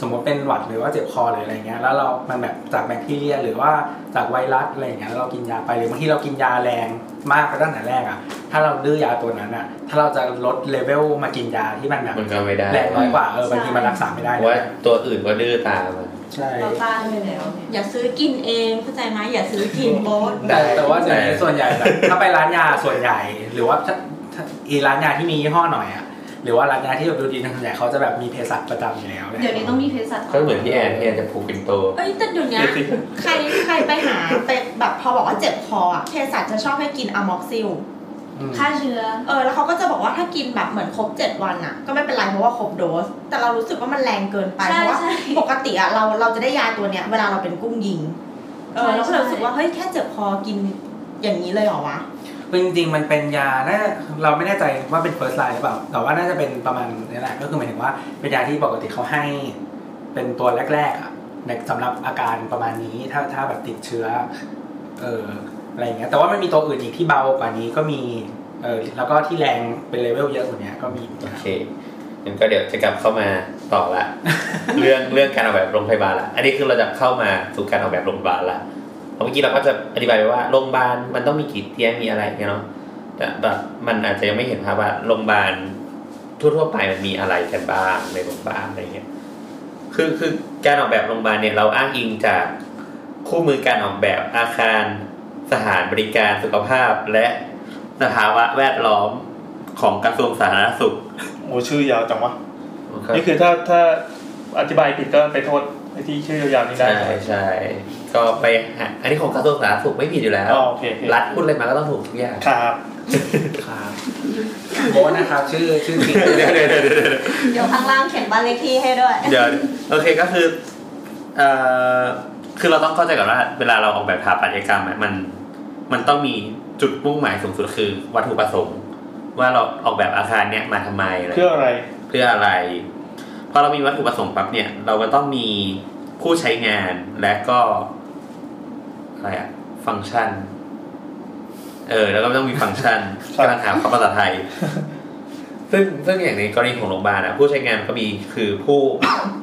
F: สมมติเป็นหวัดหรือว่าเจ็บคอหรืออะไรเงี้ยแล้วเรามันแบบจากแบคทีเรียหรือว่าจากไวรัสอะไรอย่างเงี้ยแล้วเรากินยาไปหรือบางทีเรากินยาแรงมากไปตั้งแต่แรกอะ ถ้าเราดื้อยาตัวนั้นอ่ะ ถ้าเราจะลดเลเวลมากินยาที่มันแบบ
D: มันก็ไม่ได้
F: แรงน้อยกว่า เออ
G: ใช่
F: บางทีมันรักษาไม่ได้
D: เพราะว่าตัวอื่นก็ดื้อตามอะ
F: ใช่
G: เราต้านไปแล้วเนี่ย
A: อย่าซื้อกินเองเข้าใจไหมอย่าซื้อกินโบ๊ท
F: แต่แต่ว่าเดี๋ยวนี้ส่วนใหญ่แบบ <laughs> ถ้าไปร้านยาส่วนใหญ่ หรือว่าถ้าถ้าอีร้านยาที่มียี่ห้อหน่อยอ่ะ หรือว่าร้านยาที่แบบดูดีส่วนใหญ่เขาจะแบบมีเภสัชประจำอยู่แล้ว
G: เดี๋ยวนี้ต้องมีเภสัช
D: ก็เหมือนพี่แอนพี่แอนจะผูกเป็นโต
A: เอ้ยแต่เดี๋ยวนี้ใครใครไปหาเป็นแบบพอบอกว่าเจ็บคออะเภสัชจะชอบให้กินอะม็อกซิล
F: อืม
G: ฆ่าเชื้อ
A: เออแล้วเขาก็จะบอกว่าถ้ากินแบบเหมือนครบ 7 วันอ่ะ ก็ไม่เป็นไรเพราะว่าครบโดส แต่เรารู้สึกว่ามันแรงเกินไป
G: ใช่
A: เพราะว่า
G: ใช่
A: ปกติอ่ะเราเราจะได้ยาตัวเนี้ยเวลาเราเป็นกุ้งยิงเออ
G: ใช่
A: เราก็เลยรู้สึก
G: ใช่
A: ว่าเฮ้ยแค่เจ็บคอกินอย่างนี้เลยเหรอวะ
F: คือจริงๆมันเป็นยาน่าเราไม่แน่ใจว่าเป็น first line หรือเปล่า แต่ว่าน่าจะเป็นประมาณนี้แหละก็คือหมายถึงว่าเป็นยาที่ปกติเขาให้ เป็นตัวแรกๆอ่ะในสำหรับอาการประมาณนี้ถ้าถ้าแบบติดเชื้อ เอออะไรอย่างเงี้ย แต่ว่ามันมีตัวอื่นอีกที่เบากว่านี้ก็มี เออแล้วก็ที่แรงเป็นเลเวลเยอะกว่านี้ก็มี
D: โอเคงั้นก็เดี๋ยวจะกลับเข้ามาต่อละ เรื่องเรื่องการออกแบบโรงพยาบาลละอันนี้คือเราจะเข้ามาสู่การออกแบบโรงพยาบาลละเพราะเมื่อกี้เราก็จะอธิบายไปว่าโรงพยาบาลมันต้องมีกี่เตียงมีอะไรอย่างเงี้ยเนาะแต่แต่มันอาจจะยังไม่เห็นภาพว่าโรงพยาบาลทั่วๆไปมันมีอะไรกันบ้างในโรงพยาบาลอะไรเงี้ยคือคือการออกแบบโรงพยาบาลเนี่ยเราอ้างอิงจากคู่มือการออกแบบอาคารสถานบริการสุขภาพและสภาวะแวดล้อม ของกระทรวงสาธารณสุข
C: โอ้ชื่อยาวจังวะนี่คือถ้าถ้าอธิบายผิดก็ไปโทษไอ้ที่ชื่อยาวๆนี่ได้
D: ใช่ใช่ก็ไปหาอันนี้ของกระทรวงสาธารณสุขไม่ผิดอยู่แล้ว
C: อ๋อโอเคโอเค
D: รัฐพูดอะไรมาก็ต้องถูกทุกอย่าง
C: ครับ
F: ครับโบทนะครับชื่อชื่อจริง
D: เดี๋ยวเดี๋ยวเดี๋ยวเดี๋ยว
G: เดี๋ยวข้างล่างเขียนบ้านเลขที่ให้ด้วย
D: เดี๋ยวโอเคก็คือเอ่อคือเราต้องเข้าใจก่อนว่าเวลาเราออกแบบสถาปัตยกรรมอะมันมันต้องมีจุดมุ่งหมายสูงสุดคือวัตถุประสงค์ ว่าเราออกแบบอาคารเนี้ยมาทำไมอะไร
C: เพื่ออะไร
D: เพื่ออะไรพอเรามีวัตถุประสงค์ปั๊บเนี่ย เราก็ต้องมีผู้ใช้งานและก็อะไรอะฟังก์ชัน เออ แล้วก็ต้องมีฟังก์ชั <laughs> นกำลังหาคำภาษาไทย ซึ่งซึ่งอย่างในกรณีของโรงพยาบาลนะผู้ใช้งานก็มีคือผู้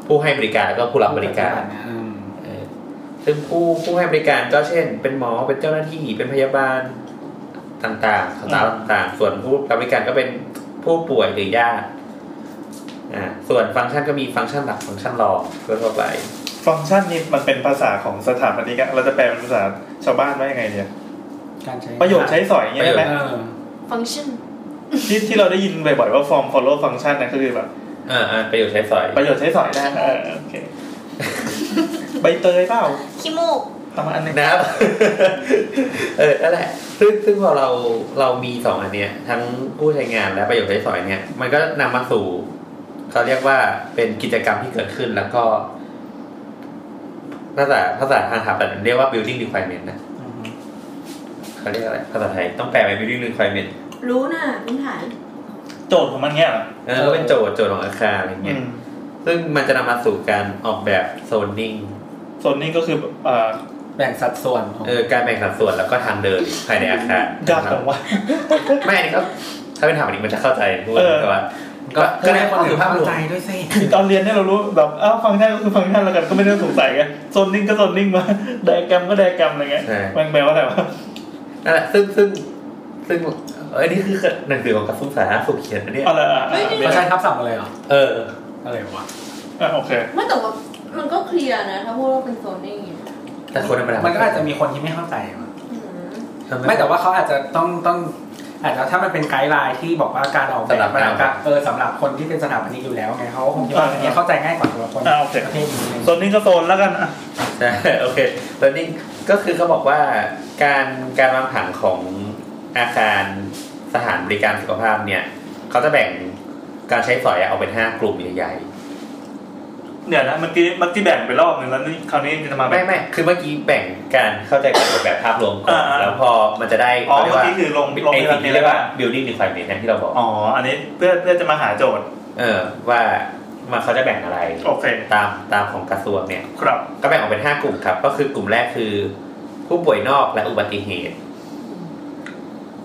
D: ผู้ให้บริการแล้วก็ผู้รับบริการ
F: อืม
D: เออซึ่งผู้ผู้ให้บริการก็เช่น เป็นหมอเป็นเจ้าหน้าที่เป็นพยาบาลต่างๆสถานต่างๆ ส่วนผู้รับบริการก็เป็นผู้ป่วยหรือญาติอ่าส่วนฟังก์ชันก็มีฟังก์ชันหลักฟังก์ชันรองทั่วๆไป
C: ฟังก์ชันนี่มันเป็นภาษาของสถาปนิกอะเราจะแปลเป็นภาษาชาวบ้านว่ายังไงเนี่ย
F: การใช้
C: ประโยคใช้สอยอย่างเงี้ยใช่ไหม
F: เออ
B: function
C: ที่ที่เราได้ยินบ่อยๆว่า form follow function นะก็คือแบบ
D: อ่าอ่าประโยชน์ใช้สอย
C: ประโยชน์ใช้สอยนะเออโอเคใบเตยเปล่า
G: ขี้มูก
C: ทำมาอันหนึง
D: นะครับ <laughs> เออนั่นแหละซึ่งซึ่งพอเราเรามีสองอันเนี้ย ทั้งผู้ใช้งานและประโยชน์ใช้สอยเนี่ย มันก็นำมาสู่เขาเรียกว่าเป็นกิจกรรมที่เกิดขึ้นแล้วก็ภาษาภาษาทางสถาปัตย์เรียกว่า building requirement นะเขาเรียกอะไรภาษาไทยต้องแปลเป็น building requirement
G: รู้น่ะพื้นฐาน
C: โจทย์ของมันเงี้ยเหรอ
D: เออก็เป็นโจทย์โจทย์ของอาคารอะไร
C: อื
D: เงี้ย
C: ม
D: ซึ่งมันจะนำมาสู่การออกแบบโซนนิ่ง
C: โซนนี้ก็คือเอ่อ
F: แบ่งสัดส่วนของ
D: เออการแบ่งสัดส่วนแล้วก็ทางเดินภายในอาคาร
C: ยากจังวะ
D: ไม่อันนี้ก็ถ้าเป็นถามอันนี้มันจะเข้าใจพูด
C: เออ
D: แต่ว่า ก็ก็ได้ความถือภาพรวม
F: ใจด้วยสิ
C: คือตอนเรียนเนี่ยเรารู้แบบอ้าวฟังก์ชันก็คือฟังก์ชันแล้วกันก็ไม่ได้สงสัยไงโซนนิ่งก็โซนนิ่งมาไดอะแกรมก็ไดอะแกรมอะไรเงี้ย
D: ใช่
C: มันแปลว่าอะไรวะ
D: นั่นแหละซึ่งซึ่งซึ่งเอ้ยนี่คือหนังสือของกระทรวงสาธารณสุขเขียนนะเนี่ย
C: เอาละอ่ะอ่ะ
F: เขาใช้ทับศัพท์อะไรเหรอ
D: เออ
F: อะไรวะ
C: อ่ะโอเค
G: ไม่แต่ว่ามันก็เคลียร์นะ ถ้าพูดว่าเป็นโซนนิ่งอย่างเงี้ย
D: แต่คนธรรมดา
F: มั
D: มัน
F: ก็อาจจะมีคนที่ไม่เข้าใจมั้ง
G: อืม
F: ไม่แต่ว่าเขาอาจจะต้องต้องอาจจะถ้ามันเป็นไกด์ไลน์ที่บอกว่าการออกแบบมันอาจจะเออสำหรับคนที่เป็นสถาปนิกอยู่แล้วไงเขาก็คงจะอันนี้เข้าใจง่ายกว่าสำหรับคน
C: อ่ะโอเค
F: ประเภทนี้
C: โซนนิ่งก็โซนแล้วกันอ่ะ
D: ใช่โอเคแล้วนี่ก็คือเขาบอกว่าการการวางผังของอาคารสถานบริการสุขภาพเนี่ยเขาจะแบ่งการใช้สอยอะออกเป็นห้ากลุ่มใหญ่
C: เดี๋ยวนะเมื่อกี้เมื่อกี้แบ่งไปรอบหนึ่งแล้วนี่คราวนี้จะมา
D: ๆ
C: แบ่
D: ไม่
C: ง
D: ไม่คือเมื่อกี้แบ่งการเข้าใจการออกแบบภาพรวมก่อน
C: อ่าอ่า
D: แล้วพอมันจะได้
C: อ๋อ
D: เขา
C: เมื่อ
D: เรียกว่า
C: กี้คือลงลง
D: ไอ้
C: ใน
D: สิ่งที่เรียกว่า
C: ว่า
D: building requirement นะที่เราบอก
C: อ๋ออันนี้เพื่อเพื่อจะมาหาโจทย์
D: เออว่ามาเขาจะแบ่งอะไร
C: โอเค
D: ตามตามของกระทรวงเนี่ย
C: ครับ
D: ก็แบ่งออกเป็น 5 กลุ่มครับ ก็คือกลุ่มแรกคือ ผู้ป่วยนอกและอุบัติเหตุ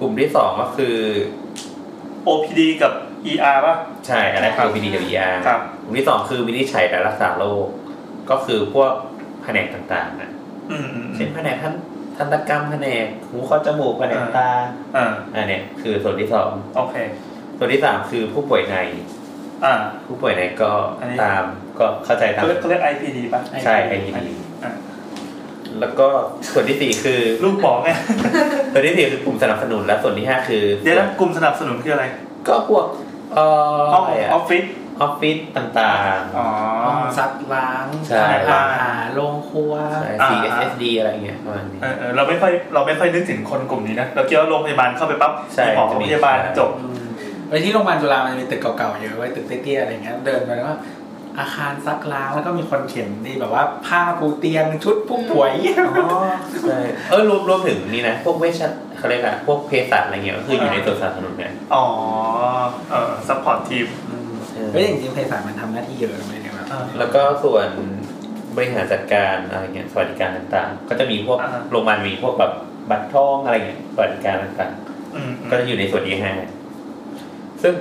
D: กลุ่มที่ 2 ก็คือ
C: โอพดีกับ ER ป่ะ
D: ใช่อะไรคือ VDWER
C: ครับ
D: กลุ่มที่ 2 คือวินิจฉัยและรักษาโรคก็คือพวกแผนกต่างๆนะ
C: อืมอืมอื
D: เช่น
C: ม
D: แผนกทันทันตกรรมแผนกหูคอจมูกแผนกตา
C: อ่า
D: อันเนี้ยคือส่วนที่
C: โอเค
D: 2 ส่วนที่ 3 คือผู้ป่วยใน
C: อ่า
D: ผู้ป่วยในก็
C: อันนี้
D: ตามก็เข้าใจตาม
C: เขาเรียกเขาเรียก IPD ป่ะ
D: ใช่ไอที
C: อ่ะ
D: แล้วก็ส่วนที่สี่คือ
C: ลูกหมอไง
D: ส่วนที่สี่คือกลุ่มสนับสนุนและส่วนที่ห้าคือ
C: เดี๋ยวนะกลุ่มสนับสนุนคืออะไร
D: ก็พวกเอ่อ
C: ห้อง
D: อะไรอะ
C: ออฟฟิศ
D: ออฟฟิศต่าง
C: อ๋อ
F: ห้องซักล้าง
D: ๆ ใช่
F: อาหารโรงครัว
D: ใช่
C: อ่า
D: CSSD อะไรเงี้ยประมาณนี้
C: เออเออเราไม่ค่อยเราไม่ค่อยนึกถึงคนกลุ่มนี้นะเราคิดว่าโรงพยาบาลเข้าไปปั๊บ
D: ใช่
C: มีหมอของพยาบาล
D: จะมี
C: จบ
F: ไปที่โรงพยาบาลจุฬามันจะมีตึกเก่าๆเยอะไว้ยตึกเตี้ยๆอะไรเงี้ยเดินไปแล้วก็อาคารซักล้างแล้วก็มีคนเขียนดีแบบว่าผ้าปูเตียงชุดผู้ป่วย
D: ใช่เออรวมรวมถึงนี่นะ พวกเวชเขาเรียกอะพวกเภสัชอะไรเงี้ยก็คืออยู่ในส่วนสาธารณะเนี่ย
C: อ๋อเออซัพพอร์ตทีม
F: เฮ้ยจริงๆเภสัชมันทำหน้าที่เยอะเลยเนี่ยแบบ
C: อ่า
D: แล้วก็ส่วนบริหารจัดการอะไรเงี้ยสวัสดิการต่างๆ ก็จะมีพวก
C: อ่าฮะ
D: โรงพยาบาลมีพวกแบบบัตรทองอะไรเงี้ยสวัสดิการต่างๆ
C: อืม
D: ก็จะอยู่ในส่วนที่ห้าซึ่ง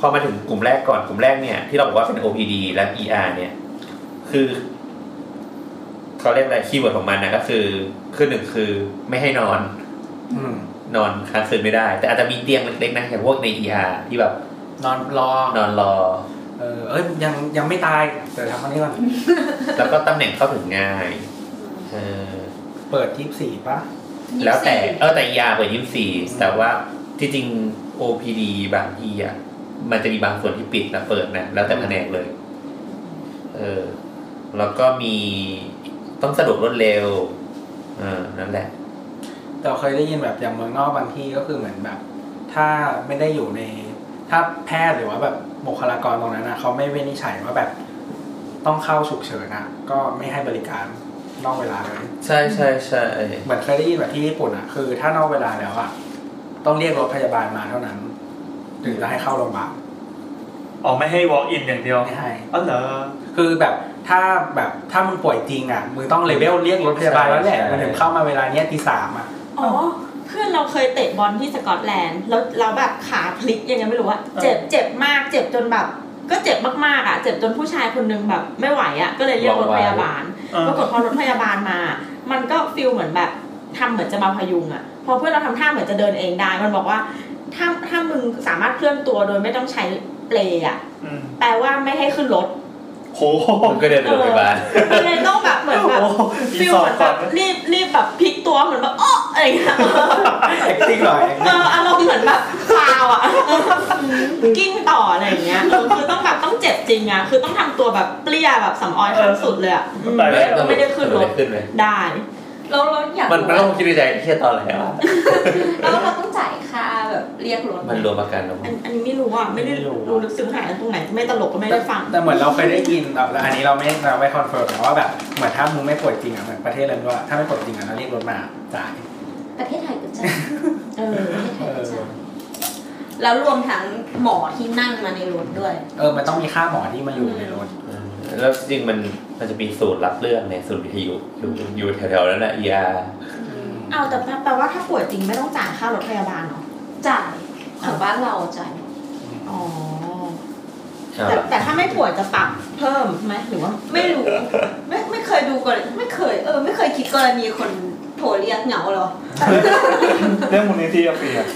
D: พอมาถึงกลุ่มแรกก่อนกลุ่มแรกเนี่ย ที่เราบอกว่าเป็น OPD และ ER เนี่ย คือเขาเรียกอะไรคีย์เวิร์ดของมันนะก็คือคือหนึ่งคือไม่ให้นอน
F: อืม
D: นอนค้างคืนไม่ได้ แต่อาจจะมีเตียงเล็กๆนะอย่างพวกใน ER ที่แบบ
F: นอนรอ
D: นอนรอ
F: เออเอ้ยยังยังไม่ตายแต่ทำคนนี้ก่อน
D: แล้วก็ตำแหน่งเข้าถึงง่ายเออ
F: เปิดยี่สี่ปะ
D: แล้วแต่เออแต่ ER เปิดยี่สี่แต่ว่าที่จริง OPD บางทีอ่ะมันจะมีบางส่วนที่ปิดนะเปิดนะแล้วแต่แผนกเลย เออ แล้วก็มีต้องสะดวกรวดเร็วเออนั่นแหละ
F: แต่เคยได้ยินแบบอย่างเมืองนอกบางที่ก็คือเหมือนแบบ ถ้าไม่ได้อยู่ใน ถ้าแพทย์หรือว่าแบบบุคลากรตรงนั้นนะเขาไม่วินิจฉัยว่าแบบต้องเข้าฉุกเฉินอ่ะ ก็ไม่ให้บริการนอกเวลาเลย
D: ใช่ใช่ใช่
F: เหมือนเคยได้ยินแบบที่ญี่ปุ่นอ่ะคือถ้านอกเวลาแล้วอ่ะต้องเรียกรถพยาบาลมาเท่านั้น ถึงจะให้เข้าโรงพยาบาล
C: อ๋อไม่ให้ walk in อย่างเดียว
F: ไม่ให้
C: อ๋อเหรอ
F: คือแบบถ้าแบบถ้ามึงป่วยจริงอ่ะมึงต้องเลเวลเรียกรถพยาบาลแล้วแหละมันถึงเข้ามาเวลาเนี้ยตีสามอ่ะ
A: อ๋อ เพื่อนเราเคยเตะบอลที่สกอตแลนด์ แล้วเราแบบขาพลิกยังไงไม่รู้ว่าเจ็บเจ็บมากเจ็บจนแบบ ก็เจ็บมากๆอ่ะ เจ็บจนผู้ชายคนนึงแบบ ไม่ไหวอ่ะ ก็เลยเรียกรถพยาบาล
C: เออ
A: ปรากฏพอรถพยาบาลมา มันก็ฟิลเหมือนแบบทำเหมือนจะมาพยุงอะพอเพื่อนเราทำท่าเหมือนจะเดินเองได้ มันบอกว่า ถ้าถ้ามึงสามารถเคลื่อนตัวโดยไม่ต้องใช้เปลอะ
C: อืม
A: แปลว่าไม่ให้ขึ้นรถ <laughs>
C: โห
D: มันก็เดินไปโรงพยาบาล
A: มันเลยต้องแบบเหมือนแบบ
C: โอ้โหอี
A: ฟิล
C: สอบ
A: เหมือน
C: ก่
A: แบ
C: อน
A: บรีบรีบแบบพลิกตัวเหมือนแบบอ้ออะไรอย่างเงี้ย
F: acting หน่อย
A: เอออารมณ์เหมือนแบบฟาวอ่ะกิ้งต่ออะไรอย่างเงี้ยเออคือต้องแบบต้องเจ็บจริงอะคือต้องทำตัวแบบเปรี้ยแบบสำออยขั้นสุดเลยอะอืม
C: ตายแล้ว
A: ไม่ได้ขึ้นรถ
D: ขึ้นเลย
A: ได้
G: เราเราอยาก
D: มันมัน
G: รู้
D: ต้องคิดในใจเที่ยตอนไหนวะ
G: แล้วเราต้องจ่ายค่าแบบเรียกรถไหม
D: มันรวมประกันแล้ว
A: อันอันนี้ไม่รู้อ่ะไม่ได้
F: ไม่รู้
A: รู้ลึกซึ้งขนาดนั้นตรงไหนไม่ตลกก็ไม่ได้ฟัง
F: แต่เหมือนเราเคยได้ยินแบบแล้วอันนี้เราไม่เราไม่คอนเฟิร์มนะว่าแบบเหมือนถ้ามึงไม่ป่วยจริงอ่ะเหมือนประเทศเราด้วยถ้าไม่ป่วยจริงอ่ะเราเรียกรถมาจ่าย
G: ประเทศไทยก็จ่าย
A: เออ
G: ประเทศไท
F: เอย
G: ก็
F: อ
G: จ่ายแล้วรวมทั้งหมอที่นั่งมาในรถด้วย
F: เออมันต้องมีค่าหมอที่มาอยู่ในรถ
D: เออแล้วจริงมันมันจะมีศูนย์รับเรื่องในศูนย์วิทยุอยู่อยู่แถวๆนั้นแหละยา
A: เอาแต่แปลว่าถ้าป่วยจริงไม่ต้องจ่ายค่ารถพยาบาลเหรอ
G: จ่ายของบ้านเราจ่าย
A: อ๋อ แต่แต่ถ้าไม่ป่วยจะปรับเพิ่มไหมหรือว่า
G: ไม่รู้ ไม่ไม่เคยดูกรณีไม่เคย เออ ไม่เคยคิดกรณีคนโทรเรียกเหงาหรอ
C: เรื่องมูลนิธิอะเปีย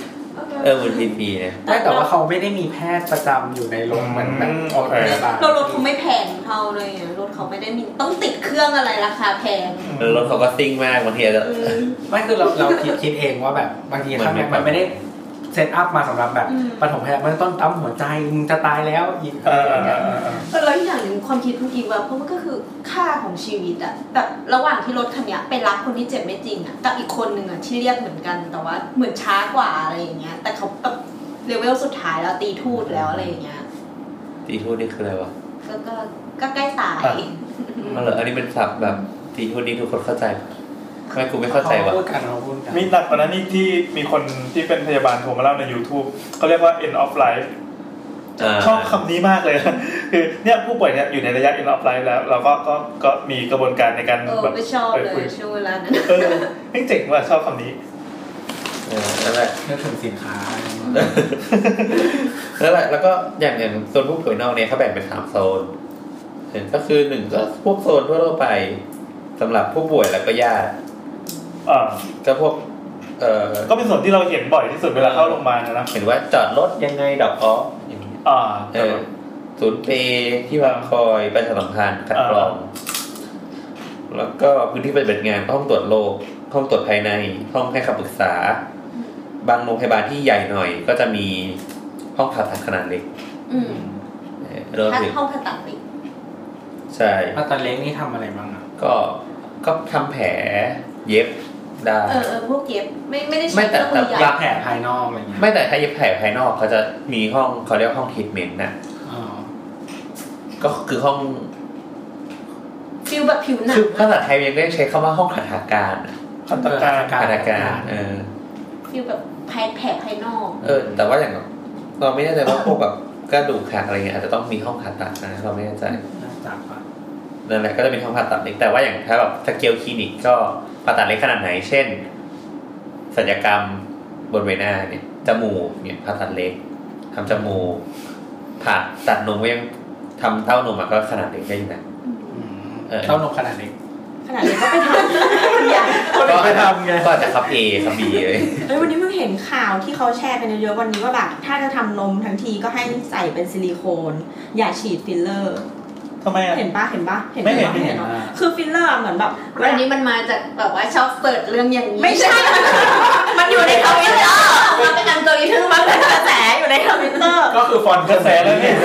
D: เออมันพีพีเนี่ย
F: ไม่แต่ว่าเขาไม่ได้มีแพทย์ประจำอยู่ในโรงเหมือนแบบ
C: อืม
F: โรงพยาบาล
G: เรารถเขาไม่แพงเท่าเลยอะรถเขาไม่ได้มีต้องติดเครื่องอะไรราคาแพง
D: แล้วรถเขาก็ซิ่งมากบางทีอาจจะ
G: อืม
F: ไม่คือเราเราคิดคิดเองว่าแบบบางที
D: มัน
F: ถ้า
D: ไม่
F: มันไม่ได้เซตอัพมาสำหรับแบบ
G: อืม
F: ปฐมพยาบาลเบื้องต้นตั้มหัวใจมึงจะตายแล้วอีก
C: เออ
F: อะไรอย่างเงี้ย
G: เออแล้วอีกอย่างหนึ่งความคิดคุณกิฟต์ว่าเพราะมันก็คือค่าของชีวิตอะแบบระหว่างที่รถคันเนี้ยไปรับคนที่เจ็บไม่จริงอะกับอีกคนหนึ่งอะที่เรียกเหมือนกันแต่ว่าเหมือนช้ากว่าอะไรอย่างเงี้ย แต่เขาแบบเลเวลสุดท้ายแล้วตีทูดแล้วอะไรอย่างเงี้ย
D: ตีทูดนี่คืออะไรวะ
G: ก็ก็ก็ใกล้ตาย
D: มันเหรออันนี้เป็นศัพท์แบบตีทูดนี่ทุกคนเข้าใจปะทำไมกูไม่เข้าใจวะ
F: พูดกันเขาพูดกัน
C: มีหนักกว่านั้นอีกที่มีคนที่เป็นพยาบาลโทรมาเล่าใน YouTube เขาเรียกว่า end of life
D: อ่า
C: ชอบคำนี้มากเลย คือเนี่ยผู้ป่วยเนี่ยอยู่ในระยะ end of life แล้ว เราก็ก็ก็มีกระบวนการในการ
G: เออ
C: แบบ
G: ไม่ชอบ
C: ไป
G: เล
C: คุย
G: ยช่วงเวลานั้น
C: เออเฮ้ยเจ๋งว่ะชอบคำนี้
D: เออนั่นแหละ <laughs>
F: นึกถึงสินค้า
D: นั่นแหละแล้วก็อย่างอย่างโซนผู้ป่วยนอกเนี่ยเขาแบ่งเป็นสามโซนเออก็คือหนึ่งก็พวกโซนทั่วๆไปสำหรับผู้ป่วยแล้วก็ญาติ
C: อ่า
D: ก็พวก เอ่อ
C: ก็เป็นส่วนที่เราเห็นบ่อยที่สุดเวลาเข้าโรงพยาบาลนะนะ
D: เห็นว่าจอดรถยังไงดอกอ้ออย่างเงี้ย
C: อ่า
D: เออศูนย์เปย์ที่วางคอยประชาสัมพันธ์คัดกรอง แล้วก็พื้นที่ปฏิบัติงานห้องตรวจโรคห้องตรวจภายใน ห้องให้คำปรึกษา บางโรงพยาบาลที่ใหญ่หน่อย ก็จะมีห้องผ่าตัดขนาดเล็ก
G: อืม
D: เออรวม
G: ถ้า
D: ถึง
G: ห้องผ่าตัดปิด
D: ใช่
F: มาตอนเล็กนี่ทำอะไรบ้างอ่ะ
D: ก็ก็ทำแผลเย็บได้
G: เออเออพวกเย็บไม่ไม่ได้
D: ไม่
G: ใช้
D: แต่
G: เครื่องมือใหญ่
D: แต่
F: แผลภายนอกอะไรเงี้ย
D: ไม่แต่ถ้าเย็บแผลภายนอกเขาจะมีห้องเขาเรียกห้องทีทเมนต์นะ
F: อ๋อ
D: ก็คือห้อง
G: ฟิลแบบผิวหนัง
D: คือภาษาไทยยังได้ใช้คำว่าห้องขัดอาการอะ
C: ขัตการ
D: ขัดอาการเออ
G: ฟิลแบบภายแผลภายนอก
D: เออ แต่ว่าอย่างเราไม่แน่ใจว่าพวกแบบกระดูกหักอะไรเงี้ยอาจจะต้องมีห้องผ่าตัดนะเราไม่แน่ใจ
F: น่าจับอ่ะ
D: นั่นแหละก็จะเป็นห้องผ่าตัดเล็กแต่ว่าอย่างถ้าแบบสเกลคลินิกก็ผ่าตัดเล็กขนาดไหน เช่นศัลยกรรมบนใบหน้าเนี่ยจมูกเนี่ยผ่าตัดเล็กทำจมูกผ่าตัดนมก็ยังทำเต้านมอะก็ขนาดเล็กได้อยู่นะ
F: อืม
D: เออ
F: เต้านมขนาดเล็ก
A: ขนาดนี้ก็ไปทำอย่าง
D: ก็ทำไงก็อาจจะครับเอครับบีเลย
A: เอ้ยวันนี้เพิ่งเห็นข่าวที่เขาแชร์กันเยอะๆวันนี้ว่าแบบถ้าจะทำนมทั้งทีก็ให้ใส่เป็นซิลิโคน อย่าฉีดฟิลเลอร์
C: ทำไมอ่ะ
A: เห็นปะเห็นปะเห็น
C: ไม่เห็น
A: ปะเนาะคือฟิลเลอร์อะเหมือนแบบ
G: วันนี้มันมาจากแบบว่าชอบเปิดเรื่องอย่างนี้
A: ไม่ใช่ มันอยู่ในคอมพิวเตอร์มันเป็นอัลกอริทึมมันเป็นกระแสอยู่ในคอมพิวเตอร์
F: ก็คือฟอนต์
C: กระแสแล้วเนี่ย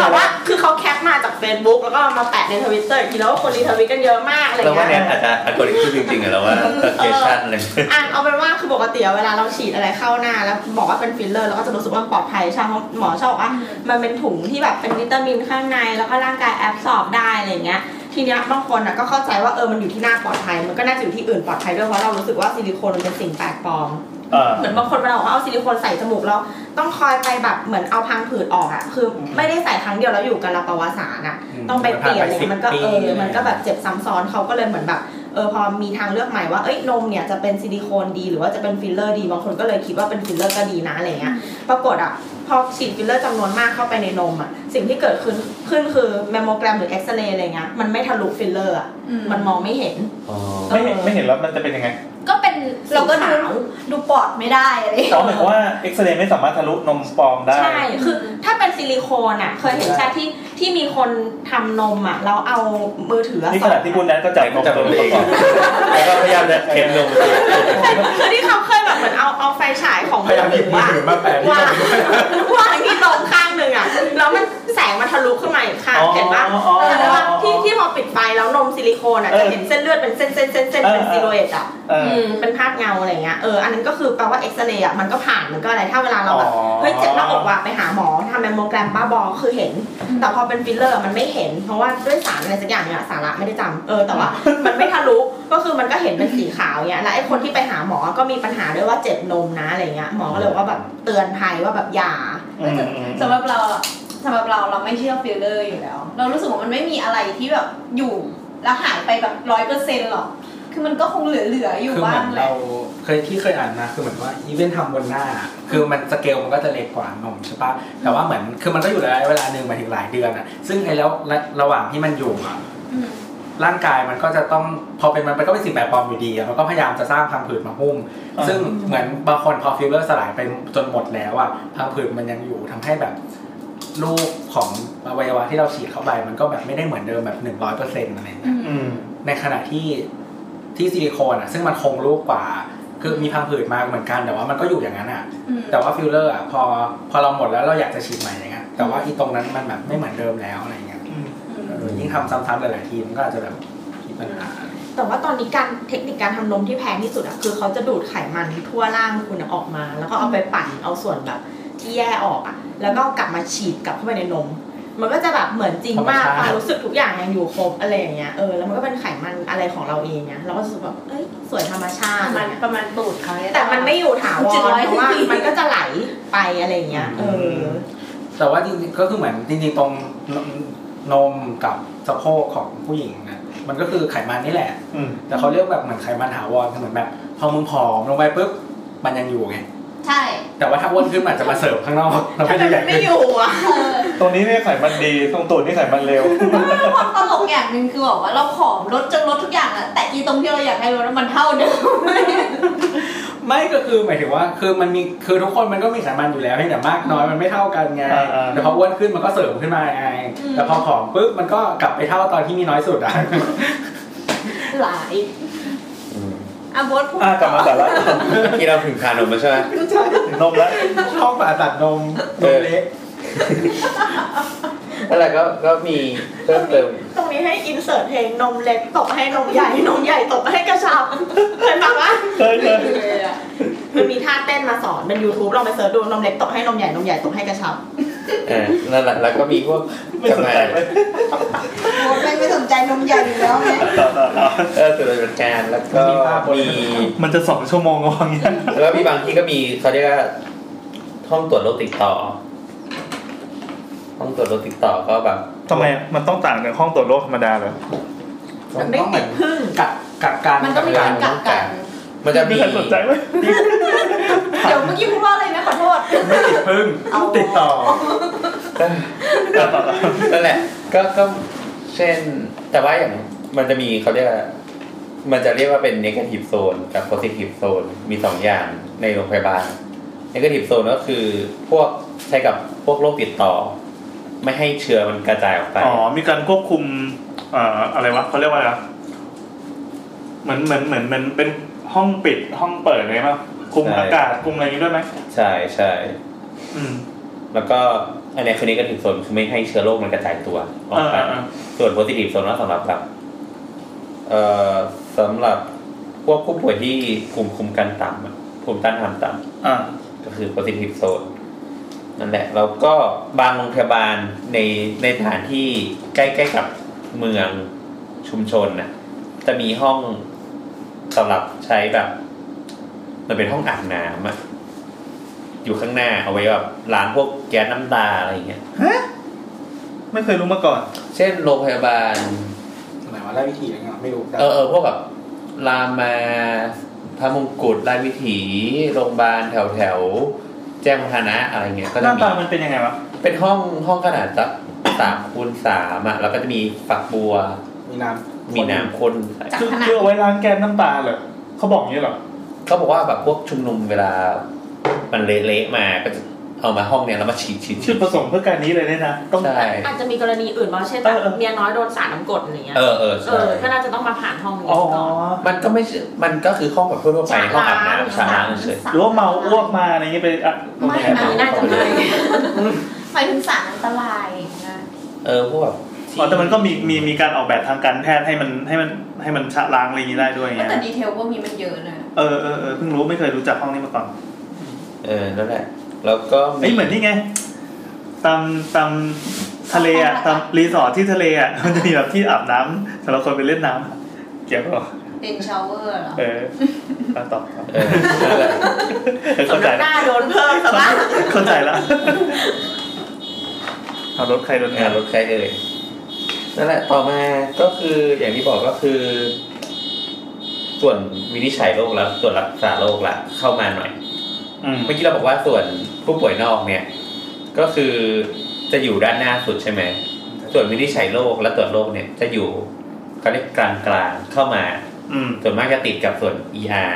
A: แต่ว่าคือเขาแคปมาจาก Facebook แล้วก็มาแปะในทวิตเตอร์อีกทีแล้วก็คนรีทวิตกันเยอะมากอะไร
D: เราว่า
A: เงี้ย
D: เนี่ยอาจจะอัลกอริทึมจริงๆอะเราว่าสเตชันอะไร
A: อ่ะเอาเป็นว่าคือปกติอะเวลาเราฉีดอะไรเข้าหน้าแล้วบอกว่าเป็นฟิลเลอร์เราก็จะรู้สึกว่าปลอดภัยใช่ไหมเพราะหมอชอบบอกว่ามันเป็นถุงที่แบบเป็นวิตามินข้างใน แล้วก็ร่างกายแอบซอร์บได้อะไรเงี้ยทีเนี้ยบางคนอะก็เข้าใจว่าเออมันอยู่ที่หน้าปลอดภัย มันก็น่าจะอยู่ที่อื่นปลอดภัยด้วยเพราะเรารู้สึกว่าซิลิโคนมันเป็นสิ่งแปลกปลอม
C: เอ่อ
A: เหมือนบางคนเวลาบอกว่าเอาซิลิโคนใส่จมูกแล้วต้องคอยไปแบบเหมือนเอาพังผืดออกอะคือไม่ได้ใส่ครั้งเดียวแล้วอยู่กันละประวัติศาสตร์อะต้องไปเปลี่ยนเนี่ยมันก็เออมันก็แบบเจ็บซ้ำซ้อนเขาก็เลยเหมือนแบบเออพอมีทางเลือกใหม่ว่าเอ้ยนมเนี่ยจะเป็นซิลิโคนดีหรือว่าจะเป็นฟิลเลอร์ดีบางคนก็เลยคิดว่าเป็นฟิลเลอร์ก็ดีนะอะไรเงี้ยปรากฏอะพอฉีดฟิลเลอร์จำนวนมากเข้าไปในนมอะสิ่งที่เกิดขึ้นขึ้นคือแมมโมแกรมหรือเอ็กซเรย์อะไรเงี้ยมันไม่ทะลุฟิลเลอร์อะมันมองไม่เห็น
D: อ๋อ
C: ไม่เห็นไม่เห็นแล้วมันจะเป็นยังไง
E: ก็เป็นเราก็ดู
A: ขาว
E: ดูปอดไม่ได้อะไร
C: แต่ว่าหมายความว่าเอ็กซเรย์ไม่สามารถทะลุนมปลอมได้
A: ใช่ คือถ้าเป็นซิลิโคนอ่ะ เคยเห็นใช่ที่ที่มีคนทำนมอ่ะ แล้วเอามือถืออะ
C: นี่ข
A: ส่อง
C: นาดที่คุณแดนก็จับนมตัวเอง
D: แล้วก็พยายามจะเข็นลง
A: คือที่เขาเคยแบบเหมือนเอาเอาไฟฉายของ
F: พยายามหยิบมือ
A: ว่า
F: ถือมาแปะที่
A: ว่า
F: จมูก
A: ว่าที่นมข้างหนึ่งอ่ะ แล้วมันแสงมันทะลุขึ้นมาอีกข้างเห็นปะ
C: อ๋อ
A: เออแล้วว่า
C: อ๋อ
A: ที่ที่พอปิดไฟแล้วนมซิลิโคนอ่ะ
C: เออ
A: จะเห็นเส้นเลือดเป็นเส้นเส้นเส้นเส้นเป็น
C: เออ
A: ซิโลเอตอ่ะ
C: เออ
A: มเป็นภาพเงาอะไรเงี้ย เออ อันนั้นก็คือแปลว่าเอ็กซเรย์อ่ะมันก็ผ่านมันก็อะไร ถ้าเวลาเราแบบ
C: อ๋อ
A: เฮ้ยเจ็บหน้าอกว่ะไปหาหมอทำแมมโมแกรมบ้าบอคือเห็น แต่พอเป็นฟิลเลอร์มันไม่เห็น เพราะว่าด้วยสารอะไรสักอย่างเนี่ยสาระไม่ได้จำเออแต่ว่า <laughs> มันไม่ทะลุก็คือมันก็เห็นเป็นสีขาวเนี่ยแล้วไอ้คนที่ไปหาหมอก็มีปัญหาด้วยว่าเจ็บนมนะอะไรเงี้ยหมอก็เลยบอกว่าแบบเตือนภัยว่าแบบอย่า
C: อืมอืม
G: สำหรับเราอะสำหรับเราเราไม่เชื่อฟิลเลอร์อยู่แล้ว เรารู้สึกว่ามันไม่มีอะไรที่แบบอยู่แล้วหายไปแบบร้อยเปอร์เซ็นต์หรอก คือมันก็คงเหลือๆอยู่
F: คือเห
G: บ้าง
F: มือน
G: แหล
F: เรา
G: ะ
F: เคยที่เคยอ่านมาคือเหมือนว่าอีเวนท์ทำบนหน้า คือมันสเกลมันก็จะเล็กกว่านมใช่ปะแต่ว่าเหมือนคือมันก็อยู่ระยะเวลาหนึ่งหมายถึงหลายเดือนอ่ะซึ่งไอ้แล้วระระหว่างที่มันอยู่อ่ะ
G: อืม
F: ร่างกายมันก็จะต้องพอเป็นมันไปก็เป็นสิ่งแปลกปลอมอยู่ดีอ่ะมันก็พยายามจะสร้างพังผืดมาหุ้มซึ่งเหมือนบางคนพอฟิลเลอร์สลายไปจนหมดแล้วอ่ะพังผืดมันยังอยู่ทำให้แบบรูปของอวัยวะที่เราฉีดเข้าไป มันก็แบบไม่ได้เหมือนเดิมแบบหนึ่งร้อยเปอร์เซ็นต์อะไรอย่างเงี้ย
C: อืม
F: ในขณะที่ที่ซิลิโคนอ่ะ ซึ่งมันคงรูปกว่า คือมีพังผืดมาเหมือนกันแต่ว่ามันก็อยู่อย่างนั้นอ่ะ
G: อืม
F: แต่ว่าฟิลเลอร์อ่ะพอพอเราหมดแล้วเราอยากจะฉีดใหม่อย่างเงี้ยแต่ว่าอีตรงนั้นมันแบบไม่เหมือนเดิมแล้วอะไรเงี้ย
G: อืม
F: เออยิ่งทำซ้ำๆหลายๆทีมันก็อาจจะแบบมีปัญหา
A: แต่ว่าตอนนี้การเทคนิคการทำนมที่แพงที่สุดอะคือเขาจะดูดไขมันทั่วร่างคุณอะออกมา แล้วก็เอาไปปั่นเอาส่วนแบบที่แย่ออกอะแล้วก็กลับมาฉีดกลับเข้าไปในนม มันก็จะแบบเหมือนจริงมากความรู้สึกทุกอย่างยังอยู่ครบอะไรอย่างเงี้ยเออแล้วมันก็เป็นไขมันอะไรของเราเองเนี่ยเราก็รู้สึกแบบเอ้ยสวยธรรมชาติ
G: ประมาณประมาณตูดเขาเย
A: แต่มันไม่อยู่ถาวร
G: จุดร้อย
A: เพราะว่า
G: ที
A: มันก็จะไหลไปอะไรอย่างเงี้ยเออ
F: แต่ว่าจริงๆก็คือเหมือนจริงๆตรงนมนมกับสะโพกของผู้หญิงนะมันก็คือไขมันนี่แหละ
C: อืม
F: แต่เขาเรียกแบบเหมือนไขมันถาวรคือเหมือนแบบพอมึงผอมลงไปปุ๊บมันยังอยู่ไง
G: ใช่
F: แต่ว่าถ้าอ้วนขึ้นมันอาจจะมาเสริมข้างนอกแล้ว
A: ทำ
F: ไม่
A: ไม
F: ได้ให
A: มั
F: ญ่
A: น
F: ขึ้
A: ไม่
F: น
A: อยู่อะ
C: ตรงนี้เนี่ยไขมันดี ตรงตูดนี่ไขมันเร็ว
G: ความตลกอย่างหนึ่งคือบอกว่าเราผอมลดจนลดทุกอย่างอะแต่อีตรงที่เราอยากให้ลดน่ะมันเท่าเดิม
F: ไม่ก็คือหมายถึงว่าคือมันมีคือทุกคนมันก็มีไขมันอยู่แล้วเพียงแต่มากน้อยมันไม่เท่ากันไง
C: อ่าอ่า
F: แต่พออ้วนขึ้นมันก็เสริมขึ้นมาไง
G: อืม
F: แต่พอผอมปุ๊บมันก็กลับไปเท่าตอนที่มีน้อยสุดอ่ะ <laughs>
G: หลาย
D: อืม
G: อ่ะโบอสพูด
C: อ่ะกลับมาแต่ละ
D: ที่เราถึงคานมแล้วใช่ไหม
C: ถึงนมแล้ว
F: ช่องผ่าตัดนมน
D: เอ
F: ม
D: อ
F: เล็ก
D: นั่นแหละก็ก็มีเพิ่มเติม
A: ตรงนี้ให้อินเสิร์ตเพลงนมเล็กตบให้นมใหญ่ นมใหญ่ตบให้กระชับเคยฟังปะ
C: เคยเคย
G: เลยอะ
A: มันมีท่าเต้นมาสอนเป็น YouTube ลองไปเสิร์ชดูนมเล็กตบให้นมใหญ่นมใหญ่ตบให้กระชับ
D: เออนั่นแหละแล้วก็มีพวก
C: ไม่สน
D: จำหน่า
C: ใจ
D: ย
C: เลย
E: โอ้ไม่ไม่สนใจนมใหญ่อยู่แล้วไง
C: ต่อต่อต่อ
D: เออส่วนราชการแล้วก็มี
C: มันจะสองชั่วโมงงอเงี้ย
D: แล้วก็มีบางที่ก็มีเขาเรียกว่าห้องตรวจโรคติดต่อ ห้องตรวจโรคติดต่อก็แบบ
C: ทำไมมันต้องต่างจากห้องตรวจโรคธรรมดาเหรอ
F: มันต้องเหมือน
A: พึ่ง
F: กัดกัดการ
G: มันต้องมีการกัดกัน
D: มันจะ
C: มี
D: มี
C: ใครสนใจไหม
G: เดี๋ยวเมื่อกี้พูดว่าอะไรนะขอโทษ
F: ไม่ติดพึ่งติดต่อ
C: ต่อต่อต่อ
D: นั่นแหละก็ก็เช่น แต่ว่าอย่างมันจะมีเขาเรียกว่ามันจะเรียกว่าเป็น negative zone กับ positive zone มีสองอย่างในโรงพยาบาล negative zone ก็คือพวกใช้กับพวกโรคติดต่อ ไม่ให้เชื้อมันกระจายออกไป
C: อ๋อ มีการควบคุมเอ่ออะไรวะเขาเรียกว่าอะไรวะเหมือนเหมือนเหมือนเหมือนเป็นห้องปิดห้องเปิดเลยมั้ง คุม
D: ใช่
C: อากาศคุมอะไรอย่างนี้ด้วยไหม
D: ใช่ใช่
C: อืม
D: แล้วก็อันนี้คือนี้ก็ถึงโซนคือไม่ให้เชื้อโรคมันกระจายตัวออกไป
C: อ่าอ่า
D: ส่วนโพซิทีฟโซนว่าสำหรับแบบเอ่อสำหรับพวกผู้ป่วยที่ภูมิคุ้มกันต่ำอะภูมิต้านทานต่
C: อ่า
D: ำก็คือโพซิทีฟโซนนั่นแหละแล้วก็บางโรงพยาบาลในในสถานที่ใกล้ๆกับเมืองชุมชนน่ะ จะมีห้องสำหรับใช้แบบ มันเป็นห้องอาบน้ำอะอยู่ข้างหน้าเอาไว้แบบล้างพวกแก๊สน้ำตาอะไรอย่างเงี้ย
C: ฮะไม่เคยรู้มาก่อน
D: เช่นโรงพยาบาล
F: หมายว่าได้วิธีอะไรเงี้ยไม่รู้แต่
D: เออเออพวกแบบรามาพระมงกุฎราชวิถีโรงพยาบาลแถวแถวๆแจ้งวัฒนะอะไรเงี้ยก็
C: ห
D: จะ
C: น้า
D: มี
C: ตามันเป็นยังไงวะ
D: เป็นห้องห้องขนาดสักสามคูณสามอ่ะแล้วก็จะมีฝักบัว
F: มีน้ำ
D: มีน้ำข้นใส่
C: คือคือเอาไว้ล้างแกนน้ำตาเหรอเขาบอกอย่างนี้เหรอ
D: เขาบอกว่าแบบพวกชุมนุมเวลา มันเละๆมาก็จะเอามาห้องเนี้ยแล้วมาฉีดฉีด
C: จุ
D: ฉี
C: ด
D: ด
C: ประสงค์เพื่อการนี้เลยเนี่ยนะต้อง
D: ใช่
A: อาจจะมีกรณีอื่นมาเช่น
C: เออเออ
A: เมียน้อยโดนสาดน้ำกรดอะไรเงี้ย
D: เออเออ
A: เอ
D: ใช่
A: อก็น่าจะต้องมาผ่านห้องนี้
C: อ๋อ
A: ก่อน
D: มันก็ไม่ใช่มันก็คือห้องแบบทั่วๆไปห้องอาบน้ำสระน้ำเฉย
C: หรือว่าเมาอ้วกมาอะไรอย่างเงี้ยไปอ่ะ
E: ไม่
D: ไม่
E: ไม่
D: น่า
E: น่า
D: จะ
E: จะ
D: ไม่
E: ไม่หมายถึงสารอันตรายนะ
D: ๆเออพวกแบบที่
C: อ๋อแต่มันก็มีมีมีการออกแบบทางการแพทย์ให้มันให้มันให้มันชะล้างอะไรอย่างนี้ได้ด้วยไง
G: แต่ดีเทลพวกนี้มันเยอะนะ
C: เออเออเออเพิ่งรู้ไม่เคยรู้จักห้องนี้มาก่อน
D: เออ นั่นแหละ แล้วก็
C: เฮ้ยเหมือนนี่ไงตามตามทะเลอ่ะตามรีสอร์ทที่ทะเลอ่ะ <laughs> มันจะมีแบบที่อาบน้ำสำหรับคนไปเล่นน้ำอะเกี่ยวกับ
G: เดนชาวเวอร์เหรอ
C: เออมาต่อครับ
D: เออนั่นแหละ
C: เออเข้าใจ
A: ห
C: ละ
A: น้าโดนเพิ่มสบ้าง
C: เข้าใจละเอารถใครร
D: งาง
C: ถาน น
D: รถใครเอ่ยนั่นแหละ ต่อมาก็คืออย่างที่บอกก็คือ ส่วนวินิจฉัยโรคแล้วส่วนรักษาโรคละเข้ามาหน่อย
C: อืม
D: เมื่อกี้เราบอกว่าส่วนผู้ป่วยนอกเนี่ย ก็คือจะอยู่ด้านหน้าสุดใช่ไหม ส่วนวินิจฉัยโรคและตรวจโรคเนี่ยจะอยู่เขาเรียกกลางๆเข้ามา
C: อืม
D: ส่วนมากจะติดกับส่วน ER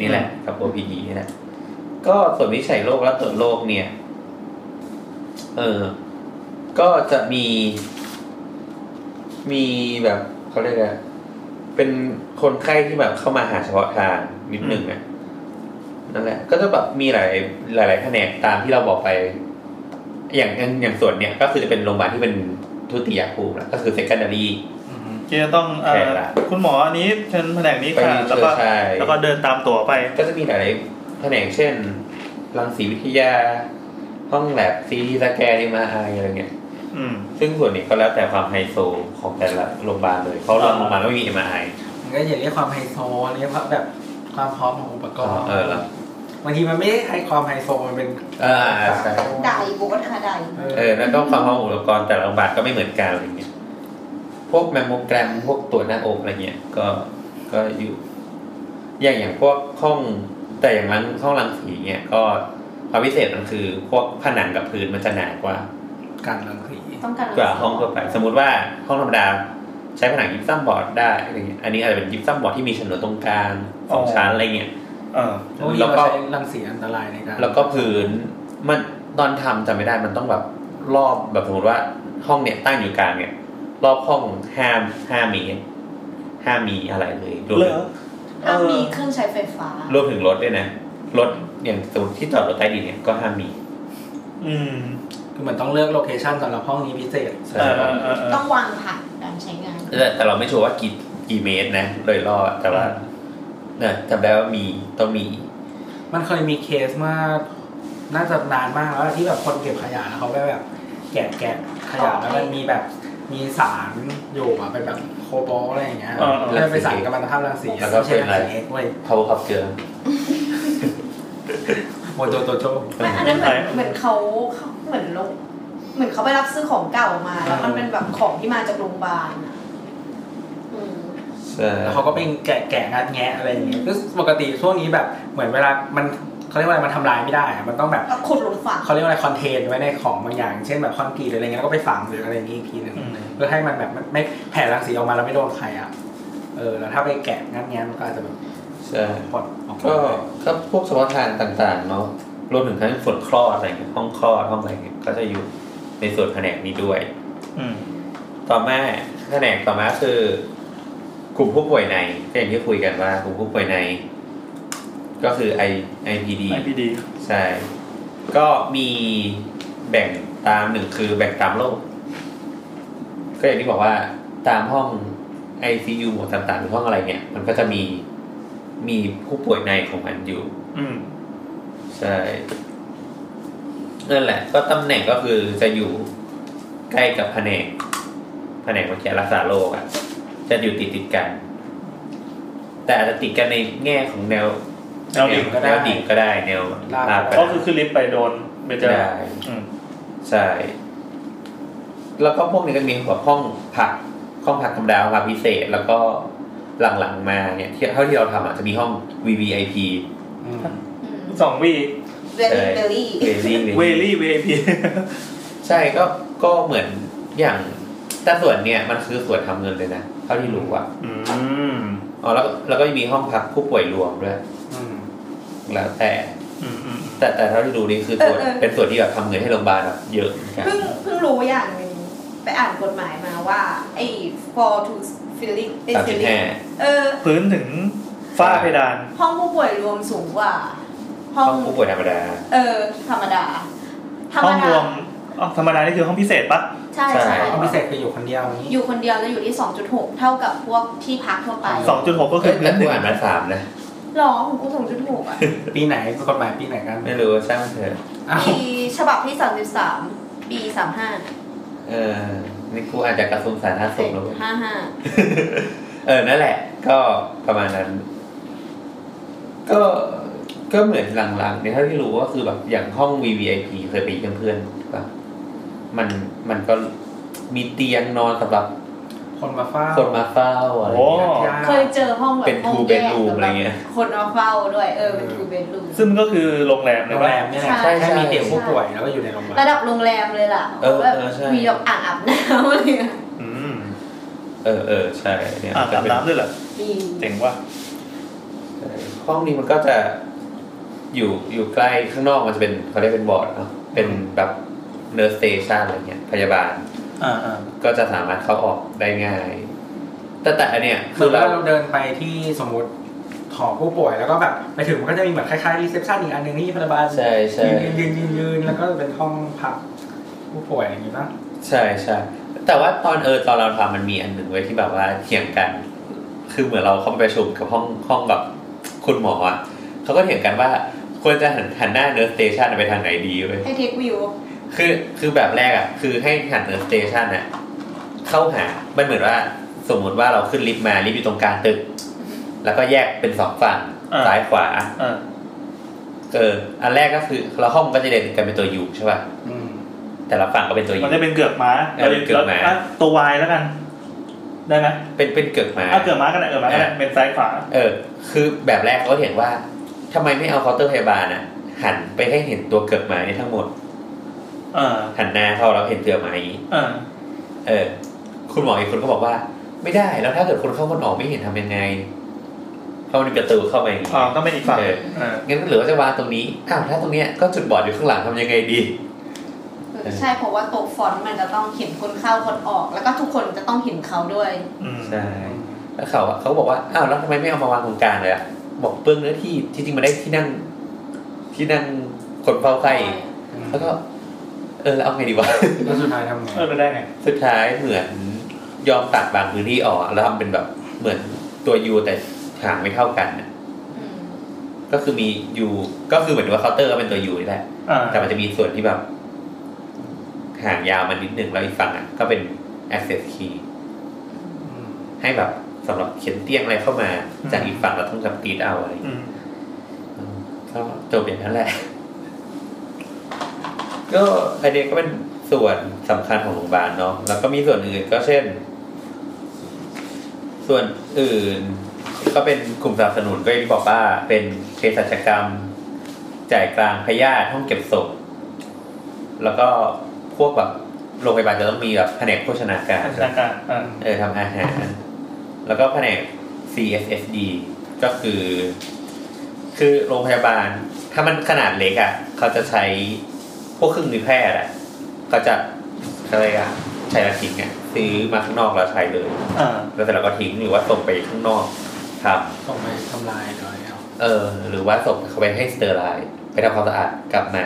D: นี่แหละ กับ OPE นี่แหละ ก็ส่วนวิจัยโรคและตรวจโรคเนี่ย เออ ก็จะมี มีแบบเขาเรียกอะไรเป็นคนไข้ที่แบบเข้ามาหาเฉพาะทางนิดนึงอะนั่นแหละ ก็จะแบบมีหลายหลายๆแผนกตามที่เราบอกไป อย่างอย่างอย่างส่วนเนี้ยก็คือจะเป็นโรงพยาบาลที่เป็นทุติยภูมิละก็คือ secondary
C: อืมที่จะต้องเอ่
D: แข
C: อก
D: ละ
C: คุณหมออันนี้เชิญแผนกนี้
D: ไป
C: ค่ะ
D: เจ
C: แล้ว
D: อ
C: ก็
D: ชาย
C: แล้วก็เดินตามตั๋วไป
D: ก็จะมีหลายแผนกเช่นรังสีวิทยา ห้องแลบซีสแกนมาไออะไรเงี้ย
C: อืม
D: ซึ่งส่วนนี้ก็แล้วแต่ความไฮโซของแต่ละโรงพยาบาลเลย เพราะ
C: อ่า
D: โรงพยาบาลไม่มีเอ็มไอ
F: มันก็อย่าเรียกความไฮโซเรียกว่าแบบความพร้อมของอุปกรณ์
D: เออแล้ว
F: บางทีมันไม่ได้ใช้ความไฮโซมันเป็น
D: เอออ่าใช่
G: ไดโบสค่ะได
F: เออ
D: เออแล้วก็ความพร้อมของอุปกรณ์แต่ละโรงพยาบาลก็ไม่เหมือนกันอะไรเงี้ย พวกแมมโมแกรมพวกตรวจหน้าอกอะไรเงี้ย ก็ก็อยู่ อย่างอย่างพวกห้องแต่อย่างรังห้องรังสีเงี้ยก็ความพิเศษมันคือ พวกผนังกับพื้นมันจะหนากว่า
F: การรังสี
G: ต้องการ
D: กว่าห้องทั่วไปสมมุติว่าห้องธรรมดาใช้ผนังยิปซัมบอร์ดได้อะไรเงี้ยอันนี้อาจจะเป็นยิปซัมบอร์ดที่มีฉนวนตรงกลางสอง
C: อ๋อ
D: ชั้นอะไรเงี้ย
C: เออ
F: โอ้ย
D: แล้
F: เรา
D: วก็
F: ใช้รังสีอันตรายในการ
D: แล้วก็พื้นมันตอนทำจำไม่ได้มันต้องแบบรอบแบบสมมติว่าห้องเนี่ยตั้งอยู่กลางเนี่ย รอบห้องห้ามห้าเมีห้ามีอะไรเลยรวม
C: เล
D: ถึ
C: ย
D: ง
G: ห้ามมีเครื่องใช้ไฟฟ้าร
D: วมถึงรถด้วยนะรถอย่างสมมติที่จอดรถใต้ดินเนี่ยก็ห้ามมี
C: อืม
F: คือเหมือนต้องเลือกโลเคชั่นสำหรับห้องนี้พิเศษ
D: ใช่
C: เออเออเออเออ
E: ต้องวางผังการใช้งาน
D: แต่แต่เราไม่ชัวร์ว่ากี่กี่เมตรนะโดยรอบแต่ว่าเนี่ยจำได้ว่ามีต้องมี
F: มันเคยมีเคสเมื่อน่าจะนานมากแล้วที่แบบคนเก็บขยะแล้วเขาไปแบบ แกะแกะขยะแล้วมันมีแบบมีสารอยู่อะเป็นแบบโคบอลต์อะไรอย่างเงี้ย
D: เออเออ
F: แล้วเป็นสารกัมมันตภาพรังสี
D: แล้วก็
F: ไม่ใช่
D: เป็น
F: รั
D: อะไร
F: งสีเอ็กซ์เว้ย
D: เขาขับเกลือ
F: โมโจโตโจ
G: ไม่อันนั้นเหมือนเหมือนเขาเขาเหมือนลงเหมือนเขาไปรับซื้อของเก่ามา แล้วมันเป็นแบบของที่มาจากโรงพยาบาลอะอืม
D: ใช่
F: แล้วเขาก็เป็นแกะแกะงัดแงะอะไรอย่างเงี้ยคือปกติช่วงนี้แบบเหมือนเวลามันเขาเรียกว่าอะไรมันทำลายไม่ได้อะมันต้องแบบ
G: ก็ขุดหลุมฝัง
F: เขาเรียกว่าอะไรคอนเทนไว้ในของบางอย่าง เช่นแบบคอนกรีตหรืออะไรเงี้ยแล้วก็ไปฝังหรืออะไรอย่างงี้อีกทีหนึ่ง
C: อืม
F: เพื่อให้มันแบบไม่ไม่แผ่รังสีออกมาแล้วไม่โดนใครอ่ะ เออ แล้วถ้าไปแกะงั้นแง้มมันก็อาจจะแบบ
D: ใช่
F: ปลดออกมา
D: ก็ก็พวกเฉพาะทางต่างๆเนาะรวมถึงทั้งส่วนคลอดอะไรเงี้ยห้องคลอดห้องอะไรเงี้ยก็จะอยู่ในส่วนแผนกนี้ด้วย
C: อืม
D: ต่อมาแผนกต่อมาคือกลุ่มผู้ป่วยในก็อย่างที่คุยกันว่ากลุ่มผู้ป่วยใน ก็คือ I IPD
C: ไอพีดี
D: ใช่ ก็มีแบ่งตามหนึ่งคือแบ่งตามโรคก็อย่างที่บอกว่าตามห้อง ICU หมวดต่างๆหรือห้องอะไรเนี่ย มันก็จะมีมีผู้ป่วยในของมันอยู่
C: อืม
D: ใช่ นั่นแหละ ก็ตำแหน่งก็คือจะอยู่ใกล้กับแผนก แผนกวิทยารักษาโรคอะจะอยู่ติดติดๆกัน แต่อาจจะติดกันในแง่ของแนว
C: แนวดิ่งก็ได้
D: แนวดิ่งก็ได้แนวลาด
C: ก็
D: ก็
C: คือขึ้นลิฟต์ไปโดนไปเจอ
D: ได้
C: อืม
D: ใช่ แล้วก็พวกนี้ก็มีแบบห้องพัก ห้องพักธรรมดาห้องพักพิเศษ แล้วก็หลังๆมาเนี่ยที่เท่าที่เราทำอ่ะจะมีห้อง VVIP
F: อืม
C: สองวี
G: เวลี่เวลี่
D: เวลี่
C: เวลี่เวพี
D: ใช่ก็ก็เหมือนอย่างแต่ส่วนเนี่ยมันคือส่วนทำเงินเลยนะเท่าที่รู้อะ
C: อืม
D: อ๋อแล้วก็แล้วก็มีห้องพักผู้ป่วยรวมด้วย
F: อืม
D: แล้วแต่
C: อืมอืม
D: แต่แต่เท่าที่รู้นี่คือส่วน
G: เออเออ
D: เป็นส่วนที่แบบทำเงินให้โรงพยาบาลแบบเยอะเหมือนกัน
G: เพิ่งเพิ่งรู้อย่างหนึงไปอ่านกฎหมายมาว่าไอ้ for to feeling
D: สามสิบห้า
G: เออ
C: พื้นถึงฝ้าเพดาน
G: ห้องผู้ป่วยรวมสูงกว่า ห้อง
D: ห้องผู้ป่วยธรรมดา
G: เออ ธรรมดา ธรรม
C: ห้องร
G: ดาว
C: มอ๋อธรรมดานี่คือห้องพิเศษปะ
G: ใช่
D: ใช่
G: ใช่
F: ห้องพิเศษคืออยู่คนเดียวนี้
G: อยู่คนเดียวจะอยู่ที่ 2.6 เท่ากับพวกที่พักทั่วไป
C: สองจุดหกก็คื
D: เอ้
C: อย พื้
D: แต่
C: นห
D: กู
C: นึ่ง
D: อ่านมาสามนะ
G: หรอของกู2.6อ่ะ
F: ปีไหนกฎหมายปีไหนกัน
D: ไม่รู้ว่าช่างมันเถอะ
F: อ้าว
G: ปีฉบับที่ 33 ปี 35
D: เออนี่กูอ่านจากกระทรวงสาธารณสุขแล้วเว้ย
G: 55
D: <laughs> เออ นั่นแหละ ก็ประมาณนั้น ก็ ก็เหมือนหลังๆเนี่ยเท่าที่รู้ก็คือแบบอย่างห้อง VVIP เคยไปเยี่ยมเพื่อนป่ะมัน มันก็มีเตียงนอนสำหรับ
F: คนมาเฝ้า
D: คนมาเฝ้าอะไร
C: โอ้
D: เงี้ย
G: เคยเจอห้องแบบ
D: เป็น
G: ห้อง
D: two
G: แยก
D: bedroom
G: สำห
D: อะไรเงี้ย
G: คนมาเฝ้าด้วย เออ เป็น
F: เออ
G: two bedroom
C: ซึ่งมันก็คือโรงแรมเล
F: โร
C: ย
F: ง
C: ปะ
F: แรมเนี่ยแหละ
G: ใช่
F: แค่มีเตียงผู้ป่วยแล้วก็อยู่ในโรงพยาบา
G: ระ
F: ล
G: ดับโรงแรมเลยล่ะ
D: เออ
G: แบบ
D: เออใช่
G: มีแบบอ่างอาบน้ำอะไรเงี้ย
C: อืม
D: เออ เออ ใช่ เนี่ย
C: อ่ะ
D: ก็
C: อาบ
D: เป็น
C: น้ำด้วยเหรอ
G: มี
C: เจ๋งว่ะ
D: ใช่ห้องนี้มันก็จะ อยู่ อยู่ใกล้ข้างนอกมันจะเป็นเขาเรียกเป็นบอร์ดเนาะเป็นแบบเนอร์สเตชันอะไรเงี้ย พยาบาล
C: อ่าอ่า
D: ก็จะสามารถเข้าออกได้ง่าย แต่แต่อันเนี้ย
F: คือเราเดินไปที่สมมติหอผู้ป่วยแล้วก็แบบไปถึงมันก็จะมีแบบคล้ายๆรีเซพชันอีกอันหนึ่งที่พยาบาล
D: ใช่ใช่
F: ยืนยืนยืนยืนยืนแล้วก็เป็นห้องพักผู้ป่วยอย่างนี้ปะ
D: ใช่ใช่แต่ว่าตอนเออตอนเราทำมันมีอันหนึ่งไว้ยที่แบบว่าเถียงกัน คือเหมือนเราเข้าไปประชุมกับห้องห้องแบบคุณหมออ่ะเขาก็เถียงกันว่าควรจะหันหันหน้าเน r ร์สเตชันไปทางไหนดีเว้ย
G: ให้เทควิว
D: คือคือแบบแรกอ่ะคือให้หันเน r ร์สเตชันอ่ะเข้าหามันเหมือนว่าสมมติว่าเราขึ้นลิฟต์มาลิฟต์อยู่ตรงกลางตึก แล้วก็แยกเป็นสองฝั่งซ้ายขวา
C: อ่า
D: เอออันแรกก็คือเราห้องก็จะเด่นกันเป็นตัวยูใช่ป่ะ
F: อืม
D: แต่ละฝั่งก็เป็นตัวยู
C: มันจะเป็นเกือกม้า
D: เออเป็นเกือกม้า
C: ะตัววายแล้วกัน ได้ไหม
D: เป็นเป็นเกือกหมา
C: อ่ะเกือกม้ากันแหละเกือกม้ากันแหละเป็นซ้ายขวา
D: เออ คือแบบแรกเขาเห็นว่าทำไมไม่เอาเคาน์เตอร์พยาบาลอะหันไปให้เห็นตัวเกือกหมานี่ทั้งหมด
C: เออ
D: หันหน้าเข้าแล้วเห็นเกือกหมาอย่างนี้
C: เออ
D: เออ คุณหมออีกคนก็บอกว่า ไม่ได้แล้วถ้าเกิดคนเข้าคนออกไม่เห็นทำยังไงเพราะมันมีประตูเข้ามาอย่างนี้
C: อ๋อต้องเป็นอีกฝั่ง
D: เออ
C: เออ
D: งั้นก็เหลือว่าจะวางตรงนี้อ้าวถ้าตรงเนี้ยก็จุดบอดอยู่ข้างหลังทำยังไงดี
G: ใช่เพราะว่าโต๊ะฟอนต์มันจะต้องเห็นคนเข้าคนออก แล้วก็ทุกคนจะต้องเห็นเขาด้วย
C: อืม
D: ใช่ แล้วเขาอะเขาบอกว่าอ้าวแล้วทำไมไม่เอามาวางตรงกลางเลยอะบอกเปลืองเนื้อที่จริงๆมันได้ที่นั่ง ที่นั่งคนเฝ้าไข้แล้วก็ เออแล้วเอาไงดีวะ
F: แล้วสุดท้ายทำไง
C: เออไปได้ไง
D: สุดท้ายเหมือนยอมตัดบางพื้นที่ออกแล้วทำเป็นแบบเหมือนตัวยูแต่หางไม่เท่ากันน่ะ
G: อืม
D: ก็คือมียูก็คือเหมือนว่าเคาน์เตอร์ก็เป็นตัวยูนี่แหละ
C: อ่า
D: แต่มันจะมีส่วนที่แบบหางยาวมันนิดหนึ่งแล้วอีกฝั่งอ่ะก็เป็น access key
F: อืม
D: ให้แบบสำหรับเข็นเตียงอะไรเข้ามา จากอีกฝั่งเราต้องจับตีดเอาอะไรอย่างเงี้ย
C: อืม
D: อืมก็จบอย่างนั้นแหละ ก็ไอเดียก็เป็นส่วนสำคัญของโรงพยาบาลเนาะแล้วก็มีส่วนอื่นก็เช่น ส่วนอื่นก็เป็นกลุ่มสนับสนุนก็อย่างที่บอกว่าเป็นเภสัชกรรม จ่ายกลางพยาธิห้องเก็บศพแล้วก็พวกแบบโรงพยาบาลจะต้องมีแบบแผนกโภชนาการ
C: พัฒนาการอ่า
D: เออทำอาหาร แล้วก็แผนก CSSD ก็คือ คือโรงพยาบาล ถ้ามันขนาดเล็กอะ่ะ เขาจะใช้พวกเครื่องมือแพทย์อะ่ะเขาจะอะไรอะ่ะใช้และทิ้งอะ่ะซื้อมาข้างนอกแล้วใช้เลย
C: อ่า
D: แล้วแต่เราก็ทิ้งหรือว่าส่งไปข้างนอกท
F: ส่งไปทำลายเลยเอา
D: ำ เออ หรือว่าศพเขาไปให้สเตอร์ไลน์ไปทำความสะอาดกลับมา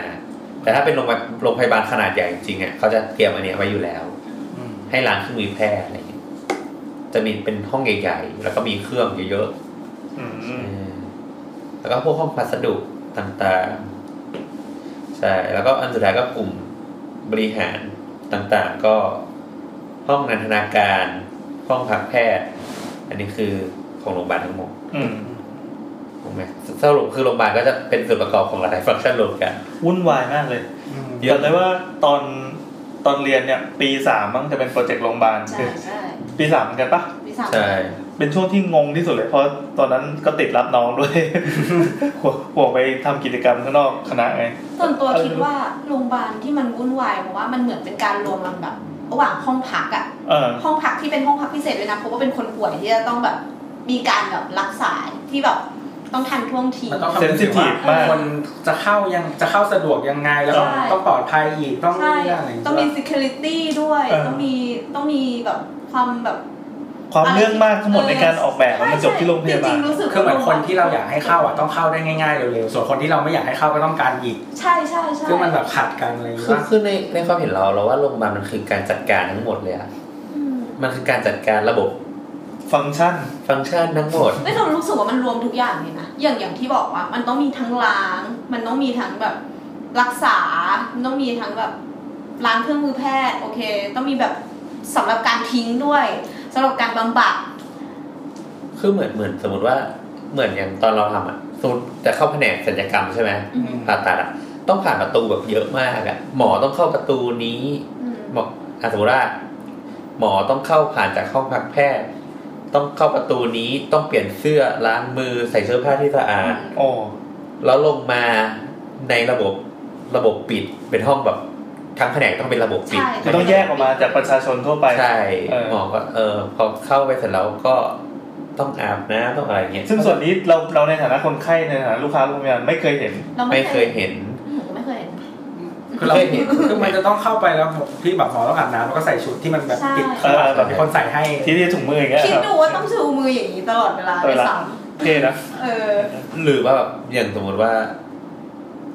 D: แต่ถ้าเป็นโรงพยาบาลโรงพยาบาลขนาดใหญ่จริงๆอ่ะเขาจะเตรียมอันเนี้ยไว้อยู่แล้ว
C: อืม
D: ให้ล้างเครื่องมือแพทย์อะไรอย่างเงี้ยจะมีเป็นห้องใหญ่ๆ แล้วก็มีเครื่องเยอะ
C: อื
D: ๆเอ
C: ม
D: อแล้วก็พวกห้องพัสดุต่างๆ ใช่ แล้วก็อันสุดท้ายก็กลุ่มบริหารต่างๆ ก็ห้องนันทนาการ ห้องพักแพทย์ อันนี้คือของโรงพยาบาลทั้งหมด
C: อืม
D: ถูกไหมสรุปคือโรงพยาบาลก็จะเป็นส่วนประกอบของหลายๆฟังก์ชันรวมกัน
C: วุ่นวายมากเลย
F: อืม
D: เยอะ
C: จำได้ว่าตอนตอนเรียนเนี่ย ปีสามมั้งจะเป็นโปรเจกต์โรงพยาบาล
G: ใช่
C: คือ
G: ใช่
C: ปีสามเหมือนกันปะ
G: มีสาม
D: ใช่
C: เป็นช่วงที่งงที่สุดเลย เพราะตอนนั้นก็ติดรับน้องด้วย <laughs> ห่วงห่วงไปทำกิจกรรมข้างนอกคณะไง
G: ส่วนตัวคิดว่าโรงพยาบาลที่มันวุ่นวายเพราะว่ามันเหมือนเป็นการรวมลำดับระหว่างห้องพักอ่ะ
C: เออ
G: ห้องพักที่เป็นห้องพักพิเศษเลยนะเพราะว่าเป็นคนป่วยที่จะต้องแบบมีการแบบรักษาที่แบบต้องทันท่วงที
F: มันต้องคำนึงถึงว่า
C: Sensitive มาก
F: คนจะเข้ายังจะเข้าสะดวกยังไงแล้วก็
G: ใช่
F: ต้องปลอดภัยอีกต้อง
G: ใช่
F: เรื่อะไรย่า
G: ต้องมี
F: เย
G: security ด้วย
C: เออ
G: ต้องมีต้องมีแบบความแบบ
C: ความเรื่องมากทั้งหมดในการออกแบบมันมาจบที่โรงพยา
G: จ
C: บาล
G: ริงๆรู้สึก
F: คือเหมือนคนที่เราอยากให้เข้าอ่ะต้องเข้าได้ง่ายๆเร็วๆส่วนคนที่เราไม่อยากให้เข้าก็ต้องการอีก
G: ใช่ใช่ใช่
F: ซึ่งมันแบบขัดกันอะไรอย่าง
D: คื
F: เงี้
D: อย คือในในความเห็นเราเราว่าโรงพยาบาลมันคือการจัดการทั้งหมดเลยอะ
G: อืม
D: มันคือการจัดการระบบ
C: ฟังก์ชัน
D: ฟังก์ชันทั้งหมด
G: ไม่เรารู้สึกว่ามันรวมทุกอย่างเลยนะอย่างอย่างที่บอกว่ามันต้องมีทั้งล้าง มันต้องมีทั้งแบบรักษามันต้องมีทั้งแบบล้างเครื่องมือแพทย์โอเค ต้องมีแบบสำหรับการทิ้งด้วยสำหรับการบำบัด
D: คือเหมือนเหมือนสมมติว่าเหมือนอย่างตอนเราทำอ่ะสมมติจะเข้าแผนกศัลยกรรมใช่ไหม
G: อืม
D: ผ่าตัดอ่ะต้องผ่านประตูแบบเยอะมากอ่ะหมอต้องเข้าประตูนี้
G: อืม
D: หมออ่ะสมมติว่าหมอต้องเข้าผ่านจากห้องพักแพทย์ ต้องเข้าประตูนี้ต้องเปลี่ยนเสื้อล้างมือใส่เสื้อผ้าที่สะอาด
C: โอ้
D: แล้วลงมาในระบบระบบปิดเป็นห้องแบบทั้งแผนกต้องเป็นระบบปิด
G: ใช่
C: คือต้องแยกออกมาจากประชาชนทั่วไป
D: ใช่
C: เออ
D: หมอก็เออพอเข้าไปเสร็จแล้วก็ต้องอาบนะต้องอะไรเงี้ย
C: ซึ่งส่วนนี้เราเราในฐานะคนไข้ในฐานะลูกค้าโรงพยาบาลไม่เคยเห็น
G: เรา
D: ไม่เคยเห็น
G: หนูก็ไม่เคยเห็น
F: คือเรา
D: เคยเห็น
F: คือมันจะต้องเข้าไปแล้วที่แบบหมอต้องอาบน้ำแล้วก็ใส่ชุดที่มันแบบ
G: ใช่
F: ปิด
C: เออแบบ
F: คนใส่ให้
C: ที่ที่ถุงมืออย่างเงี้ย
G: คิด
C: ครับ
G: ดูว่าต้องชูมืออย่างนี้ตลอดเวลา
C: เอ
G: เล
C: อย ละ
G: ซ้
C: เท่นะ
G: ำเออ
D: หรือว่าแบบอย่างสมมติว่า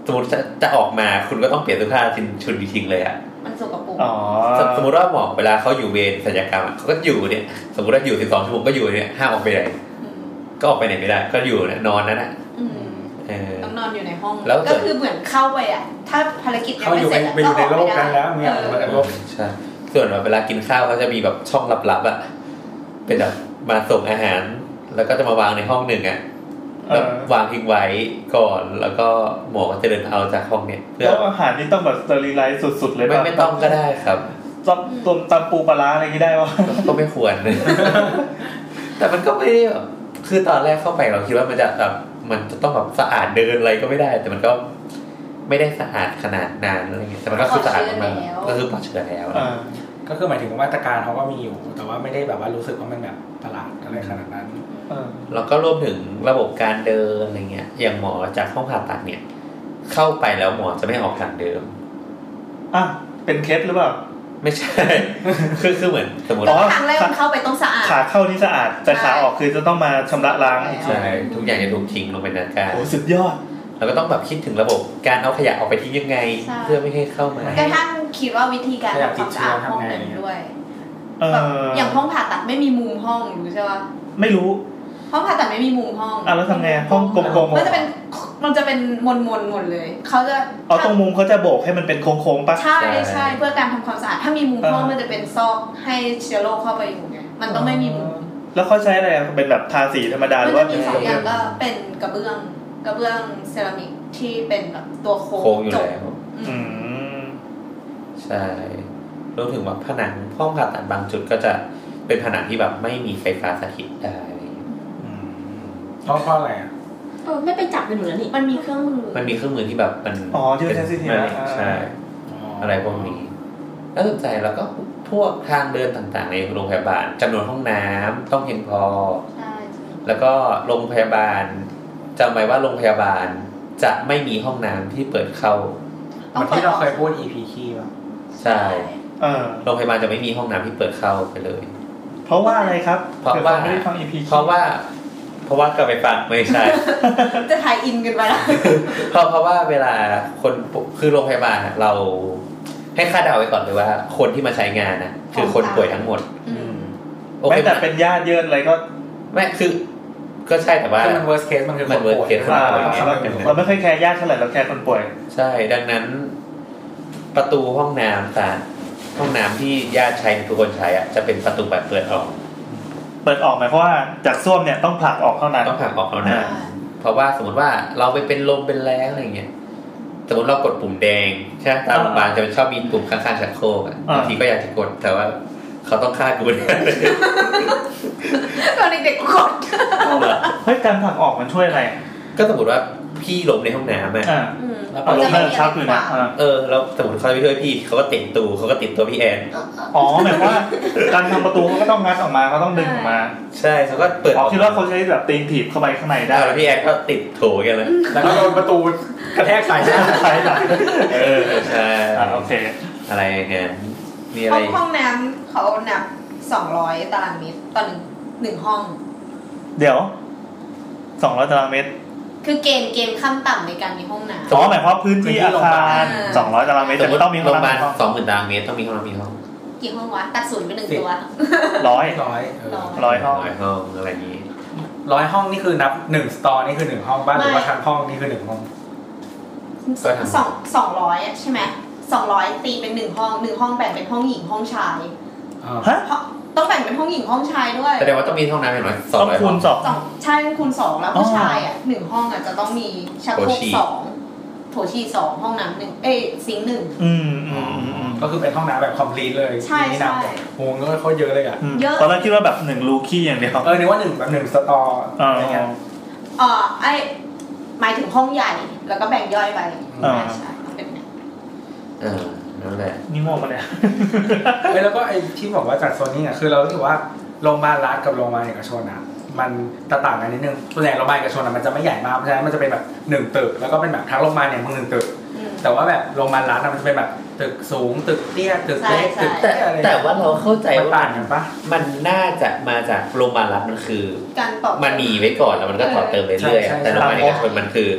D: สมมติจะจะออกมาคุณก็ต้องเปลี่ยนเสื้อผ้าชิ้นชุดนี้ทิ้งเลยอะ
G: มันสกปรก
C: อ๋อ
D: สมสมมติว่าหมอเวลาเขาอยู่เวรศัลยกรรมอะเขาก็อยู่เนี่ย สมมติว่าอยู่สิบสองชั่วโมงก็อยู่เนี่ยห้ามออกไปไหนก็ออกไปไหนไม่ได้ ก็อยู่เนี่ยนอนนั่นนะ
G: อืม
D: เออ
G: ต้องนอนอยู่ในห้อง
D: แล้ว
G: ก็คือเหมือนเข้าไปอ่ะ ถ้าภารกิจยัง
F: เขา
G: ไม่
F: อยู่
G: เส
F: ใน
G: ร็จอะ
F: ไปอยู่ใน
G: ก็
F: โล
G: ออก ไม่
F: กัน
G: ได้
F: แล้วเนี่ย
G: เออ
F: มันแบบโลก
D: ใช่ส่วนแบบเวลากินข้าวเขาจะมีแบบช่องลับๆอ่ะ เป็นแบบมาส่งอาหาร แล้วก็จะมาวางในห้องหนึ่งอ่ะ
C: เอ
D: แล้ว
C: อ
D: วางทิ้งไว้ก่อน แล้วก็หมอก็จะเดินเอาจากห้องเนี่ยเพื่อ
C: แล้วอาหารนี่ต้องแบบสเตอริไลซ์สุดๆเลย
D: ไม่
C: ป่ะ
D: ไม่ต้องก็ได้ครับ
C: ตำต้มตำปูปลาร้าอะไรอย่างงี้ได้ป่ะ
D: ก็ไม่ควร แต่มันก็ไม่ได้แบบคือตอนแรกเข้าไปเราคิดว่ามันจะแบบมันจะต้องแบบสะอาดเดินอะไรก็ไม่ได้ แต่มันก็ไม่ได้สะอาดขนาดนั้นอะไรเงี้ยแต่มันก็คือสะอาดมาก
G: ปลอดเชื้อแล้ว
D: ก็คือปลอดเชื้อแล้ว
C: อ่า
F: ก็คือหมายถึงว่ามาตรการเขาก็มีอยู่ แต่ว่าไม่ได้แบบว่ารู้สึกว่ามันแบบประหลาดอะไรขนาดนั้น
C: เออ
D: แล้วก็รวมถึงระบบการเดินอะไรเงี้ย อย่างหมอจากห้องผ่าตัดเนี่ย เข้าไปแล้วหมอจะไม่ออกทางเดิม
C: อ่ะ เป็นเคสหรือเปล่า
D: ไม่ใช่ <laughs> คือคือเหมือนสมมติ
C: อ๋อ
G: ครั้งแรกมันเข้าไปต้องสะอาด
C: ขาเข้านี่สะอาด แต่ขาออกคือจะต้องมาชำระล้างอีกที
D: ใช่ทุกอย่างจะถูกทิ้งลงไปในอาการ
C: โอ้สุดยอด
D: แล้วก็ต้องแบบคิดถึงระบบการเอาขยะออกไปทิ้งยังไง
G: ใช่
D: เพื่อไม่ให้เข้ามา
G: กระทั่งคิดว่าวิธีการ
F: ขยะ
G: ทำความสะอาด
F: ติดเชื้อ
G: ห้อง
F: ทำไง
G: นั้นด้วย
C: เอ
G: แบบ
C: ออ
G: อย่างห้องผ่าตัดไม่มีมุมห้องรู้ใช่ปะ
C: ไม่รู้
G: ห้องผ่าตัดไม่มีมุมห้อง
C: อ่ะแล้วทำไงห้องกลมๆ
G: มันจะเป็นมันจะเป็นมนมนๆหมดเลยเขาจะ
C: เอาตรงมุมเขาจะโบกให้มันเป็นโค้งๆปะ
G: ใช่
D: ใช่
G: ใช่เพื่อการทำความสะอาดถ้ามีมุมห้อง
C: เออ
G: มันจะเป็นซอกให้เชื้อโรคเข้าไปอยู่ไงมันต้องไม่มีมุม
C: แล้วเขาใช้อะไรอ่ะเป็นแบบทาสีธรรมดาห
G: มัน
C: รือ
G: จะ
C: ว่า
G: มีสองอย่างก็เป็นกระเบื้องกระเบื้องเซรามิกที่เป็นแบบตัวโค้
D: โค้งอยู่
G: จบ
D: แล้ว
G: อื
C: อื
G: ม
C: ม
D: ใช่รวมถึงว่าผนังห้องผ่าตัดบางจุดก็จะเป็นผนังที่แบบไม่มีไฟฟ้าสถิตได้อะไรอย่างเงี้ย
F: เพราะเพราะอะไรอ่ะ
A: เออไม่ไปจับกันหนูแล้วนี่
G: มันมีเครื่องมือ
D: มันมีเครื่องมือที่แบบมัน
C: อ๋อที่มัน
D: เป็น
C: sensitive
D: ไม่
C: นะอ่า
D: ใช่ อะไรพวกนี้น่าสนใจแล้วก็พวกทางเดินต่างๆ ในโรงพยาบาลจำนวนห้องน้ำต้องเพียงพอ
G: ใช่
D: แล้วก็โรงพยาบาลจำไว้ว่าโรงพยาบาลจะไม่มีห้องน้ำที่เปิดเข้า
F: เหมือนที่เราเคยพูด EP คีป่ะ
D: ใช่
C: เออ
D: โรงพยาบาลจะไม่มีห้องน้ำที่เปิดเข้าไปเลย
C: เพราะว่าอะไรครับ
D: เพราะ
C: ดี๋ย
D: ว่า
C: ผมไม่ได้ฟังอีพี
D: เพราะว่า เพราะว่ากลับไปฟังไม่ใช่
G: จะถ่ายอินกันไปละ
D: เพราะเพราะว่าเวลาคนปุคือโรงพยาบาลอะเราให้คาดเดาไว้ก่อนเลยว่า คนที่มาใช้งานนะคือคนป่วยทั้งหมด
G: อืม
D: โอเค
C: แม้แต่เป็นญาติเยินอะไรก็
D: ไม่คือ ก็ใช่แต่ว่า
F: คือมัน worst case มันคือค
D: มัน น
F: ป่วย
D: worst case
F: ใช่ไหม
D: มัน
F: เราต้อง
C: เราไม่ค่อยแคร์ญาติเท่าไหร่เราแคร์คนป่วย
D: ใช่ดังนั้น ประตูห้องน้ำสารห้องน้ำที่ญาติใช้ทุกคนใช้อะจะเป็นประตูแบบเปิดออก
C: เปิดออกหมายความว่าจากส้วมเนี่ยต้องผลักออกเท่านั้น
D: ต้องผลักออกแล้วนะ เพราะว่าสมมติว่าเราไปเป็นลมเป็นแรงอะไรอย่างเงี้ย สมมติเรากดปุ่มแดงใช่ไหมตามโรงพยาบาลจะชอบมีปุ่มข้างๆชักโครกอะ
C: อ่า
D: บางทีก็อยากจะกดแต่ว่า เขาต้องฆ่ากู
C: <laughs>
D: เลย
G: ตอนเด็กๆกด
C: เฮ้ยการผลักออกมันช่วยอะไรอ่ะ
D: ก็สมมติว่าพี่ล้มในห้องน้ำอะ
C: อ่า
G: อืม
D: แล้ว
C: เอาลง
D: เรา
C: เลิกชักอยู่นะอ่า
D: เออแล้วสมมติเขาไปช่วยพี่เขาก็ติดตูเขาก็ติดตัวพี่แอน
C: อ๋อหมายความว่าการทำประตูเขาก็ต้องงัดออกมาเขาต้องดึงออกมา
D: ใช่เขาก็เปิด
C: อ๋อคิดว่าเขาใช้แบบตีนถีบเข้าไปข้างในได้
D: ได้แล้วพี่แอนก็ติดโถกันเลย
F: แล้วก็โดนประตูกระแทกใส่หน้า
C: ใช่หลังเออ
D: ใช่
C: อ่ะโอเค
D: อะไรอย่างเงี้ยมีอะไร
G: ห้อง
D: อีก
G: ห้องน้ำเขานับ200 ตารางเมตรต่อหนึ่งหนึ่งห้อง
C: เดี๋ยวสองร้อยตารางเมตร
G: คือเกณฑ์เกณฑ์ขั้นต่ำในการมีห้องน้
C: อ๋อหมายความว่าพื้นที่อาคาร
F: พื้นที่
C: สองร้อยตารางเมตร
D: ส
C: จะ
D: มมติ
C: ต้องมี
D: โรงพยาบาล
C: ห้อง
D: สองหมื่นตารางเมตรต้องมีห้องน้ำมีห้อง
G: ำกี่ห้องวะตัดศูนย์ไปหนึ่ง
F: สิบ
G: ตัว
C: ร้อย
F: ร้อยเออ
C: ร้อยห้อง
D: ร้อยห้องอะไรอย่างงี้
F: ร้อยห้องนี่คือนับหนึ่งสตอนี่คือหนึ่งห้องบ้านหรือว่า
G: ไม่
F: ทั้งห้องนี่คือหนึ่งห้อง
D: ก็ทำ
G: สองสองร้อยใช่ไหมสองร้อยตีเป็นหนึ่งห้องหนึ่งห้องแบ่งเป็นห้องหญิงห้องชาย
F: อ่า
C: ฮะ
G: เพราะต้องแบ่งเป็นห้องหญิงห้องชายด้วย
D: แสดงว่าต้องมีห้องน้ำอย่างน้อยสอง
C: ต้อง
D: ร้อย
C: คู
D: ห้อ
C: ณ
D: ง
C: สอง
G: สองชายคูณสองแล้ว
C: อ๋อ
G: ผู้ชายอ่ะหนึ่งห้องอ่ะจะต้องมีชักโครก
D: โถฉี่
G: สองโถชีสองห้องน้ำหนึ่งเอ้ยซิงค์หนึ่ง
C: อืมอืมอืมอืม
F: ก็คือเป็นห้องน้ำแบบ complete เลย
G: ใช่
F: มีน้ำ
G: ใช่
F: โหเงินเขาเยอะเลยอ่ะ
C: อืม
G: เยอะ
C: ตอนแรกคิดว่าแบบหนึ่งลูคี้อย่างเดียว
F: เออนึกว่าหนึ่งแบบหนึ่งสตออะไรเงี้ย
G: เอ่อไอหมายถึงห้องใหญ่แล้วก็แบ่งย่อยไป
F: อ่า
G: ใช่ต้องเป็นอย่างนั้น
D: เออนั่นแหละ
C: นี่โง่ปะเนี่ย
F: เอ้ยแล้วก็ไอ้ที่บอกว่าจัดโซนนี่อ่ะคือเรารู้สึกว่าโรงพยาบาลรัฐกับโรงพยาบาลเอกชนอ่ะมันจะต่างกันนิดนึงส่วนใหญ่โรงพยาบาลเอกชนอ่ะมันจะไม่ใหญ่มากเพราะฉะนั้นมันจะเป็นแบบหนึ่งตึกแล้วก็เป็นแบบทั้งโรงพยาบาลเนี่ยมึงหนึ่งตึก
G: อืม
F: แต่ว่าแบบโรงพยาบาลรัฐอะมันจะเป็นแบบตึกสูงตึกเตี้ยตึกเล็ก
G: ใช่
F: ตึก
D: แต่
F: เตี้ยอะไร
D: แต่ว่าเราเข้าใจ
F: มัน
D: ว่า
F: ต่างกันปะ
D: มันน่าจะมาจากโรงพยาบาลรัฐมันคือ
G: การตอบ
D: มันมีไว้ก่อนแล้วมันก็ต่อเติมไปเรื่อยแต่โรงพยาบาลเอกชนมันคือ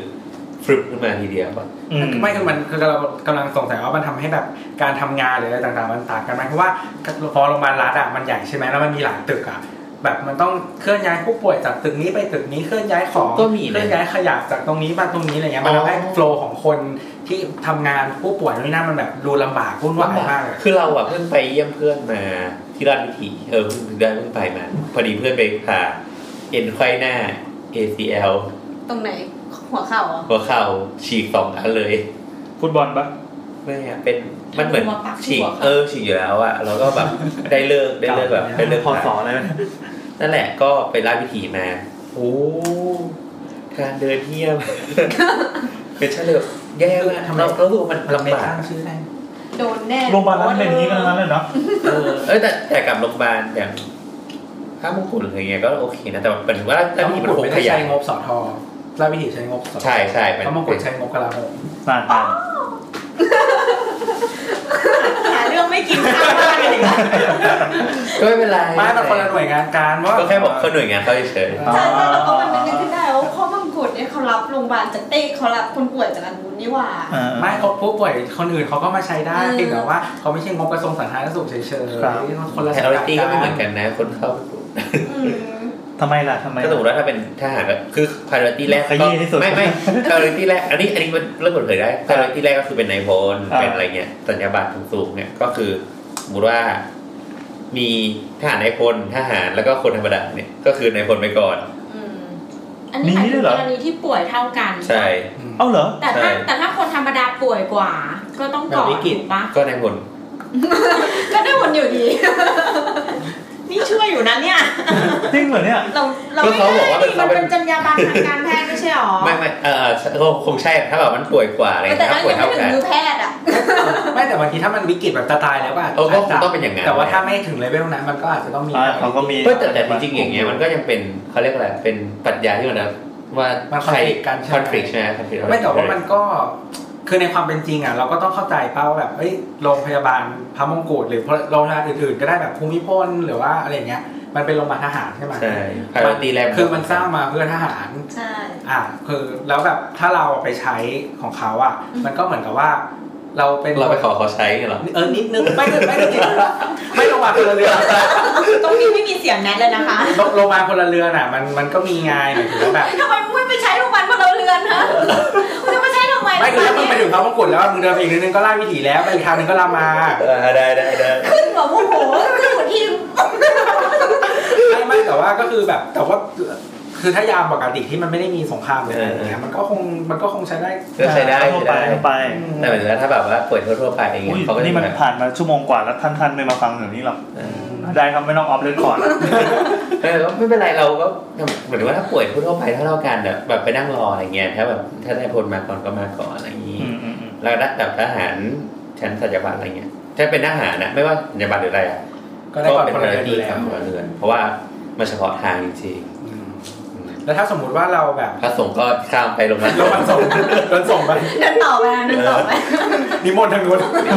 D: ฟลุปขึ้นมาทีเดียว
C: อืม
F: ไม่คือมันคือเรากำลังสงสัยว่ามันทำให้แบบการทำงานหรืออะไรต่างๆมันต่างกันไหมเพราะว่าพอโรงพยาบาลรัฐอ่ะมันใหญ่ใช่ไหมแล้วมันมีหลายตึกอ่ะแบบมันต้องเคลื่อนย้ายผู้ป่วยจากตึกนี้ไปตึกนี้เคลื่อนย้ายของ
D: ก็มีนะ
F: เคลื่อนย้ายขยะจากตรงนี้มาตรงนี้อะไรเงี้ยมัน
D: อ๋อ
F: ทำให้โฟลว์ของคนที่ทำงานผู้ป่วยนู่นนนั่นมันแบบดูลำบากวุ่นวายมากเลย
D: คือเราอ่ะเพิ่งไปเยี่ยมเพื่อนมาที่ราชวิถีเออเพิ่งได้เพิ่งไปมา พอดีเพื่อนไปผ่าเอ็นไขว้หน้า ACL
G: ตรงไหนหัวเข่าเหรอ
D: หัวเข่าฉีกสองอันเลย
C: ฟุตบอลปะ
D: ไม่อะเป็นมันเหมือน
A: หัวปัก
D: ฉีก
A: หัวค่ะ
D: เออฉีกอยู่แล้วอะเราก็แบบ ได้เลิกได้เลิกแบบได้เลิก
C: พอสอ
D: ผ่าน
C: เลย
D: นั่นแหละก็ไปราชวิถีมาโอ้การเดินเที่ยม <laughs> เป็นเฉลิมแย่มากทำไมเรารู้ว่ามัน
F: เราไม่
D: ลำบาก
F: ตั้งชื่อได้
G: โดนแน่
C: โรงพยาบาลนั้นเป็นอย่างนี้กันทั้งนั้นเลยเนาะ
D: เออเอยแต่แต่กับโรงพยาบาลอย่างถ้ามงกุฎอะไรเงี้ยก็โอเคนะแต่แบบเหมือนว่า
F: แล้
D: ถ้าว
F: ม
D: มี
F: ง
D: มัน
F: กุ
D: คง
F: ฎไม่
D: ข
F: ได้
D: ยั
F: ใช้
D: น
F: งบสอทอราชวิถีใช้งบสอทอ
D: ใช่ใช่
F: เพราะมงกุฎใช้งบกลาโหม
C: นาน
A: หาเรื่องไม่กินข้าวบ้านเลย
D: ก็ไม่เป็นไร
F: ไม่มันคนละหน่วยงานการว่า
D: ก็แค่บอกเขาหน่วยงานเขาเฉย
G: ใช่ใช่แล้วก็มันเป็นเงินขึ้นได้ว่าข้อมังกุฎเนี่ยเขารับโรงพยาบาลจากเต้เขารับคนป่วยจากอันนู้นนี่หว่า
C: ๆอ่า
F: ไม่เขาผู้ป่วยคนอื่นเขาก็มาใช้ได้
G: อืม
F: เพียงแต่ว่าเขาไม่ใช่งบกระทรวงสาธารณสุขเฉย
C: ครับ
F: ๆมันคนละ
D: แต่
F: สัง
D: เรา
F: กัด
D: ตีก็ไม่เหมือนกันนะ คนเข้า
G: อืม
C: ทำไมล่ะทำไม
D: ก็สมม
C: ล่ะ
D: ติว่าถ้าเป็นทหารก็คือ priority แรก
C: ขยี้ที่สุด
D: ไม่ไม่ priority แรกอันนี้อันนี้มันเรื่องเปิดเผยได้ priority แรกก็คือเป็นนายพล
C: อ่า
D: เป็นอะไรเงี้ยสัญญาบัตรสูงๆเนี่ยก็คือสมมติว่ามีทหารนายพลทหารแล้วก็คนธรรมดาเนี่ยก็คือนายพลไปก่อน
G: อืม
A: อันนี้หมาย
C: มีด้
A: ถึ
C: วย
A: ง
C: เหรอ
A: กรณีที่ป่วยเท่ากัน
D: ใช่
F: อืม
C: เอ้าเหรอ
A: แต่ถ้า
D: ใช่
A: แต่ถ้าคนธรรมดาป่วยกว่า ก็ต้องก่อน
D: แบบวิกฤต
A: ถูกปะ
D: ก็นายพล
G: ก็ได้วนอยู่ดี
A: นี่ช่วยอยู่นะเนี่ย
C: จริงเหรอเนี่ย
A: เราเรา
D: ก็เขา
A: ไม่
D: บอกว่า
A: ได้
D: เป็น
A: มั
D: เขาเป็
A: นเป็น นจรรยาบรรณทางการแพทย์ไม่ใช่หรอ
D: ไม่ไม่เออก็คงใช่ถ้าแบบมันป่วยกว่าอะไร
G: แต่
D: เงี้
G: นั่
D: ยถ้าน ป่วย
G: ยัง
D: เท่า
G: ไม่ถึ
D: กั
G: ง
D: น
G: มือแพทย์อ่ะ
F: ไม่แต่บางทีถ้ามันวิกฤตแบบจะตายแล้วก็อาจ
D: เออก็คง
F: จะ
D: ต้องเป็นอย่างนั้น
F: แต่ว่าถ้าไม่ถึงเลเวลนั้นมันก็อาจจะต้องมี
C: อ่าเขาก็มี
D: เพื่อแต่แต่จริงๆอย่างเงี้ยมันก็ยังเป็นเขาเรียกอะไรเป็นปรัชญาที่มันนะว่า
F: มันคอนฟ lict กันใช่
D: คอนฟ
F: ไหม
D: lict ใช่ไหม conflict
F: ไม่แต่ว่ามันก็คือในความเป็นจริงอ่ะเราก็ต้องเข้าใจเป้าแบบเอ้ยโรงพยาบาลพระมงกุฎหรือโรงพยาบาลอื่นๆ ก็ได้แบบภูมิพลหรือว่าอะไรอย่างเงี้ย มันเป็นโรงพยาบาลทหารใช่ไหม
D: ใช่ priority lab
F: คือมันสร้างมาเพื่อทหาร
G: ใช่
F: อ่ะคือแล้วแบบถ้าเราไปใช้ของเขาอ่ะ
G: อืม
F: มันก็เหมือนกับว่า เราเป็น
D: เราไปขอเขาใช้เหรอ
F: เออนิดนึงไม่ไม่ไม่นิดนึงไม่โรงพยาบาลพลเรือน
A: ตรงนี้ไม่มีเสียงแนทเลยนะคะ
F: โรงพยาบาลพลเรือนอ่ะ มันมันก็มีไงหมายถึงว่าแบบ
A: ทำไมมึงไม่ไปใช้โรงพยาบาลพลเรือนฮะมึงจะมาใช้ทำไม
F: ไม่คือถ้ามึงไปถึงเขาประกวดแล้วมึงเดินไปอีกนิดนึงก็ไล่วิถีแล้วไปอีกทางนึงก็ลามา
D: เออได้ได้ได้
A: ขึ้นหัวโมโหขึ้นหัวทิม
F: ไม่ไม่แต่ว่าก็คือแบบแต่ว่าคือถ้ายามปกติที่มันไม่ได้มีสงครามเลยอะไรอย่างเงี้ยมันก็คงมันก็คงใช้ได้
D: ก็ใช้ได้
C: ทั่วไป
D: ใช้ได้
C: ทั่วไป
D: แต่หมายถึงว่าถ้าแบบว่าป่วยทั่วๆไปอย่างเงี้
C: อุ้ย
D: ยเขาก็จะ
C: นี่มัน
D: แบบ
C: ผ่านมาชั่วโมงกว่าแล้วท่านท่านๆไม่มาฟังอย่างนี้หรอก
D: เออ
C: ได้ครับไม่ต้องออฟเลคคอร์ด
D: เออไม่เป็นไรเราก็เหมือนว่าถ้าป่วยทั่วๆไปเท่าๆกันแบบแบบไปนั่งรออะไรเงี้ยถ้าแบบถ้าได้ผลมาก่อนก็มาก่อนอะไรอย่างงี้ แล้วระดับทหารชั้นสัญญาบัตรอะไรเงี้ยถ้าเป็นทหารนะไม่ว่าสัญญาบัตรหรืออะไรอะ
F: ก็ได้ก่อน
D: เป็น
F: พล
D: เรื
F: เรือน
D: อ
F: อ
D: ดี
F: ยู่แล้
D: กับ
F: ว
D: พลเรือนเพราะว่ามันเฉพาะทางจริง
F: อืม
D: ๆอืม
F: แล้วถ้าสมมุติว่าเราแบบ <laughs>
D: พระสงฆ์ก็ข้ามไปลงนั้น
F: โรงพยาบาลส่งโดนส่งไป
G: เดินต่อไปนะเดินต่อไป
F: นิมนต์ทางนู้น
D: คนเดียว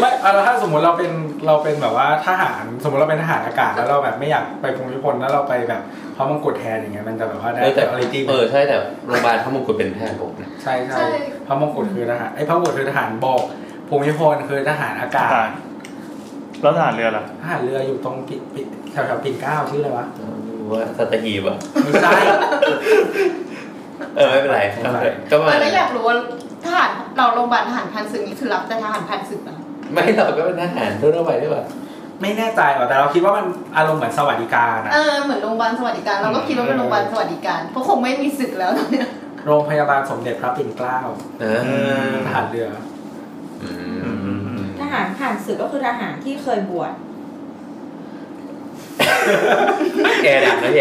F: ไม่เอาแล้วถ้าสมมติเราเป็นเราเป็นแบบว่าทหารสมมติเราเป็นทหารอากาศแล้วเราแบบไม่อยากไปภูมิพลแล้วเราไปแบบพระมงกุฎแทนอย่างเงี้ยมันจะแบบว่าได้
D: เออแต่
F: อะไรที่
D: เออใช่แต่โรงพยาบาลพระมงกุฎเป็นทหารบกนะ
F: ใช่ใช่พระมงกุฎคือทหารไอ้ยพระมงกุฎคือทหารบกภูมิพลคือทหารอากาศ
C: แล้วทหารเรือล่ะ
F: ทหารเรืออยู่ตรงปิปิแถวแถวปิ่นเกล้าชื่ออะไรวะ
D: เออไม่รู้ว่าสัตหีบอะ
F: ไม่ใช่
D: เออไม่เป็นไร
F: ไม่เป็นไร
D: ก็ประมาณ
G: แล้ว
D: นั้
G: นอยากรู้ว่าทหารเราโรงพยาบาลทหารพันศึกนี่คือรับแต่ทหารพันศึกเหรอ
D: ไม่เราก็เป็นทหารทั่วๆไปด้วยว่ะ
F: ไม่แน่ใจว่ะแต่เราคิดว่ามันอารมณ์เหมือนสวัสดิการอะ
G: เออเหมือนโรงพยาบาลสวัสดิการเราก็คิดว่าเป็นโรงพยาบาลสวัสดิการเพราะคงไม่มีศึกแล้วตอนเนี้ย
F: โรงพยาบาลสมเด็จพระปิ่นเกล้า
D: เออ
F: ทหารเรือ
D: อืม
A: ทหารผ่านศึกก็คือทหารที่เคยบวช
D: แกดังนะแก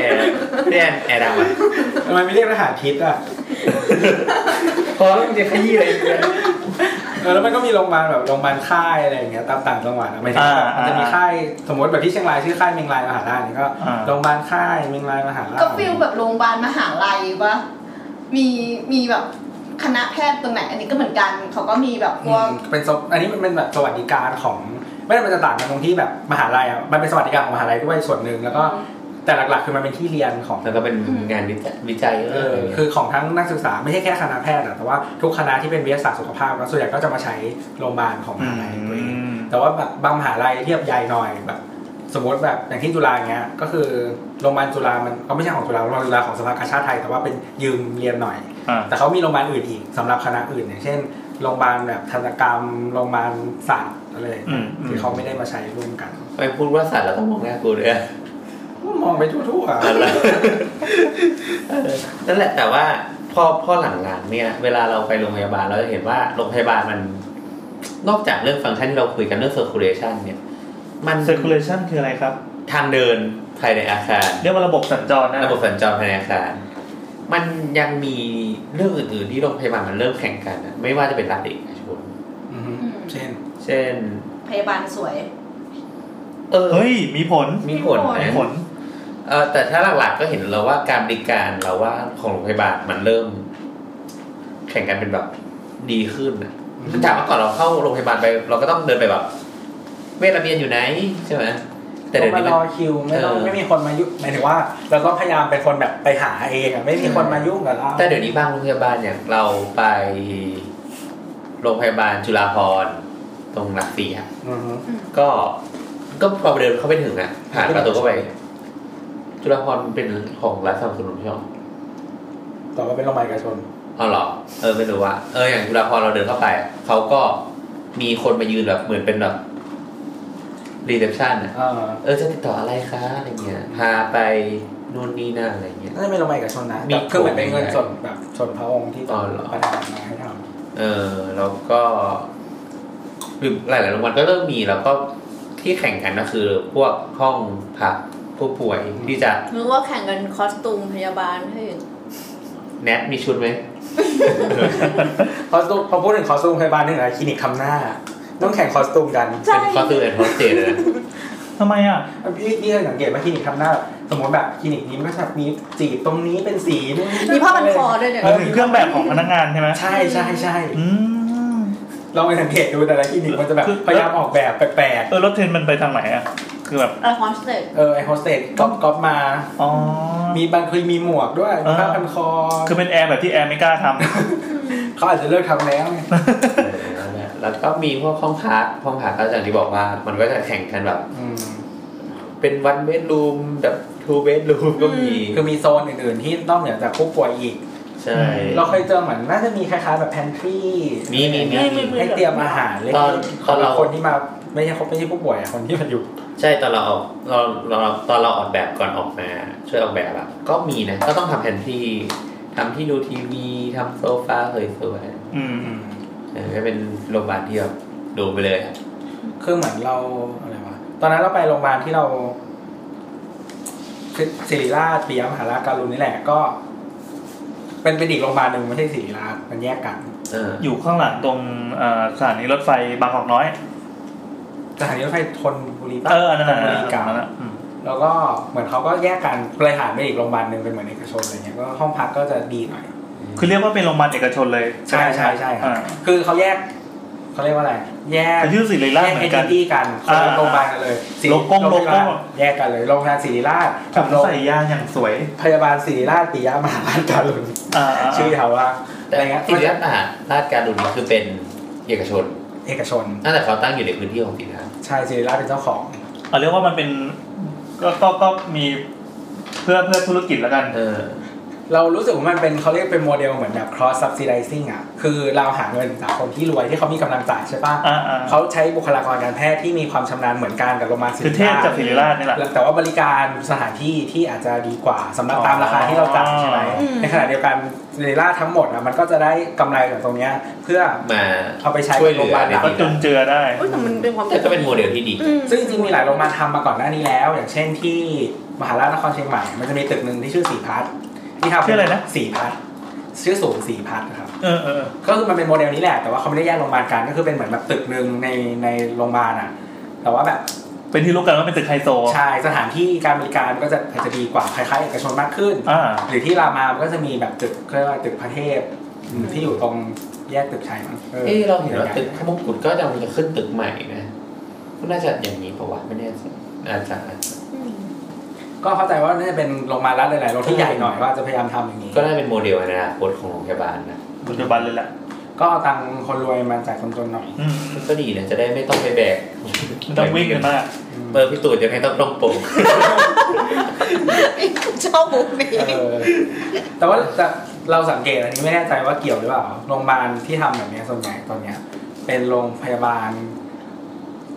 D: แกแอร์ดังไหม
F: ทำไมไม่เรียกทหารทิศอ่ะ
D: พอแล้วมันจะขยี้อะไรอีกเนี่ย
F: เออแล้วมันก็มีโรงพยาบาลแบบโรงพยาบาลค่ายอะไรอย่างเงี้ยตามต่างจังหวัดอะไม่ใช่มันจะมีค่ายสมมติแบบที่เชียงรายชื่อค่ายเมียงรายมหาราชนี่ก็โรงพยาบาลค่ายเมียงรายมหาราช
G: ก็ฟิลแบบโรงพยาบาลมหาลัยปะมีมีแบบคณะแพทย์ตรงไหน อันนี้ก็เหมือนกันเขาก็มีแบบพ
F: อื
G: วก
F: มเป็นสวอันนี้มันเป็นแบบสวัสดิการของไม่ได้มันจะต่างกันตรงที่แบบมหาลัยอ่ะมันเป็นสวัสดิการของมหาลัยด้วยส่วนหนึ่งแล้วก็แต่หลักๆ คือมันเป็นที่เรียนของ
D: แล้วก็เป็นงานวิจัยวิจัยเอ
F: เอ
D: อ
F: อคือของทั้งนักศึกษาไม่ใช่แค่คณะแพทย์อะแต่ว่าทุกคณะที่เป็นวิทยาศาสตร์สุขภาพก็ส่วนใหญ่ก็จะมาใช้โรงพยาบาลของมหาลัยตัวเอง แต่ว่าแบบบางมหาลัยเทียบใหญ่หน่อยแบบ สมมติแบบอย่างที่จุฬาเงี้ยก็คือโรงพยาบาลจุฬามันก็ไม่ใช่ของจุฬาโรงพยาบาลจุฬาของสภากาชาติไทย แต่ว่าเป็นยืมเรียนหน่อย
C: อ่า
F: แต่เขามีโรงพยาบาลอื่นอีกสำหรับคณะอื่นอย่างเช่นโรงพยาบาลแบบทันตกรรมโรงพยาบาลศาสตร์อะไรอย่างเงี้ยที่เขาไม่ได้มาใช้ร่วมกัน
D: ไม่พูดว่าสัตว์เราต้องมองหน้ากูด้วย <laughs> อะ
F: มองไปทั่ว
D: <laughs>
F: ๆอะ
D: นั่นแหละแต่ว่าพอพอหลังๆเนี่ย เวลาเราไปโรงพยาบาลเราจะเห็นว่าโรงพยาบาลมัน นอกจากเรื่องฟังก์ชันที่เราคุยกันเรื่อง circulation เนี่ย มัน
C: เซอร์คูลเลชันคืออะไรครับ
D: ทางเดินภายในอาคาร
C: เรียกว่าระบบสัญจรนะ
D: ระบบสัญจรภายในอาคาร มันยังมีเรื่องอื่นๆที่โรงพยาบาลมันเริ่มแข่งกันนะไม่ว่าจะเป็นรัฐเอกชน
F: อือฮึเช่น
D: เช่น
G: พยาบาลสวย
D: เออ
C: เฮ้ย มีผล
D: มีผลนะ
C: มีผล
D: เออแต่ถ้าหลักๆก็เห็นเราว่าการบริการเราว่าของโรงพยาบาลมันเริ่ม แข่งกันเป็นแบบดีขึ้นนะ
F: อืม
D: จากเมื่อก่อนเราเข้าโรงพยาบาลไป เราก็ต้องเดินไปแบบเวทระเบียนอยู่ไหนใช่ไหมแต่เดี๋ยว
F: มา
D: นี้มั
F: ร
D: น
F: อคิวไม่ต้อง
D: เออ
F: ไม่มีคนมายุ่งหมายถึงว่า เราก็พยายามเป็นคนแบบไปหาเองอะไม่มีคนมายุ่งกับเรา
D: แต่เดี๋ยวนี้บางโรงพยาบาลอย่างเราไปโรงพยาบาลจุฬาภรณ์ตรงหลักสี่อะ
F: อือฮึ
D: ก็ก็พอไปเดินเข้าไปถึงอะผ่านประตูเข้าไป จุฬาภรณ์เป็นของรัฐสนับสนุนใช่ไหม
F: ต่อมาเป็นโรงพยาบาลเอกชน
D: เอาเหรอเออไม่รู้ว่าเอออย่างเวลาพอเราเดินเข้าไปอะเขาก็มีคนมายืนแบบเหมือนเป็นแบบรีเซพชันอ่ะ
F: เออ
D: เออจะติดต่ออะไรคะอะไรเงี้ยพาไปนู่นนี่นั่นอะไรเงี้ย
F: น่าจะเป็นโรงพยาบาลเอกชนนะ
D: มี
F: แบบคือเหมือนเป็นเงิน
D: โครง
F: สดแบบส่วนพระองค์ที่
D: อ๋อเหรอ
F: ประทานมาให้ท
D: เออแล้วก็หรือหลายๆโรงพยาบาลก็เริ่มมีแล้วก็ที่แข่งกันก็คือ พวกห้องพักผู้ป่วยที่จะ
E: นึกว่าแข่งกันคอสตูมพยาบาลให้ย
D: แนทมีชุดไหม
F: ำคอสตูมพอพูดถึงคอสตูมพยาบาลนึกถึงอะไรคลินิกทำหน้า ต้องแข่งคอสตูมกัน
D: เป็นคอสตูมแอนด์โฮสเตสเลยนะ
C: ทำไมอ่ะ
F: พี่พี่เคยสังเกตไหมคลินิกทำหน้า สมมติแบบคลินิกนี้มันก็จะมีจีบตรงนี้เป็นสีนู่นนี่
E: มีผ้าพันคอด้วยเนี่ย
C: มันถึงเครื่องแบบของพนักงานใช่ไหม
F: ใช่ใช่ใช่
C: อืม
F: ลองไปสังเกตดูแต่ละคลินิกมันจะแบบ
C: คือ
D: <laughs>
F: พยายามออกแบบแปลก
C: เออรถเทรนมันไปทางไหนอ่ะ
F: ๆ
C: คือแบบ
E: อะไรคอนสเต
F: เออไอโฮสเตสก๊อปก๊อปมา
C: อ๋อ
F: มีบางทีมีหมวกด้วยมีผ้าพันคอ
C: คือเป็นแอร์แบบที่แอร์ไม่กล้าทำ
F: เขาอาจจะเลิกทำแล้วไง
D: เออนั่นแหละแล้วก็มีพวกห้องพักห้องพักก็อย่างที่บอกว่ามันก็จะแข่งกันแบบ
F: อืม
D: เป็นวันเบดรูมแบบทูเบดรูมก็มี
F: คือมีโซนอื่นๆที่นอกเหนือจากผู้ป่วยอีก
D: ใช่
F: เราเคยเจอเหมือนน่าจะมีคล้ายๆแบบแพนทรี
D: มีมีมีมี
F: ให้เตรียมอาหารเลย
D: ตอนตอนเรา
F: คนที่มาไม่ใช่เขาไม่ใช่ผู้ป่วยอะคนที่มาอยู่
D: ใช่ตอนเราออกเราเราตอนเราออกแบบก่อนออกมา ช่วยออกแบบอะก็มีนะ ก็ต้องทำแผนที่ทำที่ดูทีวีทำโซฟาสวย
C: อืม
D: ๆเออก็เป็นโรงพยาบาลที่แบบดูไปเลยอะ
F: คือเหมือนเราอะไรวะตอนนั้นเราไปโรงพยาบาลที่เราคือศิริราชปิยมหาราชการุณนี่แหละก็ เป็นเป็นอีกโรงพยาบาลหนึ่งไม่ใช่ศิริราชมันแยกกัน
D: เออ
C: อยู่ข้างหลังตรงเอ่อสถานีรถไฟบางกอกน้อย
F: สถานีรถไฟธนบุรีปะ
C: เอออันนั่นแหละ
F: ธนบุรีเกา
C: อันนั่นแหละอืม
F: แล้วก็เหมือนเขาก็แยกกันเลยหาไปอีกโรงพยาบาลหนึ่งเป็นเหมือนเอกชนอะไรเงี้ยก็ห้องพักก็จะดีหน่อย
C: คือเรียกว่าเป็นโรงพยาบาลเอกชนเลย
F: ใช่ใช่ใช่ค
C: อ่า
F: รับคือเขาแยกเขาเรียกว่าอะไร แยก
C: แต่ชื่อสิริราช
F: แยก
C: เหมื
F: ไอ
C: อน
F: ด
C: กัน
F: นตี้กันค
C: อ่าน
F: ละโรงพยาบาลกันเลย
C: โลโก้โลโก้
F: พยาบาลแยกกันเลยโรงพยาบาลศิริราชกับโรง
C: ใส่ยาอย่างสวย
F: พยาบาลศิริราชปิยมหาราชการุณ
C: อ่าา
F: ชื่อเขาว่า
D: แต่
F: อะไรเงี้ย
D: ศิริราชอาหารราชการดุลนี่คือเป็นเอกชน
F: เอกชน
D: น่าจะเขาตั้งอยู่ในพื้นที่ของศิริราช
F: ใช่ศิริราชเป็นเจ้าของ
C: เอาเรียกว่ามันเป็นก็ก็ก็มีเพื่อเพื่อธุรกิจแล้วกัน
D: เออ
F: เรารู้สึกว่ามันเป็นเขาเรียกเป็นโมเดลเหมือนแบบ cross subsidizing อ่ะ คือเราหาเงินจากคนที่รวยที่เขามีกำลังจ่ายใช่ป่ะ
C: อ่าอ่า
F: เขาใช้บุคลากรการแพทย์ที่มีความชำนาญเหมือนกันกับโรงพยาบาลศิ
C: คือ
F: ริ
C: เทพ
F: ราช
C: จากสิริราชนี่แหละ
F: แต่ว่าบริการสถานที่ที่อาจจะดีกว่าสำหรับตามราคาที่เราจ่ายใช่ไหม
C: อ๋อ
F: ในขณะเดียวกันศิริราชทั้งหมดอ่ะมันก็จะได้กำไรจากตรงเนี้ยเพื่อ
D: มา
F: เอาไปใช้
D: ช่วยเหลือ
F: กับโรงพยาบาล
D: ใน
C: ก็
D: ที่
C: จนเจือได้
A: อุ้ยแต่มันเป็นความ
D: แต่ก็เป็นโมเดลที่ดี
A: อืม
F: ซึ่งจริงๆมีหลายโรงพยาบาลทำมาก่อนหน้านี้แล้ว อย่างเช่นที่มหาราชนครเชียงใหม่ มันจะมีตึกหนึ่งที่ชื่อสีพัทที่ทำ
C: ชื่ออะไรนะ
F: สีพัทชื่อสูงสีพัทนะครับ
C: เออเออ
F: ก็คือมันเป็นโมเดลนี้แหละแต่ว่าเขาไม่ได้แยกโรงพยาบาลกันก็คือเป็นเหมือนแบบตึกหนึ่งในในโรงพยาบาลอ่ะ แต่ว่าแบบ
C: เป็นที่รู้กันว่าเป็นตึกไฮโซ
F: ใช่สถานที่การบริการก็จะอาจจะดีกว่าคล้ายๆเอกชนมากขึ้น
C: อ่า
F: หรือที่รามามันก็จะมีแบบตึกเขาเรียกว่าตึกพระเทพอืมที่อยู่ตรงแยกตึกชัยมั้งออ
D: เอ้เราเห็นว่าตึกพระมงกุฎก็จะมันจะขึ้นตึกใหม่นะก็น่าจะอย่างนี้ปะวะไม่แน่ใจอาจจะ
F: ก็เข้าใจว่าน่าจะเป็นโรงพยาบาลรัฐหลายๆโรงที่ใหญ่หน่อยว่าจะพยายามทำอย่างนี้
D: ก็น่าเป็นโมเดลในอนาคตของโรงพยาบาลนะ
C: ปัจจุบันเลยแหละ
F: ก็เอาตังค์คนรวยมาจ่ายคนจนหน่อย
C: อืม
D: ก็ดีนะจะได้ไม่ต้องไปแบก
C: มันต้องวิ่งกันมาก
D: เบอร์พี่ตู่จะไม่ต้องลงโป่ง
E: ชอบมุกนี้
F: เออแต่ว่าแต่เราสังเกตอันนี้ไม่แน่ใจว่าเกี่ยวหรือเปล่าโรงพยาบาลที่ทำแบบเนี้ยส่วนใหญ่ตอนเนี้ย เป็นโรงพยาบาล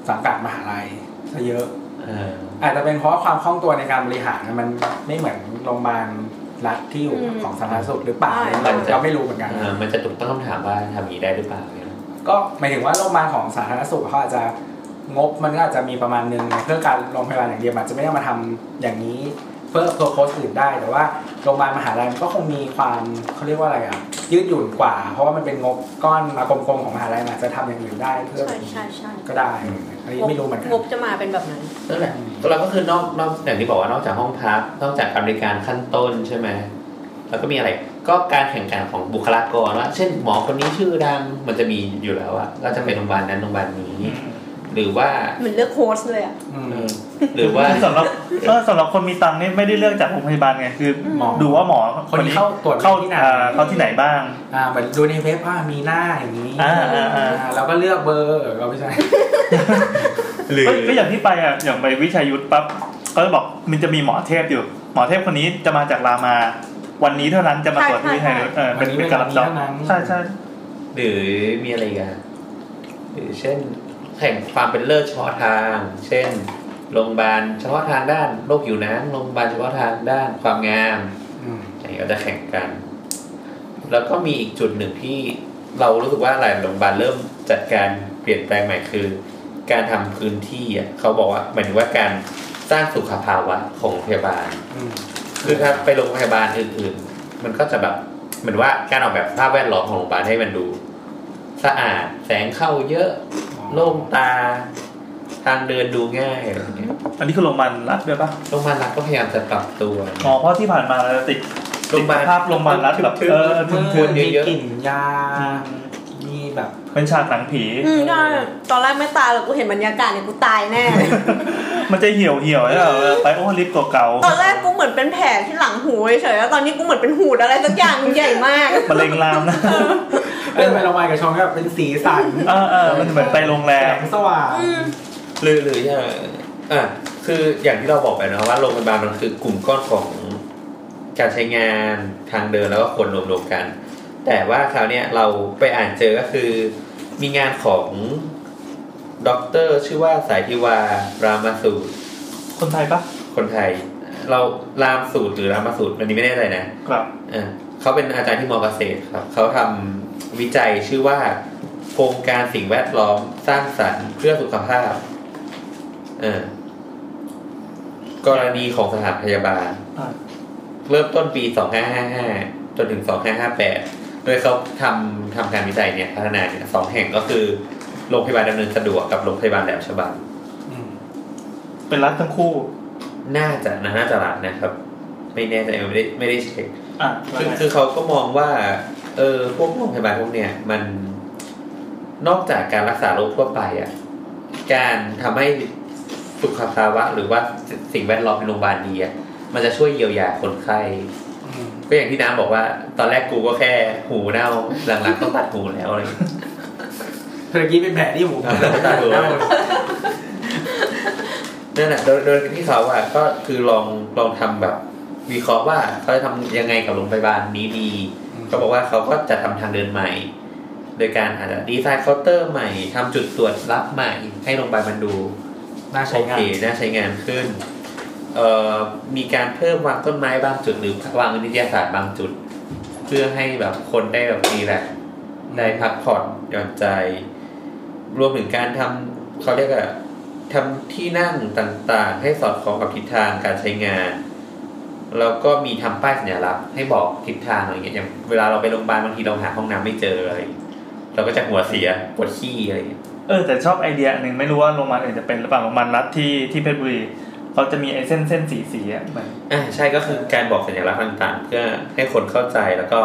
F: สังกัดมหาลัยซะเยอะ
D: เออ
F: อาจจะเป็นเพราะความคล่องตัวในการบริหารนะมันไม่เหมือนโรงพยาบาลรัฐที่อยู่
A: อืม
F: ของสาธารณสุขหรือเปล่าเราไม่รู้เหมือนกัน
D: เออมันจะถูกต้องคำถามว่าทำอย่างนี้ได้หรือเปล่าเนี่ยนะ
F: ก็หมายถึงว่าโรงพยาบาลของสาธารณสุขเขาอาจจะงบมันก็อาจจะมีประมาณหนึงเพื่อการโรงพยาบาลอย่างเดียวอาจจะไม่ได้มาทำอย่างนี้เพื่อตัวโค้ชอื่นได้ แต่ว่าโรงพยาบาลมหาลัยมันก็คงมีความเขาเรียกว่าอะไรอ่ะยืดหยุ่นกว่า เพราะว่ามันเป็นงบก้อนมากลมๆของมหาลัยมันอาจจะทำอย่างอื่นได้เพื่อ
A: ใช่ใช่ใช่
F: ก็ได้อันนี้ไม่รู้เหมือนกัน
A: งบจะมาเป็นแบบนั้น
D: นั่นแหละก็เราก็คือนอกนอกอย่างที่บอกว่านอกจากห้องพักนอกจากการบริการขั้นต้นใช่ไหมแล้วก็มีอะไรก็การแข่งขันของบุคลากรว่า เช่นหมอคนนี้ชื่อดังมันจะมีอยู่แล้วอะก็จะเป็นโรงพยาบาลนั้นโรงพยาบาลนี้ หรือว่า
A: เหมือนเลือกโค้ชเลยอะ
F: อืม
D: เออหรือว่า
C: สำหรับเออสำหรับคนมีตังค์นี่ไม่ได้เลือกจากโรงพยาบาลไงคือ
F: หมอ
C: ดูว่าหมอ
F: คนนี้เข้าตรวจ
C: เข้าที่
F: ที่ไห
C: ไห
F: น
C: นเข้าที่ไหนบ้าง
F: อ่าเหมือนดูในเว็บว่ามีหน้าอย่างนี้
C: อ่าอ่าอ่า
F: อ่าเราก็เลือกเบอร์เราไม่ใช่
D: หรือ
C: ก็ก็อย่างที่ไปอ่ะอย่างไปวิชัยยุทธปั๊บก็จะบอกมันจะมีหมอเทพอยู่ หมอเทพคนนี้จะมาจากรามา วันนี้เท่านั้นจะมาตรวจ
A: ใช่
C: ที่วิชัยยุทธเออเป็น
F: วันนี้
C: เป็นการรับจอง
F: เวลานี้เท่านั้น
C: ใช่ใช่
D: หรือมีอะไรอีกันหรือเช่นแข่งความเป็นเลิศเฉพาะทาง เช่นโรงพยาบาลเฉพาะทางด้านโรคผิวหนังโรงพยาบาลเฉพาะทางด้านความงาม
F: อืม
D: อะไรอย่างเงี้ยก็จะแข่งกัน แล้วก็มีอีกจุดหนึ่งที่เรารู้สึกว่าหลายโรงพยาบาลเริ่มจัดการเปลี่ยนแปลงใหม่คือ การทำพื้นที่อ่ะเขาบอกว่าหมายถึงว่าการสร้างสุขภาวะของพยาบาล
F: อืม
D: คือถ้าไปโรงพยาบาลอื่นๆ มันก็จะแบบเหมือนว่าการออกแบบสภาพแวดล้อมของโรงพยาบาลให้มันดู สะอาดแสงเข้าเยอะ โล่งตา ทางเดินดูง่ายอะไรอย่างเงี้ย
C: อันนี้คือโรงพยาบาลรัฐด้วยปะ
D: โรงพยาบาลรัฐก็พยายามจะปรับตัว
C: อ๋อเพราะที่ผ่านมาเราจะติด
D: โรงพยาบาล
C: ติดภาพโรงพยาบาลรัฐแบบ
D: ทึบๆ
C: เออ
F: มื
C: ทึ
F: ด
C: บ
D: เยอะๆ
F: มีกลิ่นยา
C: ๆ
F: มีแบบ
C: เป็นฉากหนังผี
H: อืมก็ตอนแรกไม่ตายหรอกกูเห็นบรรยากาศเนี่ยกูตายแน่
C: <laughs> มันจะเหี่ยวเหี่ยวๆใช่ไหมไปโอ้ลิฟต์เก่า
H: ตอนแรกกูเหมือนเป็นแผลที่หลังหูเฉยๆแล้วตอนนี้กูเหมือนเป็นหูดอะไรสักอย่างใหญ่มาก
C: ๆมะเร็งลามนะ
F: เอ้ยไปโรงพยาบาลกับชองก็เป็นสีสัน
C: เออเออมันเหมือนไปโรงแร
F: แส
C: ม
F: งสว่าง
D: หรือหรืออย่างอ่ะคืออย่างที่เราบอกไปนะว่าโรงพยาบาลมันคือกลุ่มก้อนของการใช้งานทางเดินแล้วก็คนรวมๆกัน แต่ว่าคราวเนี้ยเราไปอ่านเจอก็คือมีงานของด็อกเตอร์ชื่อว่าสายทิวารามาสูตร
C: คนไทยปะ
D: คนไทย เรารามสูตรหรือรามาสูตรอันนี้ไม่แน่ใจนะ
C: ครับ
D: อ่ะเขาเป็นอาจารย์ที่มอเกษตรครับ เขาทำวิจัยชื่อว่า โครงการสิ่งแวดล้อมสร้างสรรค์เพื่อสุขภาพเออกรณีของสถานพยาบาล
C: อ่า
D: เริ่มต้นปี 2555 จนถึง 2558 โดยเขาทำทำการวิจัยเนี่ยพัฒนาเนี่ยสองแห่งก็คือ โรงพยาบาลดำเนินสะดวกกับโรงพยาบาลแหลมฉบัง
C: เป็นรัฐทั้งคู่
D: น่าจะนะน่าจะหลักนะครับ ไม่แน่ใจไม่ได้ไม่ได้เช็ค
C: อ่ะ
D: คือคือเขาก็มองว่า เออพวกโรงพยาบาลพวกเนี้ยมันนอกจากการรักษาโรคทั่วไปอ่ะการทำให้สุขภาวะ หรือว่าสิ่งแวดล้อมในโรงพยาบาลดีอ่ะมันจะช่วยเยียวยาคนไข้ ก็อย่างที่น้ำบอกว่า ตอนแรกกูก็แค่หูเน่าหลังๆต้องตัดหูแล้วอะไรอย่างเงี้ย
F: เมื่อกี้เป็นแผลที่หู
D: อ่าตัดหู นั่นแหละโดยโดยที่เขาอ่ะก็คือลองลองทำแบบวิเคราะห์ว่าเขาจะทำยังไงกับโรงพยาบาลนี้ดี ก็บอกว่าเขาก็จะทำทางเดินใหม่ โดยการอาจจะดีไซน์เคาน์เตอร์ใหม่ทำจุดตรวจรับใหม่ ให้โรงพยาบาลมันดู
F: น่า
D: โอง
F: ใช้า
D: เคนน่าใช้งานขึ้นเอ่อมีการเพิ่มวางต้นไม้บางจุดหรือวางนิตยสารบางจุด เพื่อให้แบบคนได้แบบนี้แหละได้พักผ่อนหย่อนใจ รวมถึงการทำเขาเรียกอะทำที่นั่งต่างๆ ให้สอดคล้องกับทิศทางการใช้งาน แล้วก็มีทำป้ายสัญลักษณ์ให้บอกทิศทางอะไรอย่างเงี้ยอย่างเวลาเราไปโรงพยาบาลบางทีเราหาห้องน้ำไม่เจอเลย เราก็จะหัวเสียปวดขี้อะไรอย่างเงี้ย
C: เออแต่ชอบไอเดียอันหนึ่งไม่รู้ว่าโรงพยาบาลอื่นจะเป็นหรือเปล่าโรงพยาบาลรัฐที่ที่เพชรบุรีเขาจะมีไอเส้นเส้นสีสีๆอ่ะเหมือน
D: อ่าใช่ก็คือการบอกสัญลักษณ์ต่างๆ เพื่อให้คนเข้าใจแล้วก็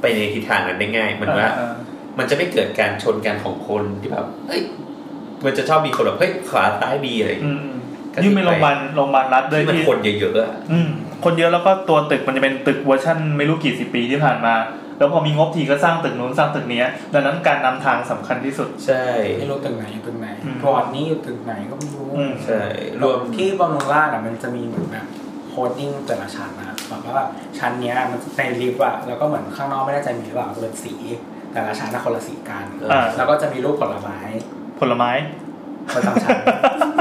D: ไปในทิศทางนั้นได้ง่ายเหมือนว่า
C: เออ
D: มันจะไม่เกิดการชนกันของคนที่แบบเอ้ยมันจะชอบมีคนแบบเฮ้ยขวาซ้ายดีอะไรอย่าง
C: อื
D: เงี้ย
C: ม
D: ก็
C: ยิ่งเป็นโรงพยาบาลโรงพยาบาลรัฐด้วย
D: ที่มัน
C: ที่
D: คนเยอะๆอะ
C: อืมคนเยอะแล้วก็ตัวตึกมันจะเป็นตึกเวอร์ชันไม่รู้กี่สิบปีที่ผ่านมา แล้วพอมีงบทีก็สร้างตึกนู้นสร้างตึกเนี้ยดังนั้นการนำทางสำคัญที่สุด
D: ใช่
F: ไม่รู้ตึกไหนอยู่ตึกไหน
C: อืม
F: กอดนี้อยู่ตึกไหนก็ไม่รู้
C: อืม
D: ใช่ร
F: ร
D: ว
F: ว
D: ม
F: มที่บำรุงราษฎร์อะมันจะมีเหมือนแบบโคดดิ้งแต่ละชั้นนะแบบว่าชั้นเนี้ยมันในลิฟต์อะแล้วก็เหมือนข้างนอกไม่แน่ใจมีหรือเปล่าเป็นสี แต่ละชั้นน่ะคนละสีกัน
C: อ่า
F: แล้วก็จะมีรูปผลไม้
C: ผลไม้
F: ประจำชั้น <laughs>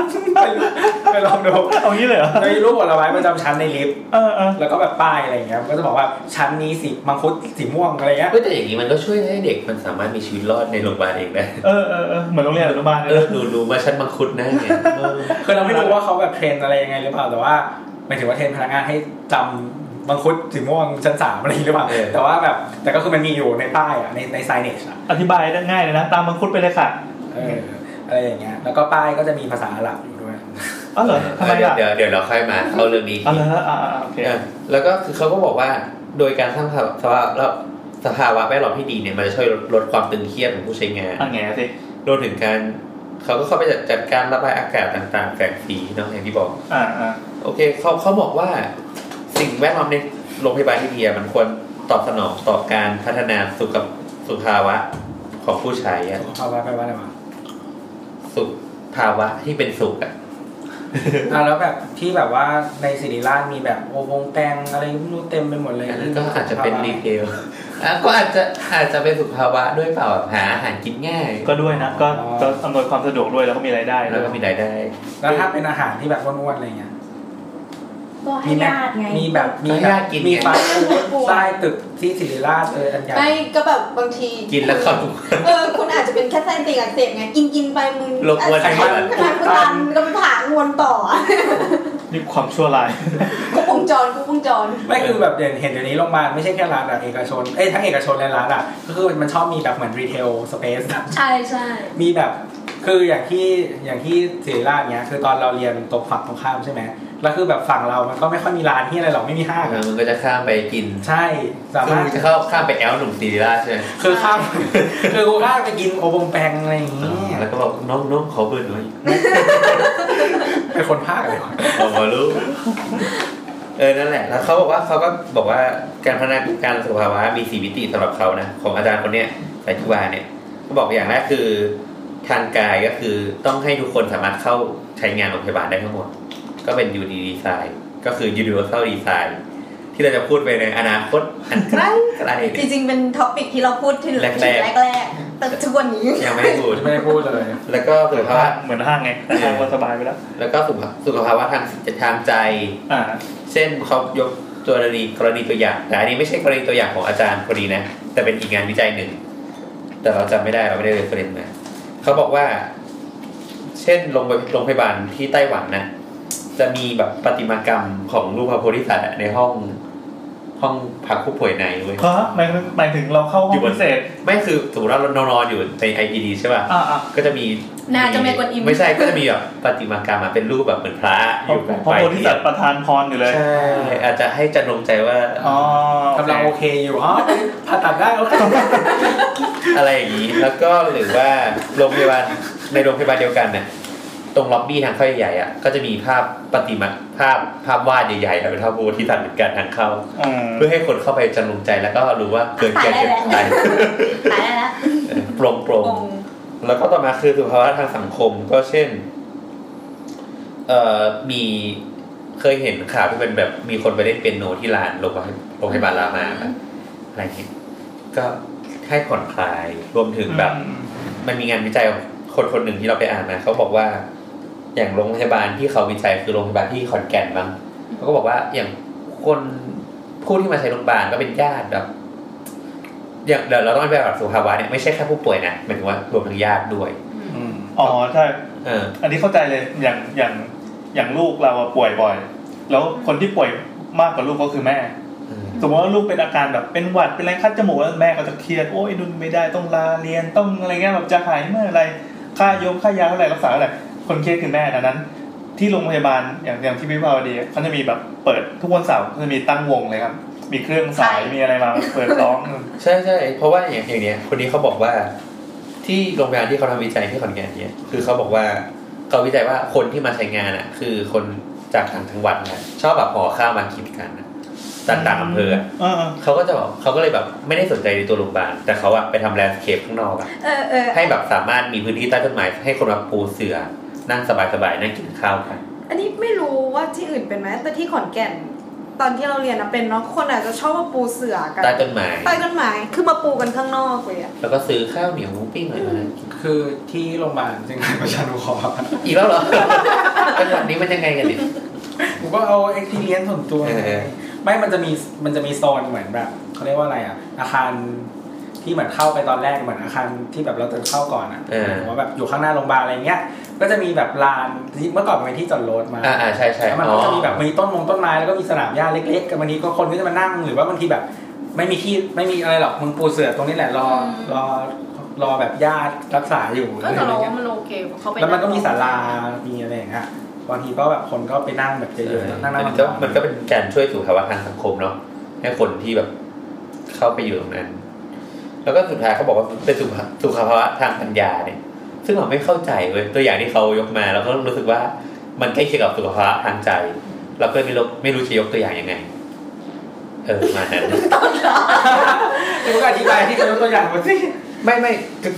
F: ไปลองดู
C: เอางี้เลยเหรอ
F: ในรูปผลไม้ประจำชั้นในลิฟต์
C: เออเออ
F: แล้วก็แบบป้ายอะไรอย่างเงี้ยก็จะบอกว่าชั้นนี้สีมังคุดสีม่วงอะไรเงี้ย
D: ก็แต่อย่างนี้มันก็ช่วยให้เด็กมันสามารถมีชีวิตรอดในโรงพยาบาลเองได้
C: เออเออเออเหมือนโรงเรียนอนุบาลเลย
D: เออ
C: นะ
D: หนูหนูมาชั้นมังคุดนะเนี่ยเออ
F: คือเราไม่รู้ว่าเขาแบบเทรนอะไรยังไงหรือเปล่าแต่ว่าหมายถึงว่าเทรนพนักงานให้จำมังคุดสีม่วงชั้นสามอะไรอย่างเงี้ยหรือเปล่าแต่ว่าแบบแต่ก็คือมันมีอยู่ในป้ายอ่ะในในไซเนชอ่ะ
C: อธิบายได้ง่ายเลยนะ ตามมังคุดไปเลยค่ะ
F: เอออะไรอย่างเงี้ยแล้วก็ป้ายก็จะมีภาษาอาหรับอยู่ด้วย
C: อ๋อเหรอทำไม
D: เดี๋ยว
C: อ่ะ
D: เดี๋ยวเดี๋ยวเราค่อยมาเข้าเรื่องนี้
C: อ๋อเหรออ่าอ่าโอเค
D: เออแล้วก็คือเขาก็บอกว่าโดยการสร้างสภาวะแล้วสภาวะแวดล้อมที่ดีเนี่ยมันจะช่วยลดลดความตึงเครียดของผู้ใช้งาน
C: อ่ะแง่สิ
D: รวมถึงการเขาก็เข้าไปจัดจัดการระบายอากาศต่างๆแสงสีเนาะอย่างที่บอก
C: อ่าอ่า
D: โอเคเขาเขาบอกว่าสิ่งแวดล้อมในโรงพยาบาลที่ดีอะมันควรตอบสนองต่อการพัฒนาสุขสุขภาวะของผู้ใช้อะ
F: เอาไปไปว่าอะไรวะ
D: สุขภาวะที่เป็นสุขอะ
F: อ่ะแล้วแบบที่แบบว่าในสิริราชมีแบบโอวงแตงอะไรไม่รู้เต็มไปหมดเลย
D: อันนั้นก็อาจจะเป็นรีเทลอ่ะก็อาจจะอาจจะเป็นสุขภาวะด้วยเปล่าแบบหาอาหารกินง่าย
C: ก็ด้วยนะก็ก็อำนวยความสะดวกด้วยแล้วก็มีรายได้ด้
D: แล้ว วย ก็มีรายได้
F: แล้วถ้าเป็นอาหารที่แบบอ้วนๆอะไรเงี้ย
H: ก็ให้
F: มีแม็ก
H: ญาติไง
F: มีแบบมีแบบมีฟาสต์ฟู้ดใต้ตึกที่ศิริราชเอออันใหญ่
E: ไม่ก็แบบบางที
D: กินแล้วเขาทุก
E: เออคุณอาจจะเป็นแค่ไส้ติ่งอักเสบไงกินกินๆไปมึง
D: โรคอ้วน
E: ไขมันไขมันตันก็เป็นผางวนต่อ
C: นี่ความชั่วร้าย
E: คุกวงจรคุกวงจร
F: ไม่คือแบบเห็นเห็นเดี๋ยวนี้โรงพยาบาลไม่ใช่แค่ร้านแบบเอกชน เอ้ยทั้งเอกชนและร้านอ่ะก็คือมันชอบมีแบบเหมือนรีเทลสเปซ
G: ใช่ใช่
F: มีแบบคืออย่างที่อย่างที่ศิริราชเนี้ยคือตอนเราเรียนตรงฝั่งตรงข้ามใช่ไหม แล้วคือแบบฝั่งเรามันก็ไม่ค่อยมีร้านที่อะไรหรอกไม่มีห้าง
D: เออมันก็จะข้ามไปกิน
F: ใช่สา
D: คือ
F: มารถ
D: มันจะเข้าข้ามไปแอลหนุ่มซีรีราชใช่ไหม
F: คือข้ามคือกูข้ามไปกินโอบงแปงอะไรอย่าง
D: เออ
F: เงี้
D: ย แล้วก็บอกน้องน้องขอเบอร์หน่อย
F: เป็นคนภาคเลยวะ
D: ออกมารู้เออ นั่นแหละ แล้วเขาบอกว่าเขาก็บอกว่าการพัฒนาการสุขภาวะมีสี่มิติสำหรับเขานะ ของอาจารย์คนเนี้ยสายทุวาเนี่ยเขาบอกอย่างแรกคือทางกายก็คือต้องให้ทุกคนสามารถเข้าใช้งานโรงพยาบาลได้ทั้งหมด ก็เป็น UD design ก็คือ universal design ที่เราจะพูดไปในอนาคตอันใกล้ไกล
G: จริงๆ เป็นท็อปิกที่เราพูดถึง
D: แรกๆ
G: แรกๆแต่ทุกวันนี้
D: ยังไม่ได้พูด
F: ไม่ได้พูดเลย
D: แล้วก็สุขภาวะ
C: เหมือนห้างไงแต่ห้างก็สบายไปแล้ว
D: แล้วก็สุขภาสุขภาวะทางทางใจ
C: อ่า
D: เช่นเขายกตัวกรณีกรณีตัวอย่าง แต่อันนี้ไม่ใช่กรณีตัวอย่างของอาจารย์พอดีนะ แต่เป็นอีกงานวิจัยหนึ่ง แต่เราจำไม่ได้เราไม่ได้เรยเฟรนมาเขาบอกว่า เช่นโรงพยโรงพยาบาลที่ไต้หวันนะจะมีแบบประติมากรรมของรูปพระโพธิสัตว์อะในห้องห้องพักผู้ป่วยในเว้ย
C: เพราะหมายถึงหมายถึงเราเข้าห้
D: อ
C: อยู่ ง
D: บน
C: พิเศษ
D: ไม่คือสมมติว่าเรานอนๆอยู่ใน IPD ใช่ป่ะ
C: อ่าอ่า
D: ก็จะมี
G: น่าจะไม่กวนอิม
D: ไม่ใช่ก็จะมีแบบประติมากรรมอะเป็นรูปแบบเหมือนพระ
C: เพ
D: อยู่แบบ
C: ราะโพธิสัตว์ประทานพรอยู่เลย
D: ใช่อาจจะให้จันลงใจว่า
C: อ๋อก
F: ำลังโอเคอยู่อ๋อผ่าตัดได้ <laughs> โอเค
D: อะไรอย่างนี้ แล้วก็หรือว่าโรงพยาบาลในโรงพยาบาลเดียวกันเนี่ยตรงล็อบบี้ทางเข้าใหญ่ๆอ่ะก็จะมีภาพปฏิมาภาพภาพวาดใหญ่ๆอะเป็นภาพโบที่ตัดเหมือนกันทางเข้า
C: อืม
D: เพื่อให้คนเข้าไปจำลงใจแล้วก็รู้ว่าเกิดแก่เจ็บตาย
G: ตายแล้วนะ
D: โปร่ง <laughs> โปร่ง
G: องค์
D: ๆแล้วก็ต่อมาคือสุขภาวะทางสังคมก็เช่นเอ่อมีเคยเห็นข่าวที่เป็นแบบมีคนไปเล่นเปียโนที่ร้านโรงพยาบาลโรงพยาบาลรามาปะอะไรอย่างนี้ก็ให้ผ่อนคลายรวมถึงแบบ มันมีงานวิจัยของคนคนหนึ่งที่เราไปอ่านมาเขาบอกว่า อย่างโรงพยาบาลที่เขาวิจัยคือโรงพยาบาลที่ขอนแก่นบ้างเขาก็บอกว่าอย่างคนผู้ที่มาใช้โรงพยาบาลก็เป็นญาติแบบ อย่างเดี๋ยวเราต้องไปแบบสุขภาวะเนี่ยไม่ใช่แค่ผู้ป่วยนะหมายถึงว่ารวมทั้งญาติด้วย
F: อืม
C: อ๋อใช่
D: เออ
C: อันนี้เข้าใจเลยอย่างอย่างอย่างลูกเราอะป่วยบ่อย แล้วคนที่ป่วยมากกว่าลูกก็คือแม่
D: อืม
C: สมมติว่าลูกเป็นอาการแบบเป็นหวัดเป็นอะไรคัดจมูกแล้วแม่ก็จะเครียดโอ้ยนุนไม่ได้ต้องลาเรียนต้องอะไรเงี้ยแบบจะหายเมื่อไหรค่ายงค่ายาเท่าไหร่รักษาเท่าไหร่คนเครียดคือแม่ดังนั้น ที่โรงพยาบาลอย่างอย่างที่วิภาวดีเขาจะมีแบบเปิดทุกวันเสาร์เขาจะมีตั้งวงเลยครับ มีเครื่องสาย
G: ใช่
C: มีอะไรมาเปิดร้อง
D: ใช่ใช่เพราะว่าอย่างอย่างเนี้ยคนนี้เขาบอกว่าที่โรงพยาบาลที่เขาทำวิจัยที่ขอนแก่นเนี่ยคือเขาบอกว่าเขาวิจัยว่าคนที่มาใช้งานอ่ะ คือคนจากต่างจังหวัดนะชอบแบบห่อข้าวมากินกันอะจากต่างอำเภออะ
C: เออ
D: เขาก็จะบอกเขาก็เลยแบบไม่ได้สนใจในตัวโรงพยาบาลแต่เขาอะไปทำแลนด์สเคปข้างนอก
H: <laughs>
D: อะ
G: เออเออ
D: ให้แบบสามารถมีพื้นที่ใต้ต้นไม้ให้คนมาปูเสื่อนั่งสบายๆนั่งกินข้าวกัน
H: อันนี้ไม่รู้ว่าที่อื่นเป็นไหมแต่ที่ขอนแก่น ตอนที่เราเรียนนะเป็นเนาะคนอาจจะชอบมาปูเสือกัน
D: ใต้ต้นไม้
H: ใต้ต้นไม้คือมาปูกันข้างนอกเลยอะ
D: แล้วก็ซื้อข้าวเหนียวหมูปิ้งอะไรมานั่งกิน
F: คือที่โรงพยาบาลจริงๆประชานุเคราะห์
D: อีกแล้วเหรอ <laughs> ขนาดนี้มันยังไงกันดิ
F: ผมก็เอาเอ็กซ์เลียนส่วนตัว
D: เออ
F: ไม่มันจะมีมันจะมีโซนเหมือนแบบเขาเรียกว่าอะไรอ่ะ อาคารที่เหมือนเข้าไปตอนแรกเหมือนอาคารที่แบบเราเดินเข้าก่อนอ่ะ
D: เออ
F: หรือว่าแบบอยู่ข้างหน้าโรงพยาบาลอะไรเงี้ย ก็จะมีแบบลานที่เมื่อก่อนมันเป็นที่จอดรถมา
D: อ่าๆใช่ใช่
F: แล้วมัน
D: อ๋อ
F: ก็จะมีแบบมีต้นมงต้นไม้แล้วก็มีสนามหญ้าเล็กๆกันบางทีก็คนก็จะมานั่งหรือว่าบางทีแบบ ไม่มีที่ไม่มีอะไรหรอกมึงปูเสือตรงนี้แหละรอรอรอแบบญาติรักษาอยู่
G: ก็
F: อะไร
G: จะรู้
F: เงี้
G: ว่าย มันโอเคเพราะเขาไป
F: แล้วมันก็มีศาลามีอะไรอย่างเงี้ยบางทีก็แบบคนก็ไปนั่งแบบเยอะๆนั่งนั่ง
D: มันก็มันก็เป็นการช่วยสุขภาวะทางสังคมเนาะให้คนที่แบบเข้าไปอยู่ตรงนั้น แล้วก็สุดท้ายเขาบอกว่าเป็นสุขสุขภาวะทางปัญญาเนี่ย ซึ่งเราไม่เข้าใจเว้ยตัวอย่างที่เขายกมาเราก็รู้สึกว่ามันใกล้เคียงกับสุขภาวะทางใจ เราก็เลยไม่รู้ไม่รู้จะยกตัวอย่างยังไง เออประมาณนั้น
F: มันก็อธิบายที่เขายกตัวอย่างมาสิ
D: <laughs> ไม่ไม่คือ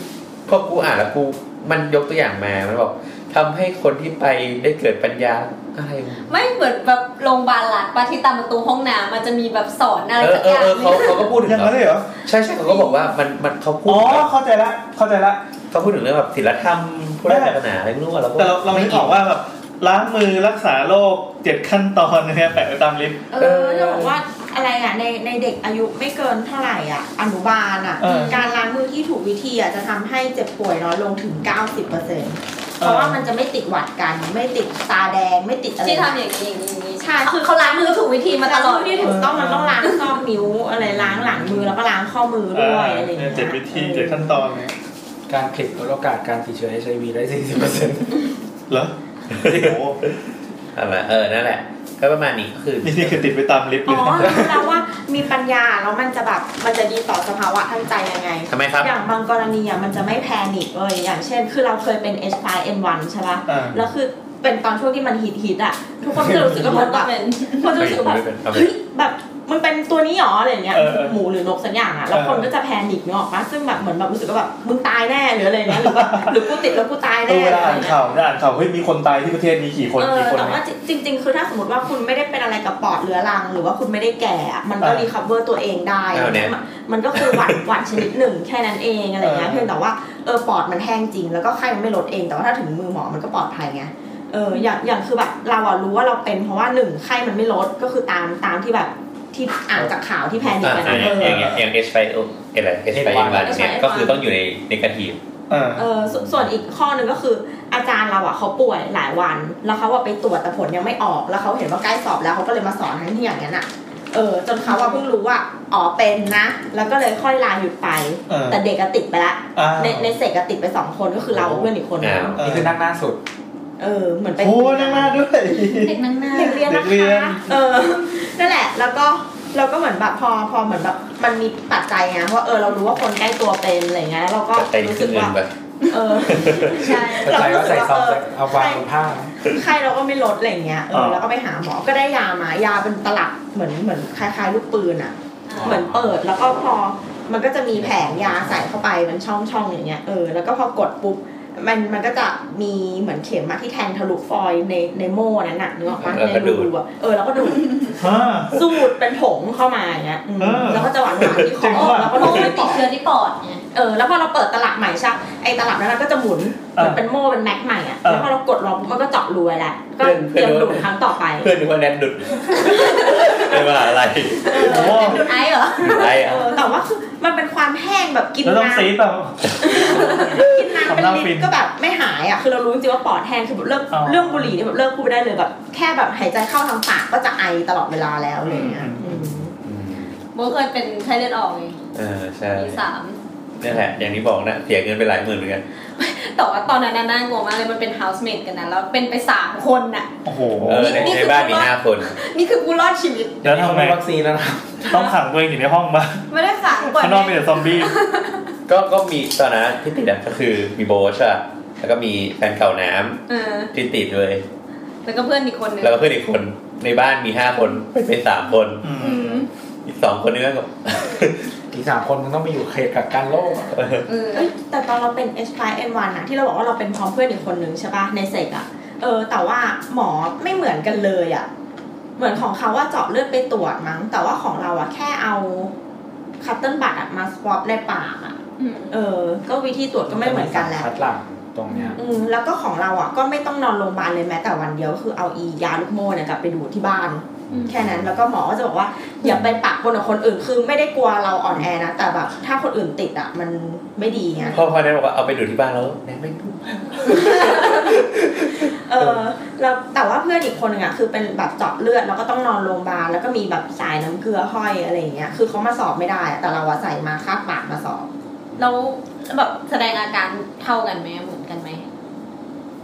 D: พอกูอ่านแล้วกูมันยกตัวอย่างมา มันบอกทำให้คนที่ไปได้เกิดปัญญาอะไรวะ
G: ไม่เหมือนแบบโรงพยาบาลรัฐปะที่ตามประตูห้องน้ำมันจะมีแบบสอนอะไร
D: เออ
G: สัก
D: เอ
G: อ
D: อย่างเออเขาเขาก็พูดถึง
C: อย่างนั้นเลยเหรอ
D: ใช่ใช่เขาก็บอกว่ามันมันเขาพูด
C: อ๋อ
D: ถึง
C: เข้าใจละ เข้าใจละ
D: เขาพูดถึงเรื่องแบบศิลธรรมพุทธศาสนาอะไรไม่รู้อะเราก็
C: แต่เราเราไม่ออกว่าแบบล้างมือรักษาโรคเจ็ดขั้นตอนเนี่ยแปะไว้ตามลิฟต์
A: เออจะบอกว่าอะไรอ่ะในในเด็กอายุไม่เกินเท่าไหร่อ่ะอนุบาลอ่ะ
C: เออ
A: การล้างมือที่ถูกวิธีอ่ะจะทำให้เจ็บป่วยน้อยลงถึง 90%เพ
C: เออ
A: ราะว่ามันจะไม่ติดหวัดกัน ไม่ติดตาแดงไม่ติดอะไร
G: ที่ทำอย่างนี้อย่างนี้อย่างนี้
A: ใช่คือ
G: เขาล้างมือถูกวิธีมาตลอด
A: ล้างมืที่ถูกต้องมันต้องล้างซอกนิ้วอะไรล้างหลังมือแล้วก็ล้างข้อมือด้วยอะไรอย่างเงี้ย
C: เจ็ดวิธีเจ็ดขั้นตอนเนี่ย
F: การผลิตลดโอกาสการติดเชื้อ HIV ได้ 40%
C: เหรอโอ้โห
D: อะไรเออนั่นแหละ ก็ประมาณนี้ก็คือ
C: นี่นี่คือติดไปตามลิฟต์เล
A: อ๋
C: ย
A: อ
C: นะ
A: รู้แล้วว่ามีปัญญาแล้วมันจะแบบมันจะดีต่อสภาวะทางใจยังไง
D: ทำไมครับ
A: อย่างบางกรณีอ่ะมันจะไม่แพนิคเลยอย่างเช่น คือเราเคยเป็น H5N1 ใช่ป่ะ
C: อ่า
A: แล้วคือเป็นตอนช่วงที่มันฮิตฮิตๆอ่ะทุกคนก็จะรู้สึกว่าเหมือนแบบ
G: เป็น
A: คนจะรู้สึกว่า
D: ไม่
A: แบบ
D: เป็น
A: เฮ้ยแบบมันเป็นตัวนี้หรออะไรอย่างเงี้ย
C: เออเออ
A: หมูหรือนกสักอย่างอ่ะแล้วคนก็จะแพนิคเนกอะปะซึ่งแบบเหมือนแบบรู้สึกว่าแบบมึงตายแน่หรืออะไรเงี้ยหรือว่าหรือกูติดแล้วกูตาย
C: เอ
A: แน่
C: อเวลา
A: อะไร
C: อ่าน
A: เงี้ย
C: ข่าวเนี่ยอ่านข่าวเฮ้ยมีคนตายที่ประเทศนี้กี่คน
A: เออ
C: กี่คน
A: แต่
C: เนี่
A: ว่าย จริง ๆ คือถ้าสมมติว่าคุณไม่ได้เป็นอะไรกับปอดเรื้อรัง หรือว่าคุณไม่ได้แก่อะมันก็
C: เออ
A: รีคัฟเวอร์ตัวเองได้
D: เอาเนี่ย
A: มันมันก็คือหวัด หวัดชนิดหนึ่งแค่นั้นเองอะไรเงี้ย
C: เออ
A: เพียงแต่ว่าเออปอดมันแห้งจริง แล้วก็ไข้มันไม่ลดเองแต่ว่าถ้าถึงมือหมอมันก็ปลอดภัยไงเอออย่างอย่างคือแบบเราอะรู้ว่าเราเป็นเพราะว่าหนึ่งไข้มันไม่ลดก็คือตามตามที่แบบที่อ่านจากข่าวที่แพนิค
D: อ่า
A: กัน
D: อ่า
A: อะ
D: อ
A: เอย่าง
D: อ
A: อ
D: ย่างอย่างอย่าง H ไปอะไร H ไปวันเนี่ยก็คือต้องอยู่ในในกระถีบ
C: เออ
A: เออสส่วนอีกข้อหนึ่งก็คืออาจารย์เราอ่ะเขาป่วยหลายวัน แล้วเขาอะไปตรวจแต่ผลยังไม่ออก แล้วเขาเห็นว่าใกล้สอบแล้วเขาก็เลยมาสอนทั้งที่อย่างนั้นอ่ะเออจนเขาว่าเพิ่งรู้ว่าอ๋อเป็นนะ แล้วก็เลยค่อยลาหยุดไป
C: เออ
A: แต่เด็กก็ติดไปละ
C: อ่า
A: ในในเสกก็ติดไปสองคนก็คือเรา
D: โอ้
A: เพื่อนอีกคนนึง
D: อ้าว
C: เออ
F: นี่คือนั่งหน้าสุด
A: เออเหมือนไป
C: โอ้นั่งหน้าด้วย
G: เด็กนั่งหน้า
A: เด็กเรียน
C: เด็
A: นะ
C: กเรียน
A: คะเออนั่นแหละ แล้วก็เราก็เหมือนแบบพอพอเหมือนแบบมันมีปัจจัยไงว่าเออเรารู้ว่าคนใกล้ตัวเป็นอะไรเงี้ยแล้วเราก็
D: แต่
A: รู้
D: ขึ้
A: สึ
D: น
A: ก
D: เงิน
A: ว่า
D: ไป
A: เออ ใช่
F: ใส่
A: เรา
F: ก็
A: รู้สึ
F: ใส่
A: ก
F: ซ
A: ว่า
F: อง
A: เออ
F: เอาวางบนผ้า
A: ไข้เราก็ไม่ลดอะไรอย่างเงี้ย เออ
C: อ่า
A: แล้วก็ไปหาหมอ ก็ได้ยามายาเป็นตลับ เหมือน เหมือนคล้ายๆลูกปืนอ่ะ
G: อ๋อ
A: เหมือนเปิด แล้วก็พอ มันก็จะมีแผงยาใส่เข้าไปเป็นช่องช่องอย่างเงี้ย เออ แล้วก็พอกดปุ๊บ มัน มันก็จะมีเหมือนเข็มมาที่แทงทะลุฟอยล์ใน ในโม่นั้นน่ะนึกออกปะ
D: เออ
A: ใน
D: ก็ดู
A: รู
D: ด
A: อะเออ แล้วก็ดูด
C: ฮะ
A: สูดเป็นผงเข้ามาอย่างเงี้ยอืม
C: เออ
A: แล้วก็จะหวานหวานที่ค
C: จริง
A: อ
C: ว่ะ
A: แล้วก็
G: เพ
A: ล
G: ราะ
A: ง
G: ว่า
A: ไป
G: มัน
A: ป
G: ติ
A: อ
G: ด
A: ด
G: เชื้อที่ปอดไง
A: เออ แล้วพอเราเปิดตลับใหม่ใช่ปะไอ้ตลับนั้นนะก็จะหมุนเหมือนเป็นโม่เป็นแม็กใหม่อ่ะ แล้วพอเรากดลองปุ๊บมันก็เจาะรูไว้แหละ ก็เตรียมดูดครั้งต่อไป
D: เพื่อนนึกว่าแนน
A: <laughs>
D: ดุดไม่ว่าอะไร
C: โอ้
G: ดูดไอซ์เหรอ
D: อะไร
A: เอ
D: อ่ะ
A: อแต่ว่าคือมันเป็นความแห้งแบบกิน
C: แล้วต้อง
A: น้ำ
C: ซีดเปล่า
A: กินน้ำเป็น
C: ทำหน้าฟิ
A: ลิ
C: น
A: ตรก็แบบไม่หายอ่ะคือเรารู้จริงๆว่าปอดแห้งคือแบบเลิก
C: อ๋อ
A: เรื่องบุหรี่เนี่ยแบบเลิกพูดไม่ได้เลยแบบ แค่แบบหายใจเข้าทางปากก็จะไอตลอดเวลาแล้วอะไรอย่างเงี้ย
C: อืม
A: อืม
D: อืม
G: โบเคยเป็นไข้เลือดออกไง
D: เออใช่
G: ปีสาม
D: นี่นแหละ อย่างที่บอกนะเสียเงินไปหลายหมื่นเหมือนกัน
G: แต่ว่าตอนนั้นน่ะน่างงมากเลยมันเป็น housemate กันนะแล้วเป็นไปสามคนน่ะ
C: โอ้โห
D: เออในในบ้านมีห้าคน
G: นี่คือกูรอดชีวิต
C: แล้วทำไม
F: วัคซีนแล้วนะ
C: ต้องขังตัวเองอยู่ในห้องบ้าง
G: ไม่ได้ขังปล่อย
C: ข้างนอกมีแต่ซอมบี้
D: ก็ก็มีตอนนั้นที่ติดอะก็คือมีโบชอะแล้วก็มีแฟนเก่าน้ำ
G: เออ
D: ที่ติดเลย
G: แล้วก็เพื่อนอีกคนนึง
D: แล้วก็เพื่อนอีกคนในบ้านมีห้าคนเป็นไปสามคน
C: อื
G: อื
C: ม
G: ม
D: อีกสองคนนี่ก็
F: อีกสามคนมันต้องไปอยู่เขตกักกันโรคอะ
G: เออ
A: เอ้ยแต่ตอนเราเป็น H5N1 อะที่เราบอกว่าเราเป็นพร้อมเพื่อนอีกคนนึงใช่ป่ะในเซกอะเออแต่ว่าหมอไม่เหมือนกันเลยอะเหมือนของเขาว่าเจาะเลือดไปตรวจมั้ง แต่ว่าของเราอะแค่เอาคัตเติ้ลบัตอะมาสวอปในปากอะ
G: อืม
A: เออ ก็วิธีตรวจก็ไม่เหมือนกันแหละ
F: คัดหลังตรงเนี้ย
A: อืมแล้วก็ของเราอ่ะ ก็ไม่ต้องนอนโรงพยาบาลเลยแม้แต่วันเดียวก็คือเอาอียาลูกโม่เนี่ยกลับไปดูดที่บ้าน
G: อืม
A: แค่นั้น แล้วก็หมอก็จะบอกว่า อย่าไปปะปนกับคนอื่น คือไม่ได้กลัวเราอ่อนแอนะ แต่แบบ ถ้าคนอื่นติดอ่ะ มันไม่ดีไง
D: พ่อพ่อแนนบอกว่าเอาไปดูที่บ้านแล้วแนนไม่ดู
A: เออแล้วแต่ว่าเพื่อนอีกคนหนึ่งอะคือเป็นแบบเจาะเลือดแล้วก็ต้องนอนโรงพยาบาลแล้วก็มีแบบสายน้ำเกลือห้อยอะไรอย่างเงี้ย คือเขามาสอบไม่ได้อะแต่เราอะใส่มาคาดปากมาสอบ
G: แล้วแบบแสดงอาการเท่ากันไหมเหมือนกันไหม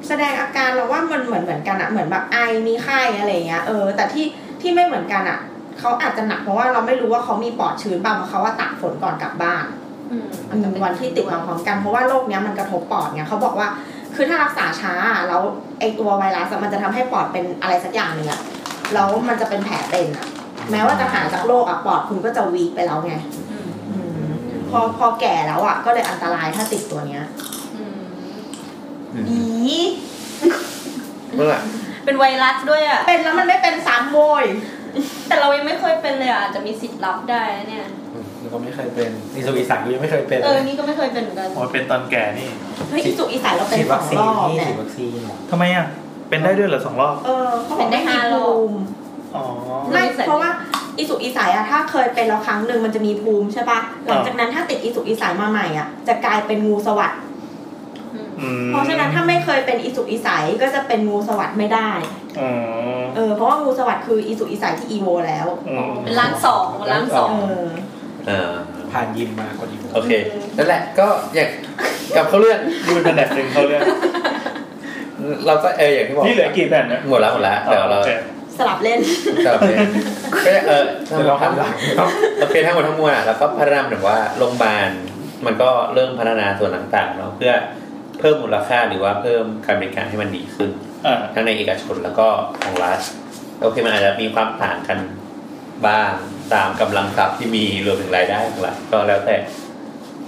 A: แสดงอาการเราว่ามันเหมือนเหมือนกันอะเหมือนแบบไอมีไข้อะไรอย่างเงี้ยเออแต่ที่ที่ไม่เหมือนกันอะเขาอาจจะหนักเพราะว่าเราไม่รู้ว่าเขามีปอดชื้นบ้างเพราะเขาว่าตากฝนก่อนกลับบ้าน
G: อืม
A: วันที่ติดมาพร้อมกันเพราะว่าโรคเนี้ยมันกระทบปอดไงเขาบอกว่าคือถ้ารักษาช้าอะแล้วไอตัวไวรัสอะมันจะทำให้ปอดเป็นอะไรสักอย่างหนึ่งอะแล้วมันจะเป็นแผลเป็นอะแม้ว่าจะหายจากโรคอะปอดคุณก็จะวีกไปแล้วไง
G: อืม
A: อืมพอพอแก่แล้วอะก็เลยอันตรายถ้าติดตัวเนี้ย
G: อืม
A: อี
D: เมื่อไหร่
G: เป็นไวรัสด้วยอ่ะ
A: เป็นแล้วมันไม่เป็นซ้ำโวย
G: แต่เรายังไม่เคยเป็นเลยอะอาจจะมีสิทธิ์รับได้นะเนี่ย
F: มันก็ไม่เคยเป็นอิสวีสังก็ยังไม่เคยเป็น
G: เอ
F: เล
G: อ
F: ย
G: นี่ก็ไม่เคยเป็นเหมือนกัน
C: โอ้ยเป็นตอนแก่นี่
A: เฮ้ยอีสุกอีสานเราเป็
F: ฉี
A: น
F: ด
A: ส
F: วั
A: อ
F: คซีน
A: งรอบ
F: นี่
A: เนี่ย
F: ฉีดวัคซีนหมอ
C: ทำไมอ่ะ เป็นได้ด้วยเหรอสองรอบ
A: เออเขาบอกไม่มีภูมิ
C: อ๋อ
A: ไม่เพราะว่าอีสุกอีสานอะถ้าเคยเป็นเราครั้งหนึ่งมันจะมีภูมิใช่ปะหลังจากนั้นถ้าติดอีสุกอีสานมาใหม่อะจะกลายเป็นงูสวัสด์
G: อืม
C: อืม
A: เพราะฉะนั้นถ้าไม่เคยเป็นอีสุกอีสานก็จะเป็นงูสวัสด์ไม่ได้
C: อ๋อ
A: เออเพราะว่างูสวัสด์คืออีสุกอีสานที่อีโวแล้ว
C: อืม
G: เป็นล้านสองล้านสอง
A: เออ
D: อ่า
F: ผ่านยิมมาก็ดี
D: โอเคนั่นแหละก็อยากกลับเข้าเรื่อง
C: ดูเป็นแผนกหนึ่งเขาเรื่อง
D: เราก็เอออย่างที่บอก
C: นี่เหลือกี่แผ่นนะ
D: หมดแล้วหมดแล้วเดี๋ยวเรา
C: โอค
A: สลับเล่น
D: สลับเลยก็เออทั้งห
F: จะ
D: ม
F: ลอ
D: ด
F: งหันหลังครับ
D: โอเคทั้งหมดทั้งมวลอ่ะแล้วก็พัฒนาแบบว่าโรงพยาบาลมันก็เริ่มพัฒนาส่วนต่างๆเนาะเพื่อเพิ่มมูลค่าหรือว่าเพิ่มการบริการให้มันดีขึ้น
C: อ่า
D: ทั้งในเอกชนแล้วก็ของรัฐโอเคมันอาจจะมีความต่างกันบ้างตามกำลังทรัพย์ที่มีรวมถึงรายได้ของรัฐก็แล้วแต่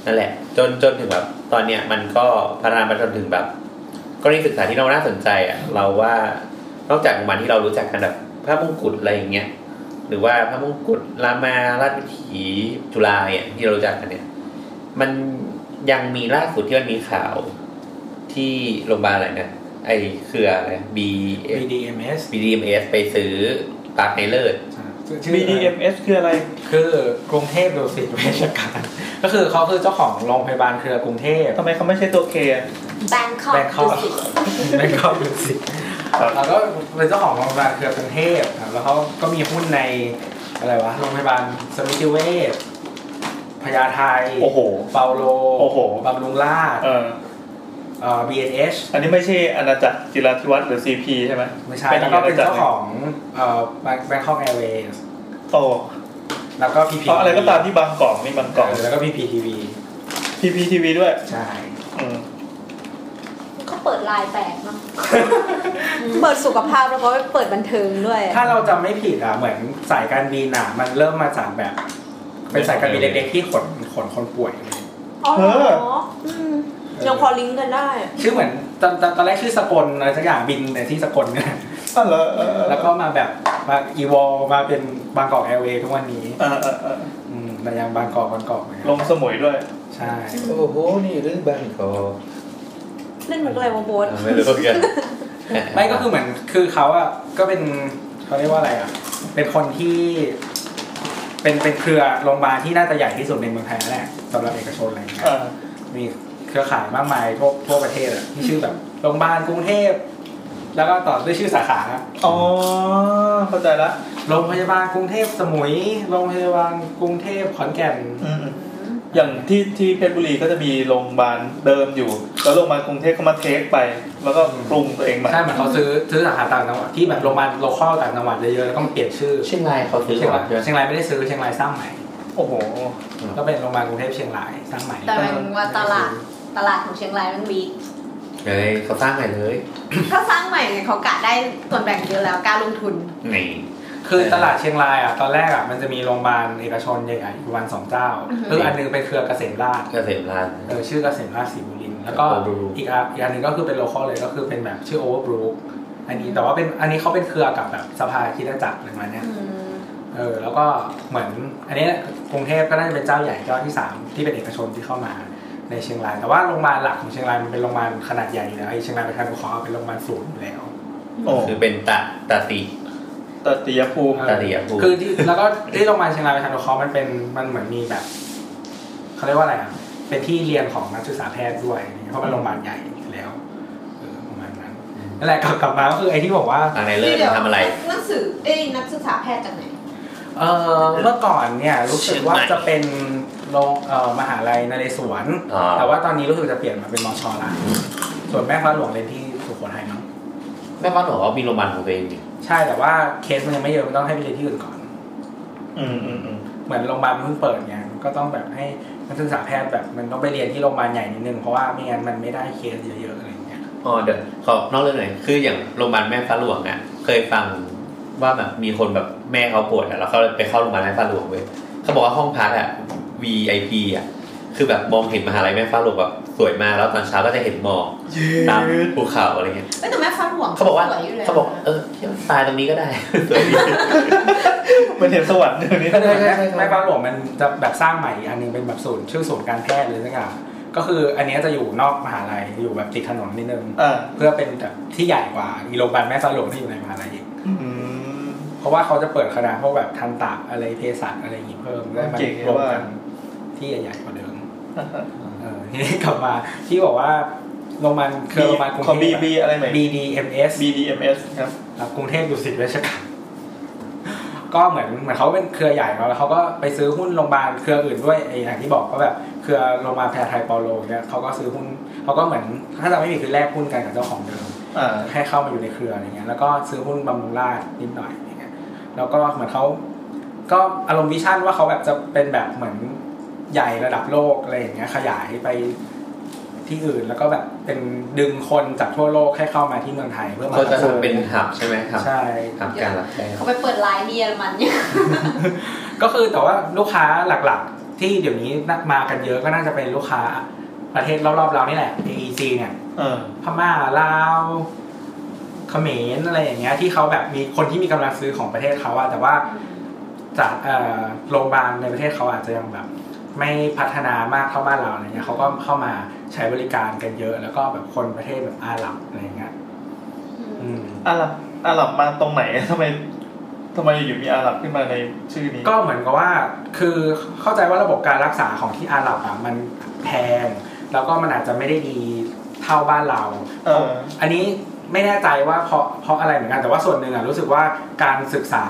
D: นั่นแหละ จนจนถึงแบบตอนเนี้ยมันก็พัฒนามาจนถึงแบบกรณีศึกษาที่เราน่าสนใจอ่ะเราว่านอกจากมันที่เรารู้จักกันแบบพระมงกุฎอะไรอย่างเงี้ยหรือว่าพระมงกุฎรามาราชวิถีจุฬาเนี่ยที่เรารู้จักกันเนี่ย มันยังมีล่าสุดที่มันมีข่าว ที่โรงพยาบาลอะไรนะไอเครืออะไร B
F: BDMS
D: B D M S ไปซื้อปากในเลิศ
F: ชื่อ
C: BDMS คืออะไร
F: คือกรุงเทพดุสิตเวชการ <laughs> ก็คือเขาคือเจ้าของโรงพยาบาลเครือกรุงเทพ <laughs>
C: ทำไมเขาไม่ใช่ตัวเคอะ
E: แบงคอก
F: Bangkok
E: ดูสิ
F: แบงคอกดุสิต
C: ครับ
F: แล้วก็เป็นเจ้าของโรงพยาบาลเครือกรุงเทพครับแล้วเขาก็มีหุ้นในอะไรวะโรงพยาบาลสมิติเวชพญาไท
C: โอ้โห
F: เปาโล
C: โอ้โห
F: บำรุงราษฎร์
C: เออ
F: เอ่อ BNH
C: อันนี้ไม่ใช่อาณาจักรจิราธิวัฒน์หรือ CP ใช่ไหม
F: ไม่ใช่แล้วก็เป็นเจ้าของเอ่อแบงคอกแอร์เวย์
C: โอ้
F: แล้วก็ PP
C: เพราะอะไรก็ตามที่บางกอกนี่บางกอก
F: เออแล้วก็ PPTV
C: PPTV ด้วย
F: ใช่
C: อืม
E: เขาเปิดไลน์แปลกเนาะ
B: เปิดสุขภาพแล้วก็เปิดบันเทิงด้วย
F: ถ้าเราจำไม่ผิดอ่ะเหมือนสายการบินอ่ะมันเริ่มมาจากแบบ เป็นสายการบินเล็กๆที่ขนขนคนป่วย
E: อ๋อเหรออืมยังพอลิงก์กันได้
F: ชื่อเหมือนตอนตอนตอนแรกชื่อสกลอะไรสักอย่างบินในที่สกลเนี่ย
C: อ่ะเหรอเออ
F: แล้วก็มาแบบมาอีวอลมาเป็นบางกอกแอร์เวย์ทุกวันนี้
C: เออเออเออ
F: อืมแต่ยังบางกอกบางกอกเนี่ย
C: ลงสมุยด้วย
F: ใช่
D: โอ้โห นี่เรื่องบ้านเขา
B: เล่นมันก็อะไรวะโบน
D: ไม่รู้ <laughs> กัน
F: ไม่ก็คือเหมือนคือเขาอ่ะก็เป็นเขาเรียกว่าอะไรอ่ะ เป็นคนที่ เป็นเป็นเครือโรงพยาบาลที่น่าจะใหญ่ที่สุดในเมืองไทยแล้วแหละสำหรับเอกชนอะไรอย่างเงี้ย
C: อ่า
F: มีเครือข่ายมากมายทั่วทั่วประเทศอะที่ชื่อแบบโรงพยาบาลกรุงเทพ แล้วก็ต่อด้วยชื่อสาขา
C: อ๋อ เข้าใจละ
F: โรงพยาบาลกรุงเทพสมุย โรงพยาบาลกรุงเทพขอนแก่น
C: อืมๆอย่างที่ที่เพชรบุรีก็จะมีโรงพยาบาลเดิมอยู่ แล้วโรงพยาบาลกรุงเทพก็มาเทคไป แล้วก็ปรุงตัวเองใหม่
F: ใช่เหมือนเขาซื้อซื้อสาขาต่างจังหวัดที่แบบโรงพยาบาลโลคอลต่างจังหวัดเยอะๆแล้วก็เปลี่ยนชื่อ
D: เชียงรายเขาซื้อ
F: เชียง
D: ก่อ
F: ราน ย
D: ใช่ไหม
F: เชียงรายไม่ได้ซื้อเชียงรายสร้างใหม่
C: โอ้โห
F: ก็เป็นโรงพยาบาลกรุงเทพเชียงรายสร้างใหม่
G: แต่หมายถึงว่าตลาดตลาดของเชียงรายมันวีค
D: เฮ้ยเขาสร้างใหม่เลย
G: ถ้าสร้างใหม่เนี่ยเขากะได้ส่วนแบ่งเยอะแล้วการลงทุน
D: นี่
F: คือตลาดเชียงรายอ่ะตอนแรกอ่ะมันจะมีโรงพยาบาลเอกชนใหญ่ๆประมาณสองเจ้าคืออันหนึงเป็นเครือเกษมราษฎร์
D: เกษมราช
F: เออชื่อเกษมราชสีบุรินทร์แล้วก็
D: Overbrook
F: อีกอันอีกอันหนึ่งก็คือเป็นโลคอลเลยก็คือเป็นแบบชื่อโอเวอร์บรูคอันนี้แต่ว่าเป็นอันนี้เขาเป็นเครือกับแบบสภาคิดจักรอะไรประมาณเนี้ยเออแล้วก็เหมือนอันนี้กรุงเทพก็น่าจะเป็นเจ้าใหญ่เจ้าที่สามที่เป็นเอกชนที่เข้ามาในเชียงราย แต่ว่าโรงพยาบาลหลักของเชียงรายมันเป็นโรงพยาบาลขนาดใหญ่อยู่แล้วไอ้เชียงรายประชานุเคราะห์เป็นโรงพยาบาลศูนย์อยู่แล้ว
C: โอ้
D: คือเป็นตาตาตี
C: ตะติยภูมิ
F: เออ
D: ตาตีอะพู
F: คือที่แล้วก็ <laughs> ที่โรงพยาบาลเชียงรายประชานุเคราะห์มันเป็นมันเหมือนมีแบบเขาเรียกว่าอะไรอ่ะเป็นที่เรียนของนักศึกษาแพทย์ด้วยอะไรเงี้ยเพราะมันโรงพยาบาลใหญ่อยู่แล้วเออประมาณนั้น นั่นแหละกลับกลับมาก็คือไอ้ที่บอกว่า
D: ทางในเลิศมันทำอะไร
E: หนังสือเอ้ยนักศึกษาแพทย์จากไหน
F: เออเมื่อก่อนเนี่ยรู้สึกว่าจะเป็นโรงเอ่อมหาลัยนเรศวร
D: อ่า
F: แต่ว่าตอนนี้รู้สึกจะเปลี่ยนมาเป็นมอชอละส่วนแม่ฟ้าหลวงเรียนที่สุโขทัยมั้ง
D: แม่บ้านบอกว่ามีโรงพยาบาลของตัวเองนี่
F: ใช่แต่ว่าเคสมันยังไม่เยอะมันต้องให้ไปเรียนที่อื่นก่อน
C: อืมอืมอืม
F: เหมือนโรงพยาบาลมันเพิ่งเปิดไงก็ต้องแบบให้นักศึกษาแพทย์แบบมันต้องไปเรียนที่โรงพยาบาลใหญ่นิดนึงเพราะว่าไม่งั้นมันไม่ได้เคสเยอะๆอะไรอย่างเงี้ย
D: อ๋อเดี๋ยวขอนอกเรื่องหน่อยคืออย่างโรงพยาบาลแม่ฟ้าหลวงอ่ะเคยฟังว่าแบบมีคนแบบแม่เขาปวดอ่ะแล้วเขาไปเข้าโรงพยาบาลแม่ฟ้าหลวงเว้ยเขาบอกว่าห้องพักอ่ะ VIP อ่ะคือแบบมองเห็นมหาลัยแม่ฟ้าหลวงแบบสวยมากแล้วตอนเช้าก็จะเห็นหมอกตามภูเขาอะไรเงี้ย
G: เอ้ยแต่แม่ฟ้าหลวง
D: เขาบอกว่า
G: สยยู่แล้ว
D: เขาบอกเออเที่ยวตายตรงนี้ <laughs> ก็ได้ สวยดี
C: มันเห็นสวรรค์เดี๋ยวนี้
F: ไม่ไม่ไม่ไม่ฟ้าหลวงมันจะแบบสร้างใหม่อีกอันหนึงเป็นแบบศูนย์ชื่อศูนย์การแพทย์เลยสักอย่างก็คืออันเนี้ยจะอยู่นอกมหาลัยอยู่แบบติดถนนนิดนึง
C: อ่า
F: เพื่อเป็นแบบที่ใหญ่กว่าอีโรงพยาบาลแม่ฟ้าหลวงที่อยู่ในมหาลัยอีก
C: อืม
F: เพราะว่าเขาจะเปิดคณะพวกแบบทันตะอะไรเภสัชอะไรอย่างงี้เพิ่มได้มา
C: เจ๋งเลย
F: รวม
C: ว่า
F: กันที่ใหญ่ๆกว่าเดิ
C: <laughs>
F: มเออทีนี้กลับมาที่บอกว่าโรงพยาบาลเครือโรงพยาบาลกรุง
C: ขอ
F: เทพ
C: BB อะไรใหม่
F: BDMS
C: BDMS ครับ
F: ครับกรุงเทพดุสิตเวชการก็เหมือนเหมือนเขาเป็นเครือใหญ่เนอะแล้วเขาก็ไปซื้อหุ้นโรงพยาบาลเครืออื่นด้วยไอ้อย่างที่บอกก็แบบเครือโรงพยาบาลแพทย์ไทยเปาโลเนี่ยเขาก็ซื้อหุ้นเขาก็เหมือนถ้าจำไม่ผิดคือแลกหุ้นกันกับเจ้าของเดิม
C: อ่า
F: ให้เข้ามาอยู่ในเครืออย่างเงี้ยแล้วก็ซื้อหุ้นบำรุงราษฎร์นิดหน่อยอย่างเงี้ยแล้วก็เหมือนเขาก็อารมณ์วิชั่นว่าเขาแบบจะเป็นแบบเหมือนใหญ่ระดับโลกอะไรอย่างเงี้ยขยายไปที่อื่นแล้วก็แบบเป็นดึงคนจากทั่วโลกให้เข้ามาที่เมืองไทยเพื่อมา
D: เขาจะทำเป็นหับใช่ไหมครับ
F: ใช่
D: หับการรับแรง
G: เขาไปเปิดไลน์เนียนมันเนี่ย
F: ก็คือแต่ว่าลูกค้าหลักๆ ที่เดี๋ยวนี้มากันเยอะก็น่าจะเป็นลูกค้าประเทศรอบๆเรานี่แหละ AEC เนี่ย
C: เออ
F: พม่าลาวเขมรอะไรอย่างเงี้ย ที่เขาแบบมีคนที่มีกำลังซื้อของประเทศเขาอะแต่ว่าจากเอ่อโรงพยาบาลในประเทศเขาอาจจะยังแบบ ไม่พัฒนามากเท่าบ้านเราอะไรเงี้ยเขาก็เข้ามาใช้บริการกันเยอะ แล้วก็แบบคนประเทศแบบอาหรับอะไรเงี้ยอืม
C: อาหรับอาหรับมาตรงไหน <laughs> ทำไมทำไมอยู่มีอาหรับขึ้นมาในชื่อนี้
F: ก็เหมือนกับว่า คือเข้าใจว่าระบบการรักษาของที่อาหรับอ่ะมันแพง แล้วก็มันอาจจะไม่ได้ดีเท่าบ้านเรา
C: เออ
F: อันนี้ไม่แน่ใจว่าเพราะเพราะอะไรเหมือนกัน แต่ว่าส่วนหนึ่งอ่ะรู้สึกว่าการศึกษา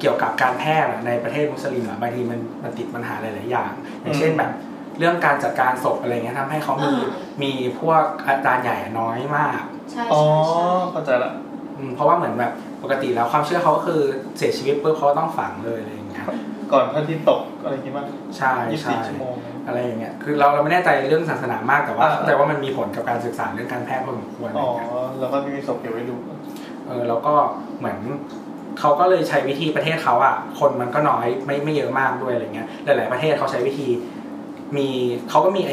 F: เกี่ยวกับการแพทย์อะในประเทศมุสลิมอ่ะบางทีมันมันติดปัญหาหลาย ๆ อย่าง อย่างเช่น
C: อืม
F: แบบเรื่องการจัดการศพอะไรเงี้ยทำให้เขามี
G: อ่า
F: มีพวกอาจารย์ใหญ่อะน้อยมาก
G: ใช่
C: อ๋อ
G: ใช่ใช่
C: เข้าใจละ
F: อืมเพราะว่าเหมือนแบบปกติแล้วความเชื่อเขาก็คือเสียชีวิตปุ๊บเขาต้องฝังเลยอะไรอย่างเงี้ย
C: ก่อนพระอาทิตย์ตกอะไรอย่างงี้มั้ง
F: ใช่
C: ยี่สิบ
F: ใช่
C: สี่ชั่วโมง
F: อะไรอย่างเงี้ย คือเราเราไม่แน่ใจเรื่องศาสนามากแต่ว่า
C: อ่า
F: แต่ว่ามันมีผลกับการศึกษาเรื่องการแพทย์พอสมควรอะไร
C: อ๋อ
F: อย่างเงี้ย
C: แล้วก็ไม่มีศพเก็บไว้ดู
F: เออแล้วก็เหมือนเขาก็เลยใช้วิธีประเทศเขาอ่ะ คนมันก็น้อยไม่ไม่เยอะมากด้วยอะไรเงี้ย หลาย ๆ ประเทศเขาใช้วิธี มีเขาก็มีไอ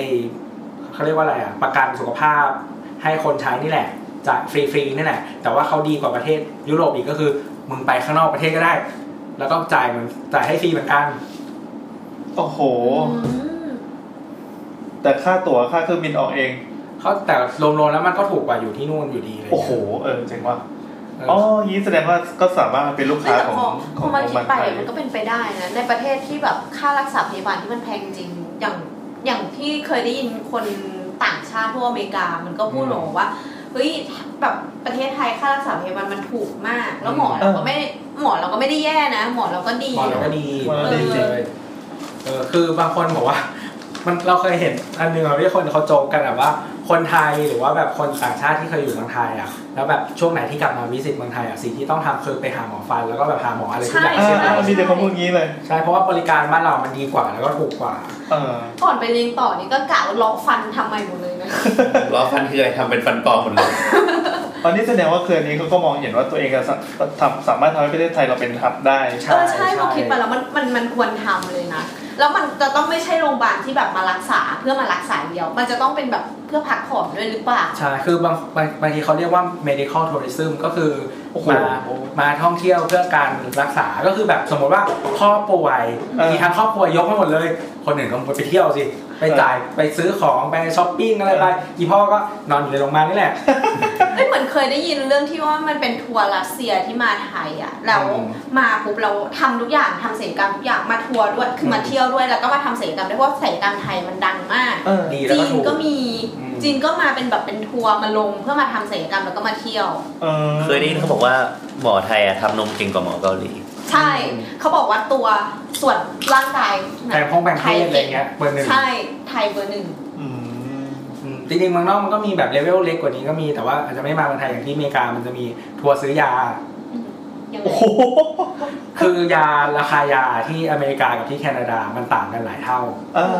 F: เขาเรียกว่าอะไรอ่ะ ประกันสุขภาพ ให้คนใช้นี่แหละจะฟรีๆนี่แหละ แต่ว่าเขาดีกว่าประเทศยุโรปอีกก็คือมึงไปข้างนอกประเทศก็ได้ แล้วก็จ่ายเหมือนจ่ายให้ฟรีเหมือนกัน
C: โอ้โห
G: ม
C: แต่ค่าตั๋วค่าเครื่องบินออกเอง
F: เขาแต่รวมๆแล้วมันก็ถูกกว่าอยู่ที่นู่นอยู่ดีเลย
C: โอ้โห เออเจ๋งว่ะ
F: เ
C: อ๋องี้แสดงว่าก็สามารถเป็นลูก
G: ไม่
C: ค้า
G: แต่
C: ของ
G: พอ
C: ข
G: พ
C: อง
G: อมา
C: ของ
G: คิดไป
C: ไทย
G: มันก็เป็นไปได้นะในประเทศที่แบบค่ารักษาพยาบาลที่มันแพงจริงอย่างอย่างที่เคยได้ยินคนต่างชาติทั่วอเมริกา มันก็พูดหรอกว่าเฮ้ยแบบประเทศไทยค่ารักษาพยาบาลมันถูกมาก แล้วหมอเราก็ไม่หมอเราก็ไม่ได้แย่นะ หมอเราก็ดี
F: หมอเราก็ดี
C: หมอเราดีจริง
F: เออคือบางคนบอกว่า มันเราเคยเห็นอันหนึงอะที่คนเขาโจกกันแบบว่า คนไทยหรือว่าแบบคนต่างชาติที่เคยอยู่เมืองไทยอ่ะ แล้วแบบช่วงไหนที่กลับมาวิสิตเมืองไทยอ่ะสิ่งที่ต้องทำคือไปหาหมอฟันแล้วก็แบบหาหมออะไรทุกอย่าง
G: ใช่ใช่
F: ใช่ไหม
C: อ่ามีแต่คนพูดงี้เลย
F: ใช่เพราะว่าบริการบ้านเรามันดีกว่าแล้วก็ถูกกว่า
C: เออ
G: ก่อนไปเรียนต่อนี่ก็กะว่าล็อกฟันทำไมหมดเลยนะ
D: ล้อฟันคืออะไรทำเป็นฟันปลอมหมดเลย
C: ตอนนี้แสดงว่าเครือนี้เขาก็มองเห็นว่าตัวเองอะสาทำสามารถทำให้ประเทศไทยเราเป็นฮับได้
F: ใช่
G: เออใช่
F: ใช่
G: พอคิดมาแล้วมันมันมันควรทำเลยนะ แล้วมันจะต้องไม่ใช่โรงพยาบาลที่แบบมารักษาเพื่อมารักษาเดียว มันจะต้องเป็นแบบเพื่อพักผ่อนด้วยหรือเปล่า
F: ใช่คือบางบางบางทีเขาเรียกว่า medical tourism ก็คือ
C: โอ้โห
F: มามาท่องเที่ยวเพื่อการรักษา ก็คือแบบสมมติว่าพ่อป่วย
C: เออ
F: มีทั้งครอบครัวยกไปหมดเลย คนอื่นก็ไปเที่ยวสิ ไปจ่ายไปซื้อของไปช้อปปิ้งอะไรไปอีพ่อก็นอนอยู่ในโรงพยาบาลนี่แหละ
G: เอ้ยเหมือนเคยได้ยินเรื่องที่ว่ามันเป็นทัวร์รัสเซียที่มาไทยอ่ะแล้ว
F: อืม
G: มาปุ๊บเราทำทุกอย่างทำศัลยกรรมทุกอย่างมาทัวร์ด้วยคือมาเที่ยวด้วยแล้วก็มาทำศัลยกรรมด้วยเพราะว่าศัลยกรรมไทยมันดังมาก
C: เออ
F: ดีแล้ว
G: จีน
F: ก็ถูก
G: ก็มี
F: อืม
G: จีนก็มาเป็นแบบเป็นทัวร์มาลงเพื่อมาทำศัลยกรรมแล้วก็มาเที่ยว
C: เออ
D: เคยได้ยินเขาบอกว่าหมอไทยอะทำนมเก่งกว่าหมอเกาหลี
G: ใช่เขาบอกว่าตัวส่วนร่างกาย
F: แบ่งห้องแบ่งเพศอะไรเงี้ยเบอร์หนึ่ง
G: ใช่ไทยเบอร์หนึ่ง
C: อืม
F: อืมจริงๆเมืองนอกมันก็มีแบบเลเวลเล็กกว่านี้ก็มีแต่ว่าอาจจะไม่มาเมืองไทยอย่างที่อเมริกามันจะมีทัวร์ซื้อยา
G: ยังไง
C: โอ้โห
F: คือยาราคายาที่อเมริกากับที่แคนาดามันต่างกันหลายเท่า
C: เออ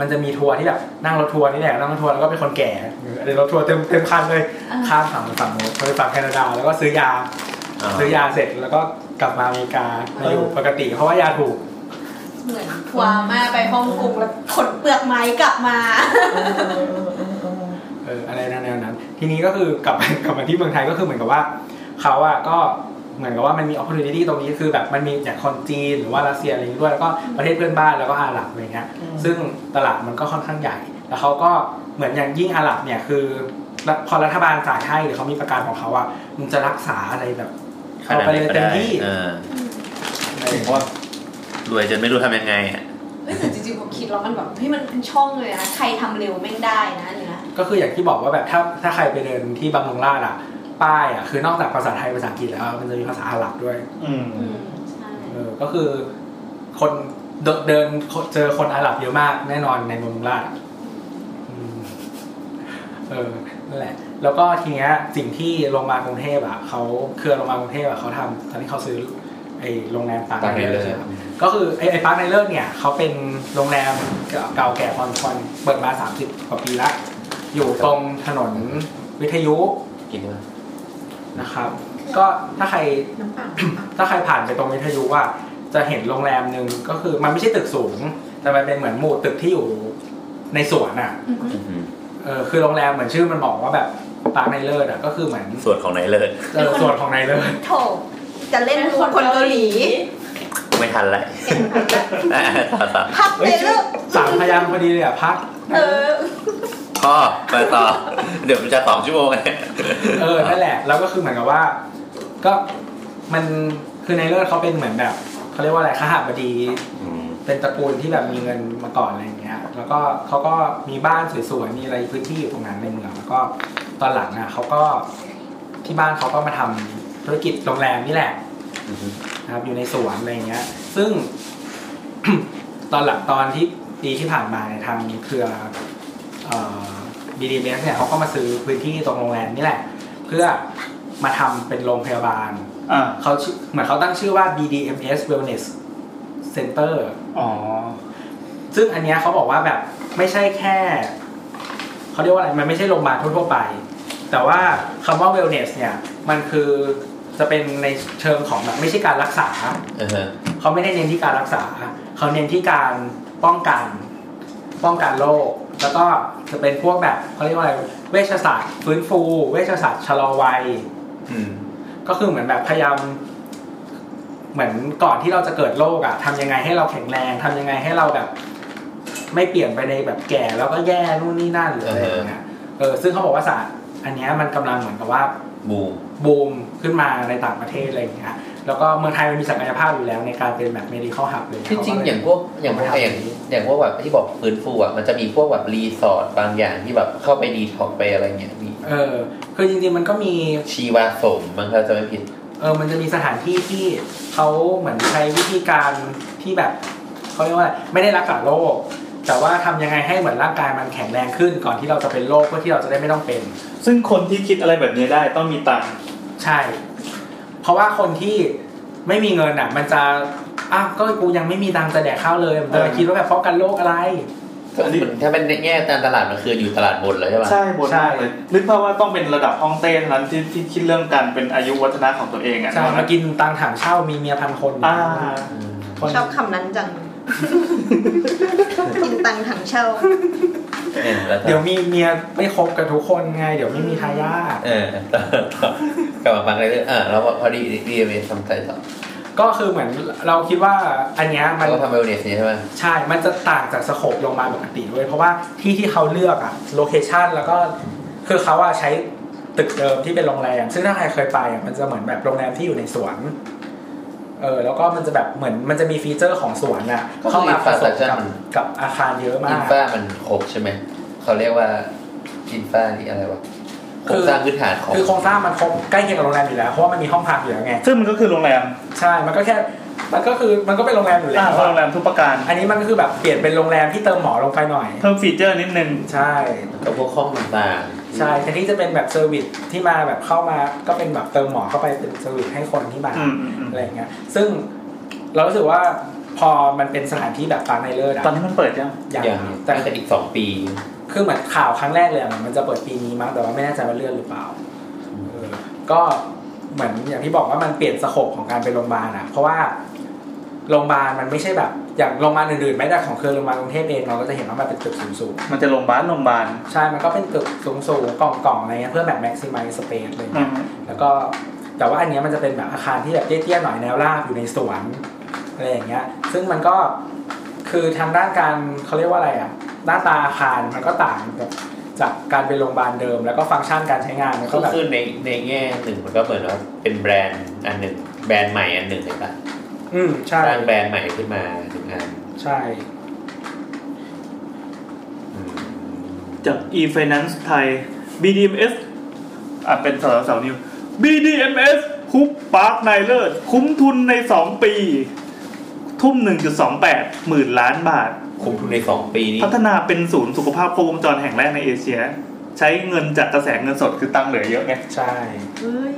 F: มันจะมีทัวร์ที่แบบนั่งรถทัวร์นี่แหละนั่งรถทัวร์แล้วก็เป็นคนแก่เดี๋ยวรถทัวร์เต็มเต็มคันเลยข้ามฝั่งไปฝั่งโน้นไปฝั่งแคนาดาแล้วก็ซื้อยา
D: อ่า
F: ซื้อยาเสร็จแล้วก็กลับมาอเมริกามาอยู่ปกติ เพราะว่ายาถูก
G: เหมือนทัวร์มาไปฮ่องกงแล้วขนเปลือกไม้กลับมา
F: เอออะไรแนวๆนั้น ทีนี้ก็คือกลับ กลับมา <laughs> ที่เมืองไทยก็คือเหมือนกับว่าเขาอะก็เหมือนกับว่ามันมี opportunity ตรงนี้คือแบบมันมีอย่างคนจีนหรือว่ารัสเซียอะไรอย่างนี้ด้วยแล้วก็ประเทศเพื่อนบ้านแล้วก็อาหรับอะไรเงี้ย
C: อืม
F: ซึ่งตลาดมันก็ค่อนข้างใหญ่แล้วเขาก็เหมือนอย่างยิ่งอาหรับเนี่ยคือรัฐพอรัฐบาลจ่ายให้หรือเขามีประกันของเขาอะมึงจะรักษาอะไรแบบ
D: ขนาดไหนก็ได้เออ
C: เห็นว่าร
D: วยจนไม่รู้ทำยังไงอะ
G: เฮ้ยแต่จริงๆผมคิดแล้วมันแบบเฮ้ยมันเป็นช่องเลยนะ ใครทำเร็วแม่งได้นะอันเนื้อ
F: ก็คืออย่างที่บอกว่าแบบถ้าถ้าใครไปเดินที่บางลงลาดอ่ะ ป้ายอ่ะคือนอกจากภาษาไทยภาษาอังกฤษแล้วมันจะมีภาษาอาหรับด้วย
C: อืม
G: อืมใช่
F: เออก็คือคนเดินเดินเจอคนอาหรับเยอะมากแน่นอนในบางลงลาดอะอืมเออนั่นแหละ แล้วก็ทีเนี้ยสิ่งที่โรงพยาบาลกรุงเทพอ่ะเขาเครือโรงพยาบาลกรุงเทพอ่ะเขาทำตอนนี้เขาซื้อไอ้โรงแรมปาร์ค
D: ปาร์คไนเลอร์
F: ใช่ไหมก็คือไอ้ไอ้ปาร์คไนเลอร์เนี่ยเขาเป็นโรงแรมเก่าแก่พอสมควรเปิดมา 30 กว่าปีละ อยู่ตรงถนนวิทยุ
D: กินมา
F: นะครับ ก็ถ้าใคร
A: น้ำเปล่า
F: ถ้าใครผ่านไปตรงวิทยุว่าจะเห็นโรงแรมหนึ่งก็คือมันไม่ใช่ตึกสูง แต่มันเป็นเหมือนหมู่ตึกที่อยู่ในสวนอ่ะ
D: อื้อหือ
F: เออคือโรงแรมเหมือนชื่อมันบอกว่าแบบปาร์คไนเลิศอ่ะก็คือเหมือน
D: ส่วนของไนเลิศ
F: เออสวนของไนเลิศ
G: โถจะเล่นมุกคนเกาหลี
D: <laughs> ไม่ทันละอ่ะ <laughs> ต่อต่อ
G: พับ
F: เฮ้
G: เลยยลู
F: ชื่อกสามพยางค์พอดีเลยอ่ะพัก
G: เออ
D: พ่อมาต่อ <laughs> เดี๋ยวมันจะสองชั่วโมงกันเนี่ย
F: เออ <laughs> นั่นแหละ แล้วก็คือเหมือนกับว่า ก็มันคือไนเลิศเขาเป็นเหมือนแบบเขาเรียกว่าอะไรข้าหาบดี
D: อืม
F: เป็นตระกูลที่แบบมีเงินมาก่อนอะไรอย่างเงี้ย แล้วก็เขาก็มีบ้านสวยๆ มีอะไรพื้นที่อยู่ตรงนั้นในเมือง แล้วก็ตอนหลังอ่ะเขาก็ที่บ้านเขาก็มาทำธุรกิจโรงแรมนี่แหละ
D: อือฮึ
F: นะครับ อยู่ในสวนอะไรอย่างเงี้ย ซึ่ง <coughs> ตอนหลังตอนที่ปีที่ผ่านมาในยทางเครือบีดีเอสเนี่ยเขาก็มาซื้อพื้นที่ตรงโรงแรมนี่แหละ เพื่อมาทำเป็นโรงพยาบาล
C: อ่า
F: เขาชื่อเหมือนเขาตั้งชื่อว่า BDMS Wellness Center
C: อ๋อ
F: ซึ่งอันเนี้ยเขาบอกว่าแบบไม่ใช่แค่เขาเรียกว่าอะไรมันไม่ใช่โรงพยาบาลทั่วๆไป แต่ว่าคำว่า wellness เนี่ยมันคือจะเป็นในเชิงของแบบไม่ใช่การรักษา
D: เออฮะ
F: เขาไม่ได้เน้นที่การรักษา เขาเน้นที่การป้องกัน ป้องกันโรค แล้วก็จะเป็นพวกแบบเขาเรียกว่าอะไรเวชศาสตร์ฟื้นฟู เวชศาสตร์ชะลอวัย
D: อืม
F: ก็คือเหมือนแบบพยายาม เหมือนก่อนที่เราจะเกิดโรคอะทำยังไงให้เราแข็งแรงทำยังไงให้เราแบบ ไม่เปลี่ยนไปในแบบแก่แล้วก็แย่นู่นนี่นั่นหรืออะไรอย่างเงี้ยเออซึ่งเขาบอกว่าศาสตร์อันเนี้ยมันกำลังเหมือนกับว่า
D: บูม
F: บูมขึ้นมาในต่างประเทศอะไรอย่างเงี้ยแล้วก็เมืองไทยมันมีศักยภาพอยู่แล้วในการเป็นแบบ medical hub เลยนะ
D: ที่จริง
F: เขก็เล
D: อย่างพวกอย่างพวกอย่างอย่างพวกแบบที่บอกฟื้นฟูอ่ะมันจะมีพวกแบบรีสอร์ทบางอย่างที่แบบเข้าไปดีท็อกไปอะไรเงี้ยมี
F: เออคือจริงๆมันก็มี
D: ชีวาสมมั้งถ้าจะไม่ผิด
F: เออ มันจะมีสถานที่ที่เขาเหมือนใช้วิธีการที่แบบเขาเรียกว่าอะไรไม่ได้รักษาโรค แต่ว่าทำยังไงให้เหมือนร่างกายมันแข็งแรงขึ้นก่อนที่เราจะเป็นโรคเพื่อที่เราจะได้ไม่ต้องเป็น
C: ซึ่งคนที่คิดอะไรแบบนี้ได้ต้องมีตังค์
F: ใช่ เพราะว่าคนที่ไม่มีเงินอ่ะ มันจะอ้าวก็กูยังไม่มีตังค์จะแดกข้าวเลยมันจะไปคิดว่าแบบป้องกันโรคอะไร
D: ก็คือมันถ้าเป็นในแง่การตลาดมันคืออยู่ตลาดบนเลยใช่ป่ะ
C: ใช่บนมากเลยนึกภาพว่าต้องเป็นระดับห้องเต้เท่านั้นที่ที่คิดเรื่องการเป็นอายุวัฒนะของตัวเองอ่ะ
F: ใช่มากินตังค์ถังเช่ามีเมียพันคน
C: อ่า
D: อืม
F: คน
G: ชอบคำนั้นจัง กินตังค์ถังเช่า
D: เออแล้วก็
F: เดี๋ยวมีเมียไม่ครบกับทุกคนไง เดี๋ยวไม่มีทายาท
D: เออ <laughs> ต่อต่อกลับมาฟังเลยเรื่องอ่าเราพอดีดีเอ็มทำใจต่อ
F: ก็คือเหมือนเราคิดว่าอันเนี้ยมั
D: เรา
F: น
D: ก็ทำเวลเนสนี่ใช่ไหม
F: ใช่ มันจะต่างจากสโคปโรงพยาบาลปกติด้วยเพราะว่าที่ที่เขาเลือกอะโลเคชันแล้วก็คือเขาอะใช้ตึกเดิมที่เป็นโรงแรม ซึ่งถ้าใครเคยไปอะมันจะเหมือนแบบโรงแรมที่อยู่ในสวน เออ แล้วก็มันจะแบบเหมือนมันจะมีฟีเจอร์ของสวนอะเข้ามาผสมกับกับอาคารเยอะมา
D: อิน
F: ก
D: ฟามันครบใช่ไหมเขาเรียกว่าอินฟานี่อะไรวะโครงสร้างพื้นฐานของ
F: คือโครงสร้างมันครบใกล้เคียงกับโรงแรมอยู่แล้ว เพราะว่ามันมีห้องพักอยู่แล้วไง
C: ซึ่งมันก็คือโรงแรม
F: ใช่ มันก็แค่ มันก็คือมันก็เป็นโรงแรมอยู่แล้
C: อ่าว เพราะโรงแรมทุกประการ
F: อันนี้มันก็คือแบบเปลี่ยนเป็นโรงแรมที่เติมหมอลงไปหน่อย
C: เพิ่มฟีเจอร์นิดนึง
F: ใช่
D: กับพวกข้องต่างๆ
F: ใช่แทนที่จะเป็นแบบเซอร์วิสที่มาแบบเข้ามาก็เป็นแบบเติมหมอเข้าไปเป็นเซอร์วิสให้คนที่มา
C: อืมอืมอืม
F: อะไรอย่างเงี้ย ซึ่งเรารู้สึกว่าพอมันเป็นสถานที่แบบฟาร์มไนเลอร์
C: ตอ
F: อะ
C: นนี้มันเปิดยัง
F: อย่าง
D: อย่าง
F: แต่
D: ตั้งแต่อีกสองปี
F: คือเหมือนข่าวครั้งแรกเลยอะมันจะเปิดปีนี้มั้งแต่ว่าไม่แน่ใจว่าเลื่อนหรือเปล่าเออก็เหมือนอย่างที่บอกว่ามันเปลี่ยนสโคปของการเป็นโรงพยาบาลอะเพราะว่าโรงพยาบาลมันไม่ใช่แบบ อย่างโรงพยาบาลอื่นๆแม้แต่ของเครือโรงพยาบาลกรุงเทพเองเราก็จะเห็นว่ามันเป็นตึกสูง
C: มันจะโรงพยาบาลโรงพยาบาล
F: ๆใช่ มันก็เป็นตึกสูงๆกล่องๆอะไรเงี้ยเพื่อแบบ maximize space อะไร
C: อื
F: เงี้ย
C: ม
F: แล้วก็แต่ว่าอันเนี้ยมันจะเป็นแบบอาคารที่แบบเตี้ยๆหน่อยแนวราบอยู่ในสวนอะไรอย่างเงี้ย ซึ่งมันก็คือทางด้านการเขาเรียกว่าอะไรอ่ะหน้าตาอาคารมันก็ต่างแบบจากการเป็นโรงพยาบาลเดิม แล้วก็ฟังก์ชันการใช้งานมันก็
D: ก็
F: แบบ
D: คือในในแง่หนึ่งมันก็เหมือนว่าเป็นแบรนด์อันหนึ่งแบรนด์ใหม่อันหนึ่งเลยปะ
F: อืม
D: ส
F: ใช่
D: ร้างแบรนด์ใหม่ขึ้นมาหนึ่งอัน
F: ใช่
D: อืม
C: จาก e finance ไทย BDMS อ่ะเป็นสาวสาวนิว BDMS คุปปาร์คไนเลอร์คุ้มทุนใน 2 ปี ทุ่ม 1.28 หมื่นล้านบาท
D: คุ้มทุนในสองปีนี้
C: พัฒนาเป็นศูนย์สุขภาพครบวงจรแห่งแรกในเอเชีย ใช้เงินจากกระแสเงินสดคือตังค์เหลือเยอะไง
F: ใช่
H: เฮ้ย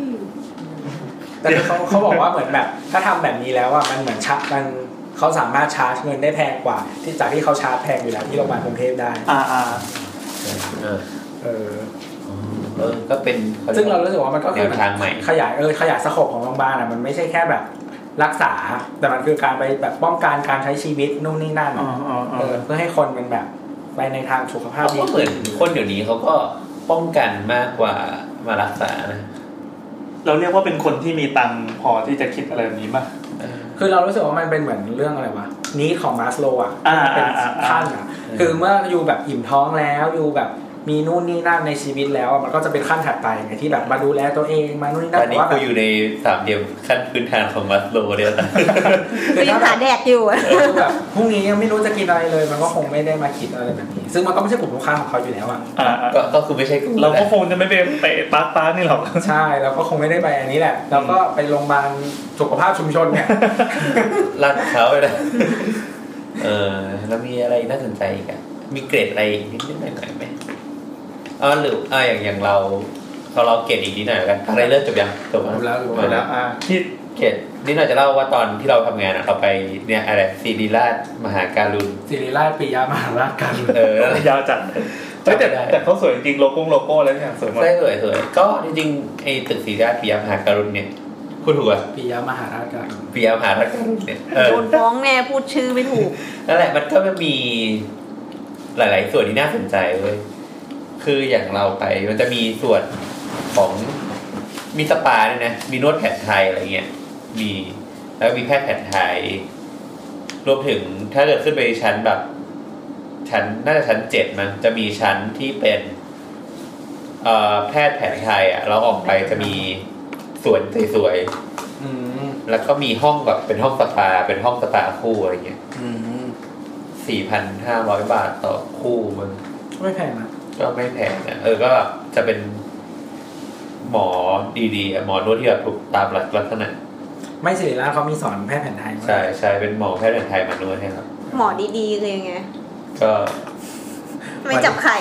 F: แต่เขาเขาบอกว่าเหมือนแบบ ถ้าทำแบบนี้แล้วอ่ะมันเหมือนชามันเขาสามารถชาร์จเงินได้แพงกว่า ที่จากที่เขาชาร์จแพงอยู่แล้วที่โรงพยาบาลกรุงเทพได้
C: อ่าอ่า
D: เออ
F: เออ
D: เออก็เป็น
F: ซึ่งเรารู้สึกว่ามันก็คื
D: แนวทางใหม่
F: ขยายเออขยายสโคปของโรงพยาบาลอ่ะมันไม่ใช่แค่แบบรักษา แต่มันคือการไปแบบป้องกันการใช้ชีวิตนู่นนี่นั่น
C: อ๋ออ๋ออ๋อ
F: เออเพื่อให้คนมันแบบไปในทางสุขภาพ
D: เขา
F: ดี
D: ก็เหมือนคนเดี๋ยวนี้เขาก็ป้องกันมากกว่ามารักษานะ
C: เราเรียกว่าเป็นคนที่มีตังค์พอที่จะคิดอะไรแบบนี้ป่ะ
D: เออ
F: คือเรารู้สึกว่ามันเป็นเหมือนเรื่องอะไรวะนี้ของมาสโลอ่ะ
C: อ่า
F: เป็น
C: อ่าอ่า
F: ขั้นอ่ะ
D: อืม
F: คือเมื่ออยู่แบบอิ่มท้องแล้วอยู่แบบมีนู่นนี่นั่นในชีวิตแล้วอะมันก็จะเป็นขั้นถัดไปไงที่แบบมาดูแลตัวเองมานู่นนี่นั่
D: ตอน น
F: แต่
D: นี้
F: ว่าแบ
D: กู
F: บ
D: อยู่ในสามเดียวขั้นพื้นฐานของมัสโลว์เดียวนะ
E: กูยังหาแดกอยู่อะ
F: คือแบบพรุ่งนี้ยังไม่รู้จะกินอะไรเลย มันก็คงไม่ได้มาคิดอะไรแบบนี้ ซึ่งมันก็ไม่ใช่กลุ่มลูกค้าของเขาอยู่แล้วอ่ะ
C: อ่าอ่า
D: ก็ก็คือไม่ใช่กู
C: เราก็
D: แหละ
C: คงจะไม่ไปเตะปาร์คปาร์คนี่หรอก
F: ใช่แล้วก็คงไม่ได้ไปอันนี้แหละ แล้วก็ไปโรงพยาบาลสุขภาพชุมชนเนี่ย <laughs>
D: ลาดเขาไปนะเออ แล้วมีอะไรน่าสนใจอีกอะมีเกรดอะไรนิดนิดหน่อยหน่อยไหมอ๋อหรืออ่าอย่างอย่างเราเราเราเกรดอีกนิดหน่อยแล้วกันอะไรเลิกจบยังจบ
F: จบแล้วจบ
C: ไปแล้วอ่าที่
D: เกรดนิดหน่อยจะเล่าว่าตอนที่เราทำงานอะเราไปเนี่ยอะไรซีดีราชมหาการุณ
F: ศิริราชปิยามหาราชกัน
D: เออนั่นแหละ
C: ยาวจัดเฮ้ยแต่แต่เขาสวยจริงโลโก้โลโก้แล้วอย่างสวยหมด
D: ใช่สวยสวยก็จริงๆไอ้ตึกสีราชปิยมหาการุณเนี่ยคุณถูกอ่ะ
F: ปิยามหาราชกัน
D: ปิยมหาการุณเนี่ยเออ
E: โดนฟ้องแน่พูดชื่อไม่ถูก
D: นั่นแหละมันก็มีหลาย ๆ ส่วนที่น่าสนใจเว้ยคืออย่างเราไปมันจะมีส่วนของมีสปาเนี่ยนะมีนวดแผนไทยอะไรเงี้ยมีแล้วมีแพทย์แผนไทย รวมถึงถ้าเกิดขึ้นไปชั้นแบบ ชั้นน่าจะชั้นเจ็ดมั้งจะมีชั้นที่เป็นเอ่อแพทย์แผนไทยอ่ะแล้วออกไปจะมีสวนสวย
F: อืม
D: ๆแล้วก็มีห้องแบบเป็นห้องสปาเป็นห้องสปาคู่อะไรเงี้ย
F: อืม
D: สี่พันห้าร้อยบาทต่อคู่มัน
F: ไม่แพงนะ
D: ก็ไม่แพงนะเออก็จะเป็นหมอดีๆอะหมอนวดที่แบบถูกตามหลักลักษณะ
F: ไม่ศิริราชเขามีสอนแพทย์แผนไทยมั้ย
D: ใช่ใช่เป็นหมอแพทย์แผนไทยมานวดให้ครับ
E: หมอดีๆเลยไง
D: ก็
E: ไม่จับ <laughs> ไข่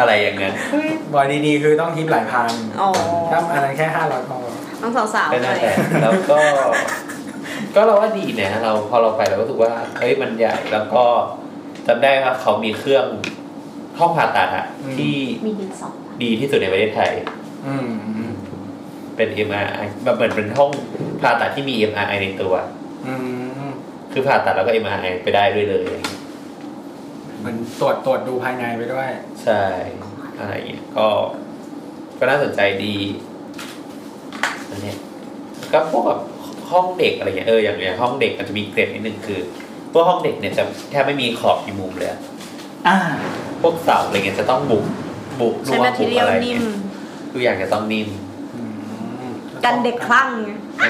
D: อะไรอย่างเงี้ย
F: บอยดีๆ คือต้องทิปหลายพัน
E: อ๋อ
F: ถ้าอันนั้นแค่ห้าร้อยพอ
E: ต้องสาว
D: ก็
E: ๆหน่
D: นั่
E: อน ย
D: แหละแล้วก็ ก็เราว่าดีนะเราพอเราไปเราก็รู้สึกว่าเอ้ยมันใหญ่แล้วก็จำได้ว่าเขามีเครื่องห้องผ่าตัดอะที่
G: มีดินสอ
D: ดีที่สุดในประเทศไทย
F: อืมอืม
D: เป็น MRI แบบเหมือนเป็นห้องผ่าตัดที่มี MRI ในตัว
F: อืม
D: คือผ่าตัดแล้วก็ MRI ไปได้ด้วยเลยอะไรอย่างเงี้ย
F: เหมือนตรวจตรวจดูภายในไปด้วย
D: ใช่อะไรอย่างเงี้ยก็ก็น่าสนใจดีอันเนี้ยแล้วก็พวกแบบห้องเด็กอะไรเงี้ยเอออย่างอย่างห้องเด็กมันจะมีเกรดนิดนึงคือพวกห้องเด็กเนี่ยจะแทบไม่มีขอบมีมุมเลยอะ
C: อ่า
D: พวกเสาอะไรเงี้ยจะต้องบุกบุก
E: ใช้
D: ว
E: แมท
D: บุก
E: เทียล
D: อะไร
E: นิ่
D: เงี้
E: ม
D: ยทุกอย่างจะต้องนิ่ม
F: อืม
E: กันเด็กคลั่งไง
D: เอ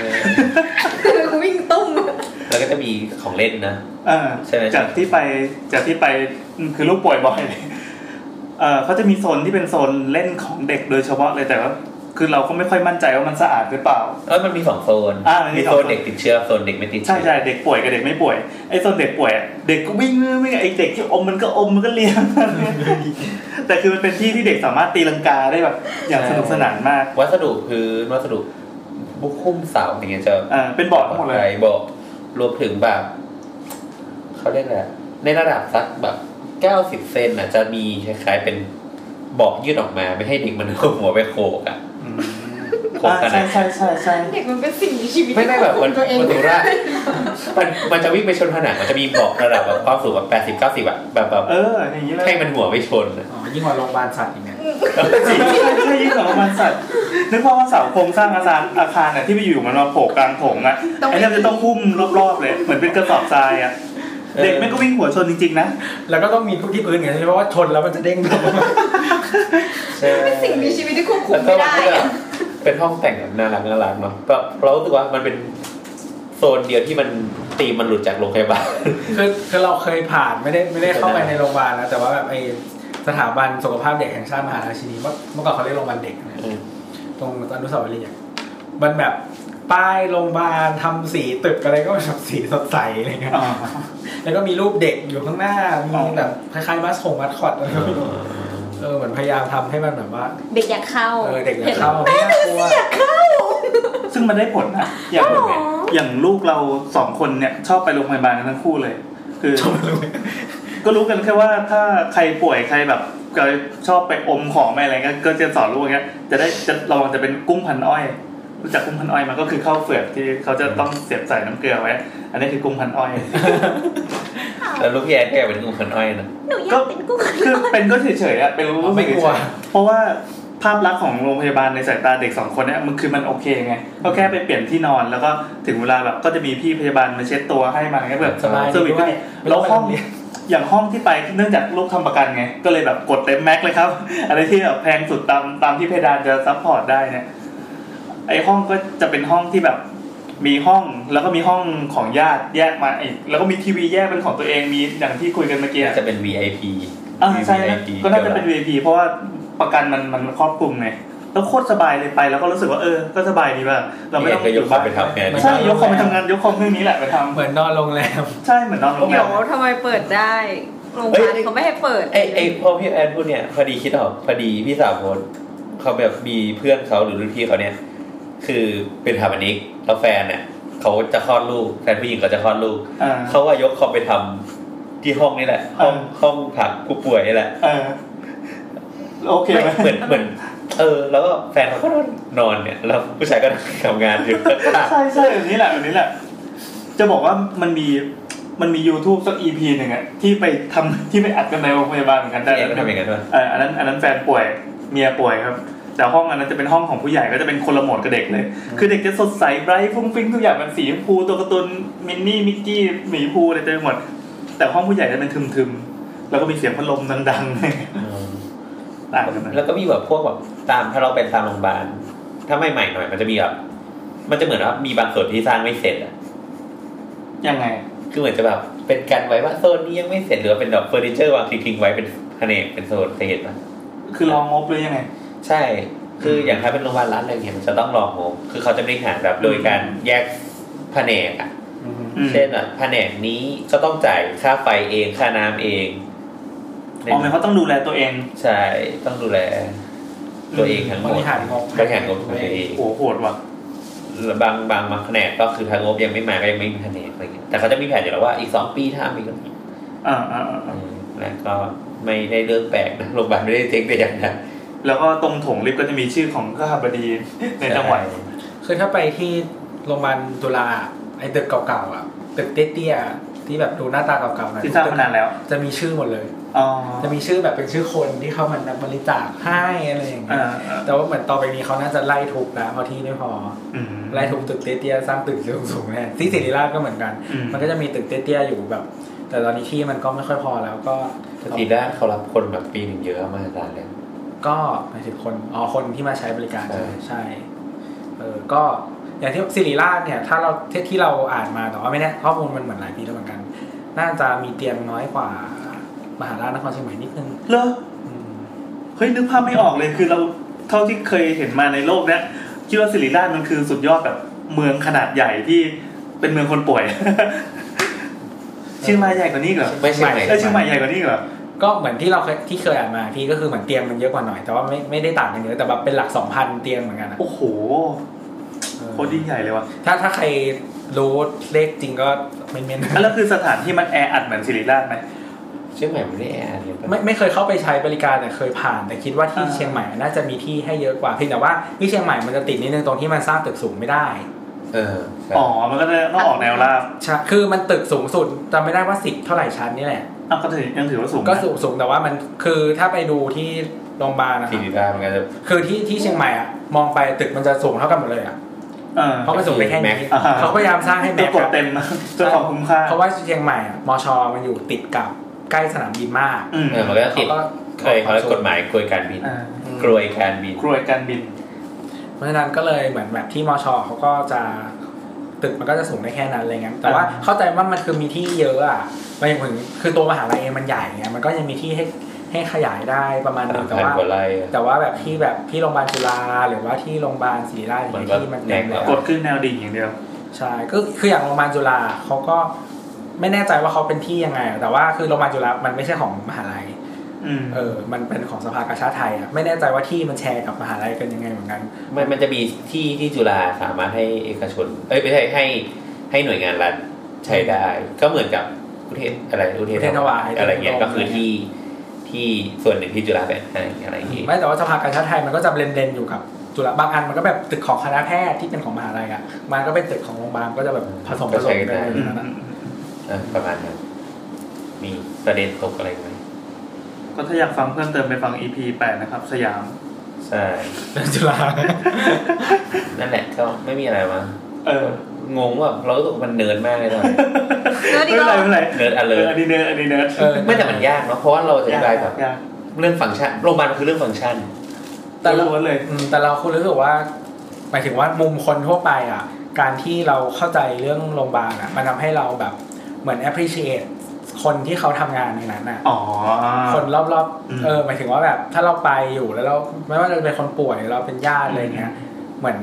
D: อ
E: <laughs> วิ่งตุ้ม
D: แล้วก็จะมีของเล่นนะ
C: เออ
D: ใช่ไหม
C: จากที่ไปจากที่ไปอืมคือลูกป่วยบ่อย <laughs> เออเขาจะมีโซนที่เป็นโซนเล่นของเด็กโดยเฉพาะเลยแต่ว่าคือเราก็ไม่ค่อยมั่นใจว่ามันสะอาดหรือเปล่า
D: เออมันมีสองโซน
C: อ่ามันมี
D: มี
C: สอง
D: โซ
C: โซน
D: นเด็กติดเชื้อโซนเด็กไม่ติด
C: ใช่
D: เชื้อ
C: ใช่เด็กป่วยกับเด็กไม่ป่วยไอ้โซนเด็กป่วยอะเด็กก็วิ่งวิ่งไอ้เด็กที่อมมันก็อมมันก็เลี้ยงแต่คือมันเป็นที่ที่เด็กสามารถตีลังกาได้แบบ อย่างสนุกสนานมาก
D: วัสดุพื้นวัสดุบุกคุ้มเสาอะไรเงี้ยจะ
C: อ่าเป็นบอร์ดทั้งหมดเลย
D: ปลอภับอกรวมถึงแบบเขาเรียกอะไรในระดับสักแบบเก้าสิบเซนอ่ะจะมีคล้ายๆเป็นเบอกยืดออกมาไม่ให้เด็กมันเอาหัวไปโขกอ่ะโขก
C: อ่า
D: กัน
C: ใช่
D: อะ
C: ใช่ใช่ใช่
H: เด็กมันเป็นสิ่งมีชีวิต
D: ไม่ไม่แบบมัน
H: ที่ควบคุตัวเอง
D: มัน
H: ไม่
D: ดู
H: ได้
D: ร่ามันมันจะวิ่งไปชนผนังมันจะมีเบอกระดับแบบความสูงแบบแปดสิบเก้าสิบอะแบบแบบ
C: เอออย่างนี้เลย
D: ให้มันหัวไปชนอะ
F: อ๋อยิ่งกว่าโรงพยาบาลสัตว์อีกเนี่ย
C: ใช่ใช่ยิ่งกว่าประมาณสัตว์นึกภาพว่าเสาโครงสร้างอาคารอาคารอ่ะที่ไปอยู่มันมาโผล่กลางโถงอ่ะไอ้เนี่ยมันจะต้องหุ้มรอบๆเลยเหมือนเป็นกระสอบทรายอ่ะเด็กไม่งก็วิ่งหัวชนจริงๆนะ
F: แล้วก็ต้องมีทุกที่พื้นไงเพราะว่าชนแล้วมันจะเด้งลงมา
D: ใช่
H: เป็นสิ่งมีชีวิตที่ควบคุม
D: แล้วก็
H: ไม่
D: มัน
H: ได้
D: ก็จะเป็นห้องแต่งแบบน่ารักน่ารักเนาะแบบเรารู้สึกว่ามันเป็นโซนเดียวที่มันตีมมันหลุดจากโรงพยาบาล
F: คือคือเราเคยผ่านไม่ได้ไม่ได้เข้าไปในโรงพยาบาลนะแต่ว่าแบบไอสถาบันสุขภาพเด็กแห่งชาติมหาราชินีเมื่อเมื่อก่อนเขาเรียกโรงพยาบาลเด็กนะ
D: อืม
F: ตรงอนุสาวรีย์อะมันแบบป้ายโรงพยาบาลทำสีตึกอะไรก็แบบสีสดใสอะไรเงี้ย
C: อ่า
F: แล้วก็มีรูปเด็กอยู่ข้างหน้ามีแบบคล้ายๆมัสคงมัสคอตอะไรก็ไม่รู้ เออเหมือนพยายามทำให้มันแบบว่า
G: เด็กอยากเข้า
F: เออเด็กอย่าเข้าไม่น่ากลัว
C: ซึ่งมันได้ผลนะอย่างอย่างลูกเราสองคนเนี่ยชอบไปโรงพยาบาลกันทั้งคู่เลย คือ ก็รู้กันแค่ว่าถ้าใครป่วยใครแบบก็ชอบไปอมของไปอะไรเงี้ยก็จะสอนลูกอย่างเงี้ยจะได้จะระวังจะเป็นกุ้งพันอ้อย รู้จักกุ้งพันอ้อยมันก็คือข้าวเฟือกที่เขาจะต้องเสียบใส่น้ำเกลือไว้ อันนี้คือกุ้งพันอ้อย
D: แล้วลูกพี่แอนแกเป็นงูขนอ้อยนะ
B: หนูอยากเป็นกุ้ง
C: คือเป็นก็เฉยๆอะเป็นรู้สึ
F: ไม่
C: ก
F: กลั
C: เฉ
F: วย
C: ๆเพราะว่าภาพลักษณ์ของโรงพยาบาลในสายตาเด็กสองคนเนี่ยมันคือมันโอเคไงก็แค่ไปเปลี่ยนที่นอนแล้วก็ถึงเวลาแบบก็จะมีพี่พยาบาลมาเช็ดตัวให้มาอะไรเงี้ยแบบ
F: สบาย
C: เซอร์
F: ดี
C: วิส
F: ด้
C: ก็
F: วย
C: ดีแล้วห้องอย่างห้องที่ไปเนื่องจากลูกทำประกันไง ก็เลยแบบกดเต็มแม็กเลยครับ <laughs> อะไรที่แบบแพงสุดตามตามที่เพดานจะซัพพอร์ตได้เนี่ยไอห้องก็จะเป็นห้องที่แบบ มีห้องแล้วก็มีห้องของญาติแยกมาอีกแล้วก็มีทีวีแยกเป็นของตัวเองมีอย่างที่คุยกันเมื่อกี้
D: น่าจะเป็น VIP
C: อ่าใช่นะ
D: VIP
C: ก็น่าจะเป็น VIP เพราะว่าประกันมันมันครอบคลุมไงแล้วโคตรสบายเลยไปแล้วก็รู้สึกว่าเออก็สบายดีว่ะเราไม่
D: พี่แอ
C: ต้อน งอ
D: ก็
C: ย
D: ก
C: ยู่
D: บ้า
C: บ้าน น
D: ไปทำงาน
C: ใช่ยกคอมไปทำงานยกคอมเครื่องนี้แหละไปท
F: เหมือนนอนโรงแรม
C: ำใช่ เหมือนนอนโรงแร
H: เดี๋ย
C: ม
H: วทำไมเปิดได้ โรงพยาบาลเขาไม่ให้เปิด
D: ไอไอพอพี่แอนพูดเนี่ยพอดีคิดออกพอดีพี่สาวโพสต์เขาแบบมีเพื่อนเขาหรือรุ่นพี่เขาเนี่ย คือเป็นทาบันิกแล้วแฟนเนี่ยเขาจะคลอดลูกแฟนผู้หญิงเขาจะคลอดลูก
C: อ่า
D: เขาว่ายกคอมไปทำที่ห้องนี่แหละ ห้อง
C: อ่า
D: ห้องผักผู้ป่วยนี่แหละ
C: เออโอเคไหม
D: เหมือนเหมือน เออ แล้วก็แฟนเขาก็นอนเนี่ยแล้วผู้ชายก็ทำงานอยู่
C: ใช่ใช่แบบนี้แหละแบบนี้แหละ จะบอกว่ามันมีมันมี YouTube สัก EP หนึ่งอะที่ไปทำที่ไปอัดกันในโรงพยาบาลเหมือนกันได้
D: พี่แอนก็ทำอย่างนั้นด้วย
C: เอ่ออันนั้นอันนั้นแฟนป่วยเมียป่วยครับ แต่ห้องอันนั้นจะเป็นห้องของผู้ใหญ่ก็จะเป็นคนละโหมดกับเด็กเลย คือเด็กจะสดใสไบรท์ฟุ้งฟิ้งทุกอย่างเป็นสีชมพูตัวการ์ตูนมินนี่มิกกี้หมีภูอะไรเต็มไปหมด แต่ห้องผู้ใหญ่จะเป็นทึมๆแล้วก็มีเสียงพัดลมดังๆ <laughs> ต่างกัน
D: แล้
C: นะ
D: วก็มีแบบพวกแบบตามถ้าเราเป็นตามโรงพยาบาลถ้าไม่ใหม่หน่อยมันจะมีแบบมันจะเหมือนว่ามีบางส่วนที่สร้างไม่เสร็จอะ
C: ยังไง
D: คือเหมือนจะแบบเป็นกันไว้ว่าโซนนี้ยังไม่เสร็จหรือว่าเป็นแบบเฟอร์นิเจอร์วางทิ้งๆไว้เป็นแผนกเป็นโซนเสร็จนะ
C: คือลองงบหรือยังไง
D: ใช่ คืออย่างถ้าเป็นโรงพยาบาลรัฐอะไรเงี้ยมันจะต้องลองงบคือเขาจะบริหารแบบโดยการแยกแผนกอะ
C: อืม
D: เช่นอะแผนกนี้ก็ต้องจ่ายค่าไฟเองค่าน้ำเอง
C: อ๋อหมายเขามต้องดูแลตัวเอง
D: ใช่ต้องดูแล ตัวเองทั้งหมด
F: บริหารงบ
D: บริหารงบตัวเอง
C: โอ้โหโหดว่ะ
D: บางบางมาคะแนนก็คือทางงบยังไม่มาก็ยังไม่มีคะแนนอะไรเงี้ยแต่เขาจะมีแผนอยู่แล้วว่าอีกสองปีถ้ามีก็มี
C: อ่าอ่าอ่า
D: อืมแล้วก็ไม่ได้เรื่องแปลกนะโรงพยาบาลไม่ได้เจ๊งแต่อย่างใด
C: แล้วก็ตรงโถงลิฟต์ก็จะมีชื่อของข้าบดีในจังหวัด
F: คือถ้าไปที่โรงพยาบาลจุฬาอะไอ้ตึกเก่าๆอ่ะตึกเตี้ยๆที่แบบดูหน้าตาเก่าๆหน่อย
C: ที่สร้างมานานแล้ว
F: จะมีชื่อหมดเลย
C: อ๋อ
F: จะมีชื่อแบบเป็นชื่อคนที่เขามันรับบริจาคให้อะไรอย่างเงี้
C: อ่าย อ่า
F: แต่ว่าเหมือนต่อไปนี้เขาน่าจะไล่ทุบแล้วเพราะที่ไม่พอ
C: อืม
F: ไล่ทุบตึกเตี้ยๆสร้างตึกสูงๆแน่ที่ศิริราชก็เหมือนกัน
C: อืม
F: มันก็จะมีตึกเตี้ยๆอยู่แบบ แต่ตอนนี้ที่มันก็ไม่ค่อยพอแล้วก็
D: สติด้านเขารับคนแบบปีหนึ่งเยอะมากร้านเลย
F: ก็หมายถึงคนอ๋อคนที่มาใช้บริการ
D: ใช่
F: ใช่ใช่เออก็อย่างที่ศิริราชเนี่ย ถ้าเราที่ที่เราอ่านมาแต่ว่าไม่แน่ข้อมูลมันเหมือนหลายปีแล้วเหมือนกัน น่าจะมีเตียงน้อยกว่ามหาราชนครเชียงใหม่นิดนึง
C: เลอ
F: อืม
C: เฮ้ยนึกภาพไม่ออกเลยคือเราเท่าที่เคยเห็นมาในโลกเนี้ยคิดว่าสิริราชมันคือสุดยอดแบบเมืองขนาดใหญ่ที่เป็นเมืองคนป่วย <laughs> ชื่อมาใหญ่กว่านี้อีกเหรอ
D: ไม่ใช่ไหน
C: ไอ้ยชื่อใหม่ใหญ่กว่านี้อีกเหรอ
F: ก็เหมือนที่เราเคยที่เคยอ่านมาที่ก็คือเหมือนเตียงมันเยอะกว่าหน่อยแต่ว่าไม่ไม่ได้ต่างกันเยอะแต่แบบเป็นหลักสองพันเตียงเหมือนกันอะ
C: โอ้โห
F: เออ
C: โคตรยิ่งใหญ่เลยว่ะ
F: ถ้าถ้าใครรู้เลขจริงก็ไม่เมน
C: อ่ะแล้วคือสถานที่มันแออัดเหมือนสิริราชไหม
D: ชื่อใหม่ไม่ได้แอร์เลยปะ
F: ไม่ไม่เคยเข้าไปใช้บริการแต่เคยผ่าน แต่คิดว่าที่
C: อ่า
F: เชียงใหม่น่าจะมีที่ให้เยอะกว่าเพียงแต่ว่าที่เชียงใหม่มันจะติดนิดนึงตรงที่มันสร้างตึกสูงไม่ได้
D: เออใช่
C: อ๋อมันก็จะต้องออกแนวราบ
F: ใช่คือมันตึกสูงสุดจำไม่ได้ว่าสิบเท่าไหร่ชั้นนี่แหละ
C: อ้าวก็ถือยังถือว่าสูงนะ
F: ก็สูงสูงแต่ว่ามันคือถ้าไปดูที่โรงพยาบาลนะค
D: สิ
F: รับ
D: ริราชมันก็จะ
F: คือที่ที่เชียงใหม่อะมองไปตึกมันจะสูงเท่ากันหมดเลยอะ
C: เออ
F: เพราะมันสูงได้แค่นี้
C: อ่า
F: เขาพยายามสร้างให้แบ
C: จะ
F: บ
C: กดเต็มจะของคุ้มค่า
F: เพราะว่าเชียงใหม่อะมชมันอยู่ติดกับใกล้สนามบินมาก
C: อืม
D: เออมันก็ติดเคยเขาเรียกกฎหมายกลวยการบิน
C: อ่าก
D: ลวยการบิน
C: กรวยการบิน
F: เพราะฉะนั้นก็เลยเหมือนแบบที่มชเขาก็จะตึกมันก็จะสูงได้แค่นั้นอะไรเงี้ยแต่ว่า
C: อ่า
F: เข้าใจว่ามันคือมีที่เยอะอ่ะหมันถึงคือตัวมหาลัยเองมันใหญ่ไงมันก็ยังมีที่ให้ให้ขยายได้ประมาณนึงแต่
D: พัน
F: ว่าก
D: ว่าไร่อะ
F: แต่ว่าแบบที่แบบที่โรงพยาบาลจุฬาหรือว่าที่โรงพยาบาลศิริราช
D: มัน
F: เนี่ย
D: ก็
F: ที่มัน
D: แน
F: เต็
D: ก
F: ม
D: แล้
F: แล้วว
C: กดขึ้นแนวดิ่งอย่างเดียว
F: ใช่ก็คืออย่างโรงพยาบาลจุฬาเขาก็ไม่แน่ใจว่าเขาเป็นที่ยังไงอะแต่ว่าคือโรงพยาบาลจุฬามันไม่ใช่ของมหาลัย
C: อืม
F: เออมันเป็นของสภากาชาติไทยอ่ะไม่แน่ใจว่าที่มันแชร์กับมหาลัยกันยังไงเหมือนกัน
D: มันมันจะมีที่ที่จุฬาสามารถให้เอกชน เอ้ยไม่ใช่ให้ให้หน่วยงานรัฐใช้ได้ ก็เหมือนกับอุเทศอะไรอุเทศ
F: อุเทศถวาย
D: อะไรเงี้ยก็คือที่ที่ส่วนหนึ่งที่จุฬาแบ่งให้อะไรอย่างงี้
F: ไม่แต่ว่าสภากาชาติไทยมันก็จะเบลนๆอยู่กับจุฬาบางอันมันก็แบบตึกของคณะแพทย์ที่เป็นของมหาลัยอ่ะมันก็เป็นตึกของโรงพยาบาลก็จะแบบผสมผสมกันอะไรอย่างนั้นอะ
D: เออประมาณนั้นมีประเด็นตกอะไรไหม
C: ก็ถ้าอยากฟังเพิ่มเติมไปฟัง EP 8 นะครับ สยาม
D: ใช่
F: จุฬา <laughs>
D: นั่นแหละก็ไม่มีอะไรมา
C: เออ
D: งงว่าเรารู้สึกว่ามันเนิร์ดมากเลยตอนนี้
C: ไม่เป็นไรไม่เป็นไร
D: เนิร์ด alert
C: อันนี้เนิร์ดอันนี้เนิร์ด
F: เออ
D: ไม่แต่มันยากเนาะเพราะว่าเราจะอธิบายแบบ
C: ยาก
D: เรื่องฟังก์ชันโรงพยาบาลมันคือเรื่องฟังก์ชัน
F: แต่เรา
C: ล้วนๆเลย
F: อืมแต่เราคุณรู้สึกว่าหมายถึงว่ามุมคนทั่วไปอ่ะ การที่เราเข้าใจเรื่องโรงพยาบาลอ่ะ มันทำให้เราแบบเหมือน appreciate คนที่เขาทำงานในนั้นอ่ะ
C: อ๋อ
F: คนรอบ
C: อืม
F: ๆเออหมายถึงว่าแบบ ถ้าเราไปอยู่แล้วเราไม่ว่าเราจะเป็นคนป่วยหรือเราเป็นญาติอะไรเงี้ยเหมือน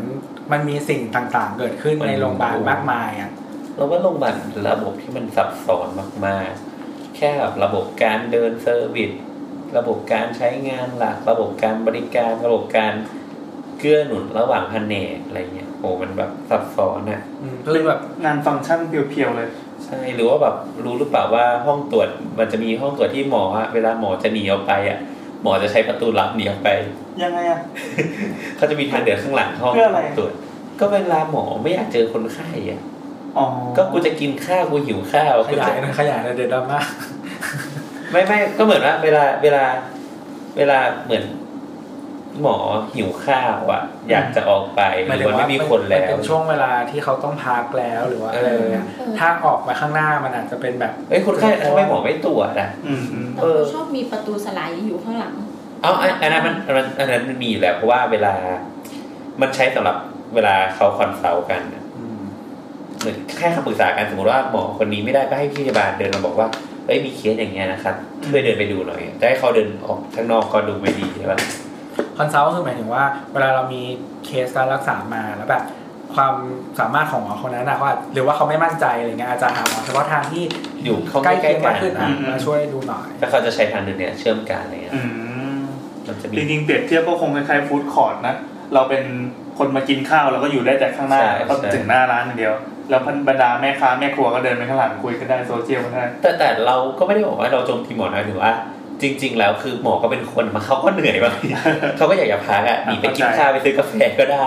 F: มันมีสิ่งต่างๆ เกิดขึ้น
D: มัน
F: ในโรงพยาบาลมากมายอ่ะ
D: เราว่าโรงพยาบาลระบบที่มันซับซ้อนมากๆ แค่แบบระบบการเดินเซอร์วิส ระบบการใช้งานหลัก ระบบการบริการ ระบบการเกื้อหนุนระหว่างแผนกอะไรเงี้ยโอ้มันแบบซับซ้อนอะ
F: อืมก็เลยแบบ
C: งานฟังก์ชันเพียวๆเลย
D: ใช่หรือว่าแบบรู้หรือเปล่าว่าห้องตรวจมันจะมีห้องตรวจที่หมออะเวลาหมอจะหนีออกไปอะหมอจะใช้ประตูลับหนีออกไป
C: ยังไงอะ
D: เขาจะมีทางเดินข้างหลังห้อง
C: เพื่ออะไร
D: ตรวจก็เวลาหมอไม่อยากเจอคนไข้อะ
C: อ๋อ
D: ก็กูจะกินข้าวกูหิวข้าว
F: ข
D: กู
F: ยา
D: จะ
F: ยนะขยายนะเดดราม่า
D: ไม่ไม่ก็เหมือนว่าเวลาเวลาเวลาเหมือนหมอหิวข้าวอ่ะ อยากจะออกไปห
F: หมาย
D: รื
F: ถึ
D: อง ว่า
F: ว่า
D: ไม่มีคนแล้
F: มัเป็
D: วน
F: ช่วงเวลาที่เขาต้องพักแล้วหรือว่าอะไรเงี้ยถ้าออกมาข้างหน้ามันอาจจะเป็นแบบ
D: เอ้ยคนไข้ทำไมหมอไม่ตรวจอ่ะ
C: อืมอืม
D: เออ
A: ชอบมีประตูสไลด์อยู่ข้างหลัง
D: เอาอันอันนั้นมันอันนั้นอันนั้นมันมีอยู่แล้วเพราะว่าเวลา มันใช้สำหรับเวลาเขาคอนซัลท์กันอะเหมือนแค่คำปรึกษากันสมมติว่าหมอคนนี้ไม่ได้ก็ให้พยาบาลเดินมาบอกว่าเอ้ยมีเคสอย่างเงี้ยนะครับช่วยเดินไปดูหน่อยแต่ให้เขาเดินออกข้างนอกก็ดูไม่ดีใช่ปะ
F: คอนซัลท์คือหมายถึงว่าเวลาเรามีเคสการรักษามาแล้วแบบความสามารถของหมอคนนั้นนะว่าหรือว่าเขาไม่มั่นใจอะไรเงี้ยอาจจะหาหมอเฉพาะทางที่
D: อยู่เขา
F: ใก
D: ใก
F: ล้
D: ล้ๆ
F: เคียง
D: กั
F: มาก
D: น
F: ขึ้นอ่ะ
D: อืม
F: มาช่วยดูหน่อย
D: แล้วเขาจะใช้ทางเดินเนี่ยเชื่อมกันอะไรเงี้ย
C: อืม
D: มันจะมี
C: จริงๆเปรียบเทียบก็คงคล้ายๆฟู้ดคอร์ทนะ เราเป็นคนมากินข้าวเราก็อยู่ได้แต่ข้างหน้า
D: ใช่
C: ก็
D: ใช่
C: ถึงหน้าร้านอย่างเดียว แล้วบรรดาแม่ค้าแม่ครัวก็เดินไปข้างหลังคุยกันได้โซเชียลกันได้
D: แต่แต่เราก็ไม่ได้บอกว่าเราโจมตีหมอนะถือว่า จริง ๆ แล้วคือหมอก็เป็นคนมาเขาก็เหนื่อยบางที <laughs> เขาก็อยากจะพักอ่ะหนีไปกินข้าวไปซื้อกาแฟก็ได้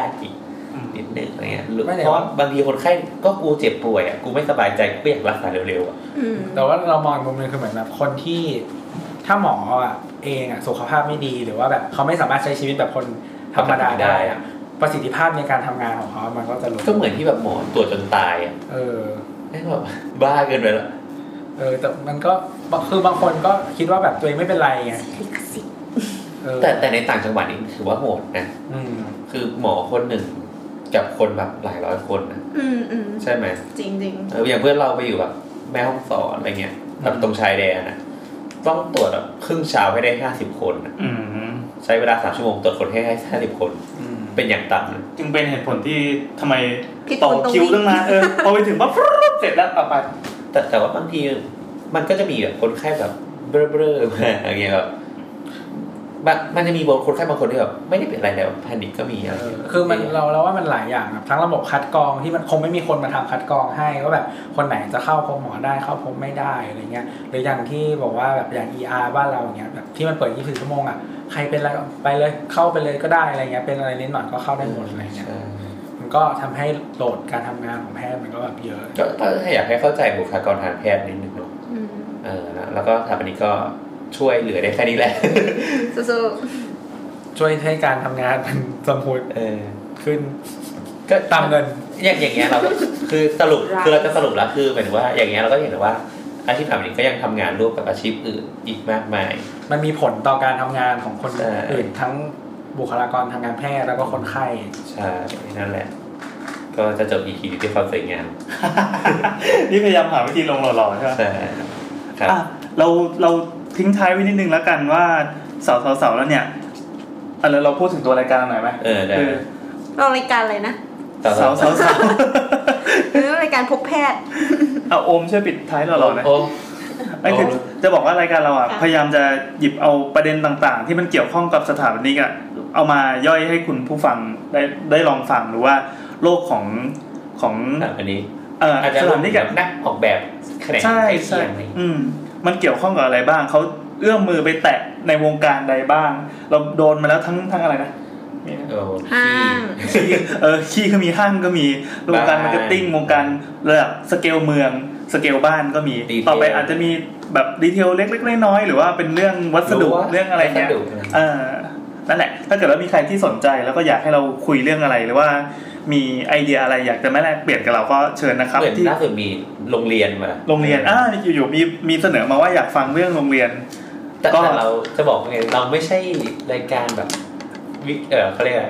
C: อืม
D: นิดนึงอะไรเงี้ยหรือ
F: ไม่ได้
D: เพราะ
F: ว่า
D: บางทีคนไข้ก็กูเจ็บป่วยอ่ะกูไม่สบายใจกูอยากรักษาเร็วๆอ่ะ
F: แต่ว่าเรามองมุมหนึงคือเหมือนแบบคนที่ ถ้าหมออ่ะเองอ่ะสุขภาพไม่ดีหรือว่าแบบเขาไม่สามารถใช้ชีวิตแบบคนธรรมดาได้อ่ะประสิทธิภาพในการทำงานของเขา มันก็จะลด
D: ก็เหมือนที่แบบหมอตรวจจนตายอ่ะ
F: เออ
D: แม่งแบบ <laughs> บ้าเกินไปแล้ว
F: เออ แต่มันก็คือบางคนก็คิดว่าแบบตัวเองไม่เป็นไรไงเออ
D: แต่แต่ในต่างจังหวัดนี่ถือว่าโหดนะ
F: อืม
D: คือหมอคนหนึ่งกับคนแบบหลายร้อยคนนะ
H: อืมอืม
D: ใช่ไหม
H: จริงจริง
D: เอออย่างเพื่อนเราไปอยู่แบบแม่ห้องสอนอะไรเงี้ยแบบตรงชายแดนอะต้องตรวจแบบครึ่งเช้าให้ได้ห้าสิบคนอะ
C: อืม
D: ใช้เวลาสามชั่วโมงตรวจคนให้ได้ห้าสิบคน เป็นอย่างต่ำนะ
C: จึงเป็นเหตุผลที่ทำไมต่อคิวตั้งนาน <laughs> เออพอไปถึงปั๊บเสร็จแล้วเอาไป <laughs>
D: แต่แต่ว่าบางทีมันก็จะมีแบบคนไข้แบบเบ้อเบ้อๆมา <laughs> อะไรเงี้ยแบบมันมันจะมีบางคนไข้บางคนที่แบบไม่ได้เป็นอะไรแล้วแพนิคก็มีอะไร
F: เออ
D: เงี้ย
F: คือมันเราเราว่ามันหลายอย่างครับทั้งระบบคัดกรองที่มันคงไม่มีคนมาทำคัดกรองให้ว่าแบบคนไหนจะเข้าพบหมอได้เข้าพบไม่ได้อะไรเงี้ยหรืออย่างที่บอกว่าแบบอย่าง ER บ้านเราอย่างเงี้ยแบบที่มันเปิด 24 ชั่วโมงอ่ะใครเป็นอะไรไปเลยเข้าไปเลยก็ได้อะไรเงี้ยเป็นอะไรนิดหน่อยก็เข้าได้หมดอะไรเงี้ย
D: ใช่
F: มันก็ทำให้โหลดการทำงานของแพทย์มันก็แบบเยอะ
D: ก็ก็อยากให้เข้าใจบุคลากรทางแพทย์นิดนึงเนาะเออนะแล้วก็ทางอันนี้ก็ช่วยเหลือได้แค่นี้แหละ
H: สู้
F: ช่วยให้การทำงานมันสมูท
D: เออ
F: ขึ้น
D: ก็
F: ตามเงิน
D: อย่างอย่างเงี้ยเราก็ คือสรุปคือเราจะสรุปแล้วคือหมายถึงว่าอย่างเงี้ยเราก็เห็นเลยว่าอาชีพแบบนี้ก็ยังทำงานร่วมกับอาชีพอื่นอีกมากมาย
F: มันมีผลต่อการทำงานของคน
D: ใช่
F: อื่นทั้งบุคลากรทางการแพทย์แล้วก็คนไข้
D: ใช่นั่นแหละ ก็จะจบ EP ที่ความสวยงาม
C: นี่พยายามหาวิธีลงหล่อๆใช่ไหม
D: ใช่ครับ
C: อ่ะเราเราทิ้งท้ายไว้นิดนึงแล้วกันว่าเสาเสาเสาแล้วเนี่ยอ่ะแล้วเราพูดถึงตัวรายการหน่อยไหม
D: เออได้
C: เออ
H: ๆเรารายการอะไรนะ
D: ต่อ
C: เสา
D: ต่อ
C: เสาเสา <laughs>
H: เรื่องรายการพบแพทย์
E: <laughs>
C: เอาโอมช่วยปิดท้ายหล่อๆหน่อย
D: โอ้
C: ไม่คือจะบอกว่ารายการเราอ่ะพยายามจะหยิบเอาประเด็นต่าง ๆ ที่มันเกี่ยวข้องกับสถาปนิกอ่ะเอามาย่อยให้คุณผู้ฟังได้ได้ลองฟังหรือว่าโลกของของ
D: อันนี้
C: เอ่อ
D: อาจจะ
C: ส
D: รว
C: ถาม ปนิก
D: กั
C: กั
D: บบ นักออกแบบแขนง
C: ใช่
D: ล้เคี
C: ใช่
D: ยงอะไรอย่างเงี้ย
C: อืมมันเกี่ยวข้องกับอะไรบ้าง เขาเอื้อมมือไปแตะในวงการใดบ้าง เราโดนมาแล้วทั้งทั้งอะไรนะมีนะ
D: โอ้ที่
E: ห้าง
C: ขี้ <laughs> เออขี้ก็มีห้างก็มีวงการมาร์เก็ตติ้งวงการระดับสเกลเมืองสเกลบ้านก็มี
D: Detail
C: ต่อไปอาจจะมีแบบดีเทลเล็กๆน้อยๆหรือว่าเป็นเรื่องวัสดุ
D: ว
C: เรื่องอะไรเงี้ย
D: วัสดุ
C: เออนั่นแหละ ถ้าเกิดว่ามีใครที่สนใจแล้วก็อยากให้เราคุยเรื่องอะไรหรือว่ามีไอเดียอะไรอยากจะมาแลกเปลี่ยนกับเราก็เชิญนะครับ
D: เหมือน
C: ที่
D: ล่าสุดมีโรงเรียนมา
C: โรงเรียนอ่าอยู่ๆมีมีเสนอมาว่าอยากฟังเรื่องโรงเรียน <laughs>
D: แต่
C: ก็
D: แต่เราจะบอกว่าไงเราไม่ใช่รายการแบบวิเออเขาเรียกอะไร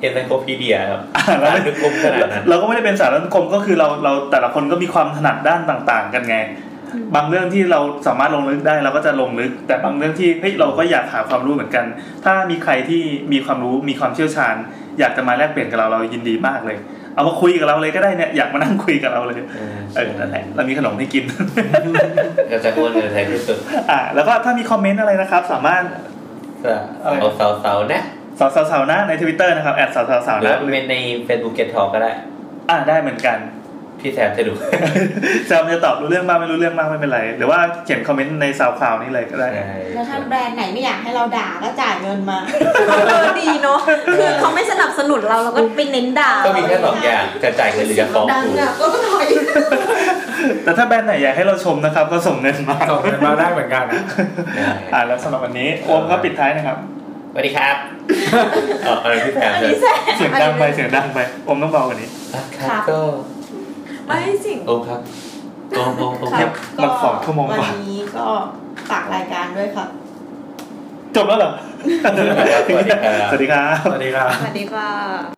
D: เอ็นไซโคพีเดียครับ
C: แล้ว
D: อ่านดูกลมขนาดนั้น
C: เราก็ไม่ได้เป็นสารสังคมก็คือเราเราแต่ละคนก็มีความถนัดด้านต่าง ๆ กันไง บางเรื่องที่เราสามารถลงลึกได้เราก็จะลงลึก แต่บางเรื่องที่เฮ้ยเราก็อยากหาความรู้เหมือนกัน ถ้ามีใครที่มีความรู้มีความเชี่ยวชาญ อยากจะมาแลกเปลี่ยนกับเราเรายินดีมากเลย เอามาคุยกับเราเลยก็ได้เนี่ยอยากมานั่งคุยกับเราเลยเออนั่นแหละเรามีขนมให้กิน <laughs>
D: เราจะอ้วนเลยไทยที่สุด
C: อ่าแล้วก็ถ้ามีคอมเมนต์อะไรนะครับ สามารถ
D: จะ
C: อะไร
D: เอาเสาเสาๆนะ
C: สาวๆๆนะในทวิตเตอร์นะครับแอดสาว
D: ห
C: ๆๆ
D: รือ
C: นะ
D: ว่าเป็นในเฟซบุ๊กเก็ตทอก็ได้
C: อ่าได้เหมือนกัน
D: พี่แซมจะดู
C: <laughs> แซมจะตอบรู้เรื่องบ้างไม่รู้เรื่องบ้างไม่เป็นไร หรือว่าเขียนคอมเมนต์ในซาวคลาวนี่เลยก็ได้
A: แล้วถ้าแบรนด์ไหนไม่อยากให้เราด่าก็จ่ายเงินมา
G: เออดีเนาะคือเขาไม่สนับสนุนเราเราก็ไปเน้นด่า
D: ก็มีแค่สองอย่างจะจ่ายเงินหรือจะฟ้อง
A: ดัง
D: กู
A: อ่ะก็ต้องถอย
C: แต่ถ้าแบรนด์ไหนอยากให้เราชมนะครับ ก็ส่งเงินมา
F: ส่งกันมาได้เหมือนกันนะ
D: ได้
C: อ่าแล้วสำหรับวันนี้โอมก็ปิดท้ายนะครับ
D: สวัสดีครับเออเอาพี่แซมเลย
C: เสียงดังไปเสียงดังไปโอมต้องเบากว่านี้
D: ครับก็
H: ไม่สิง
D: โอ้ครับโอ้โอ้โอ้
A: ครับ
C: หลักสองชั่วโมงก
A: วั
C: ว่า
A: นนี้ก็ฝากรายการด้วยครับ
C: จบแล้วเหรอ
D: สวัสดีครับ
C: สวัสดีครับ
F: สวัสดีครับ
A: สวัสดีค่ะ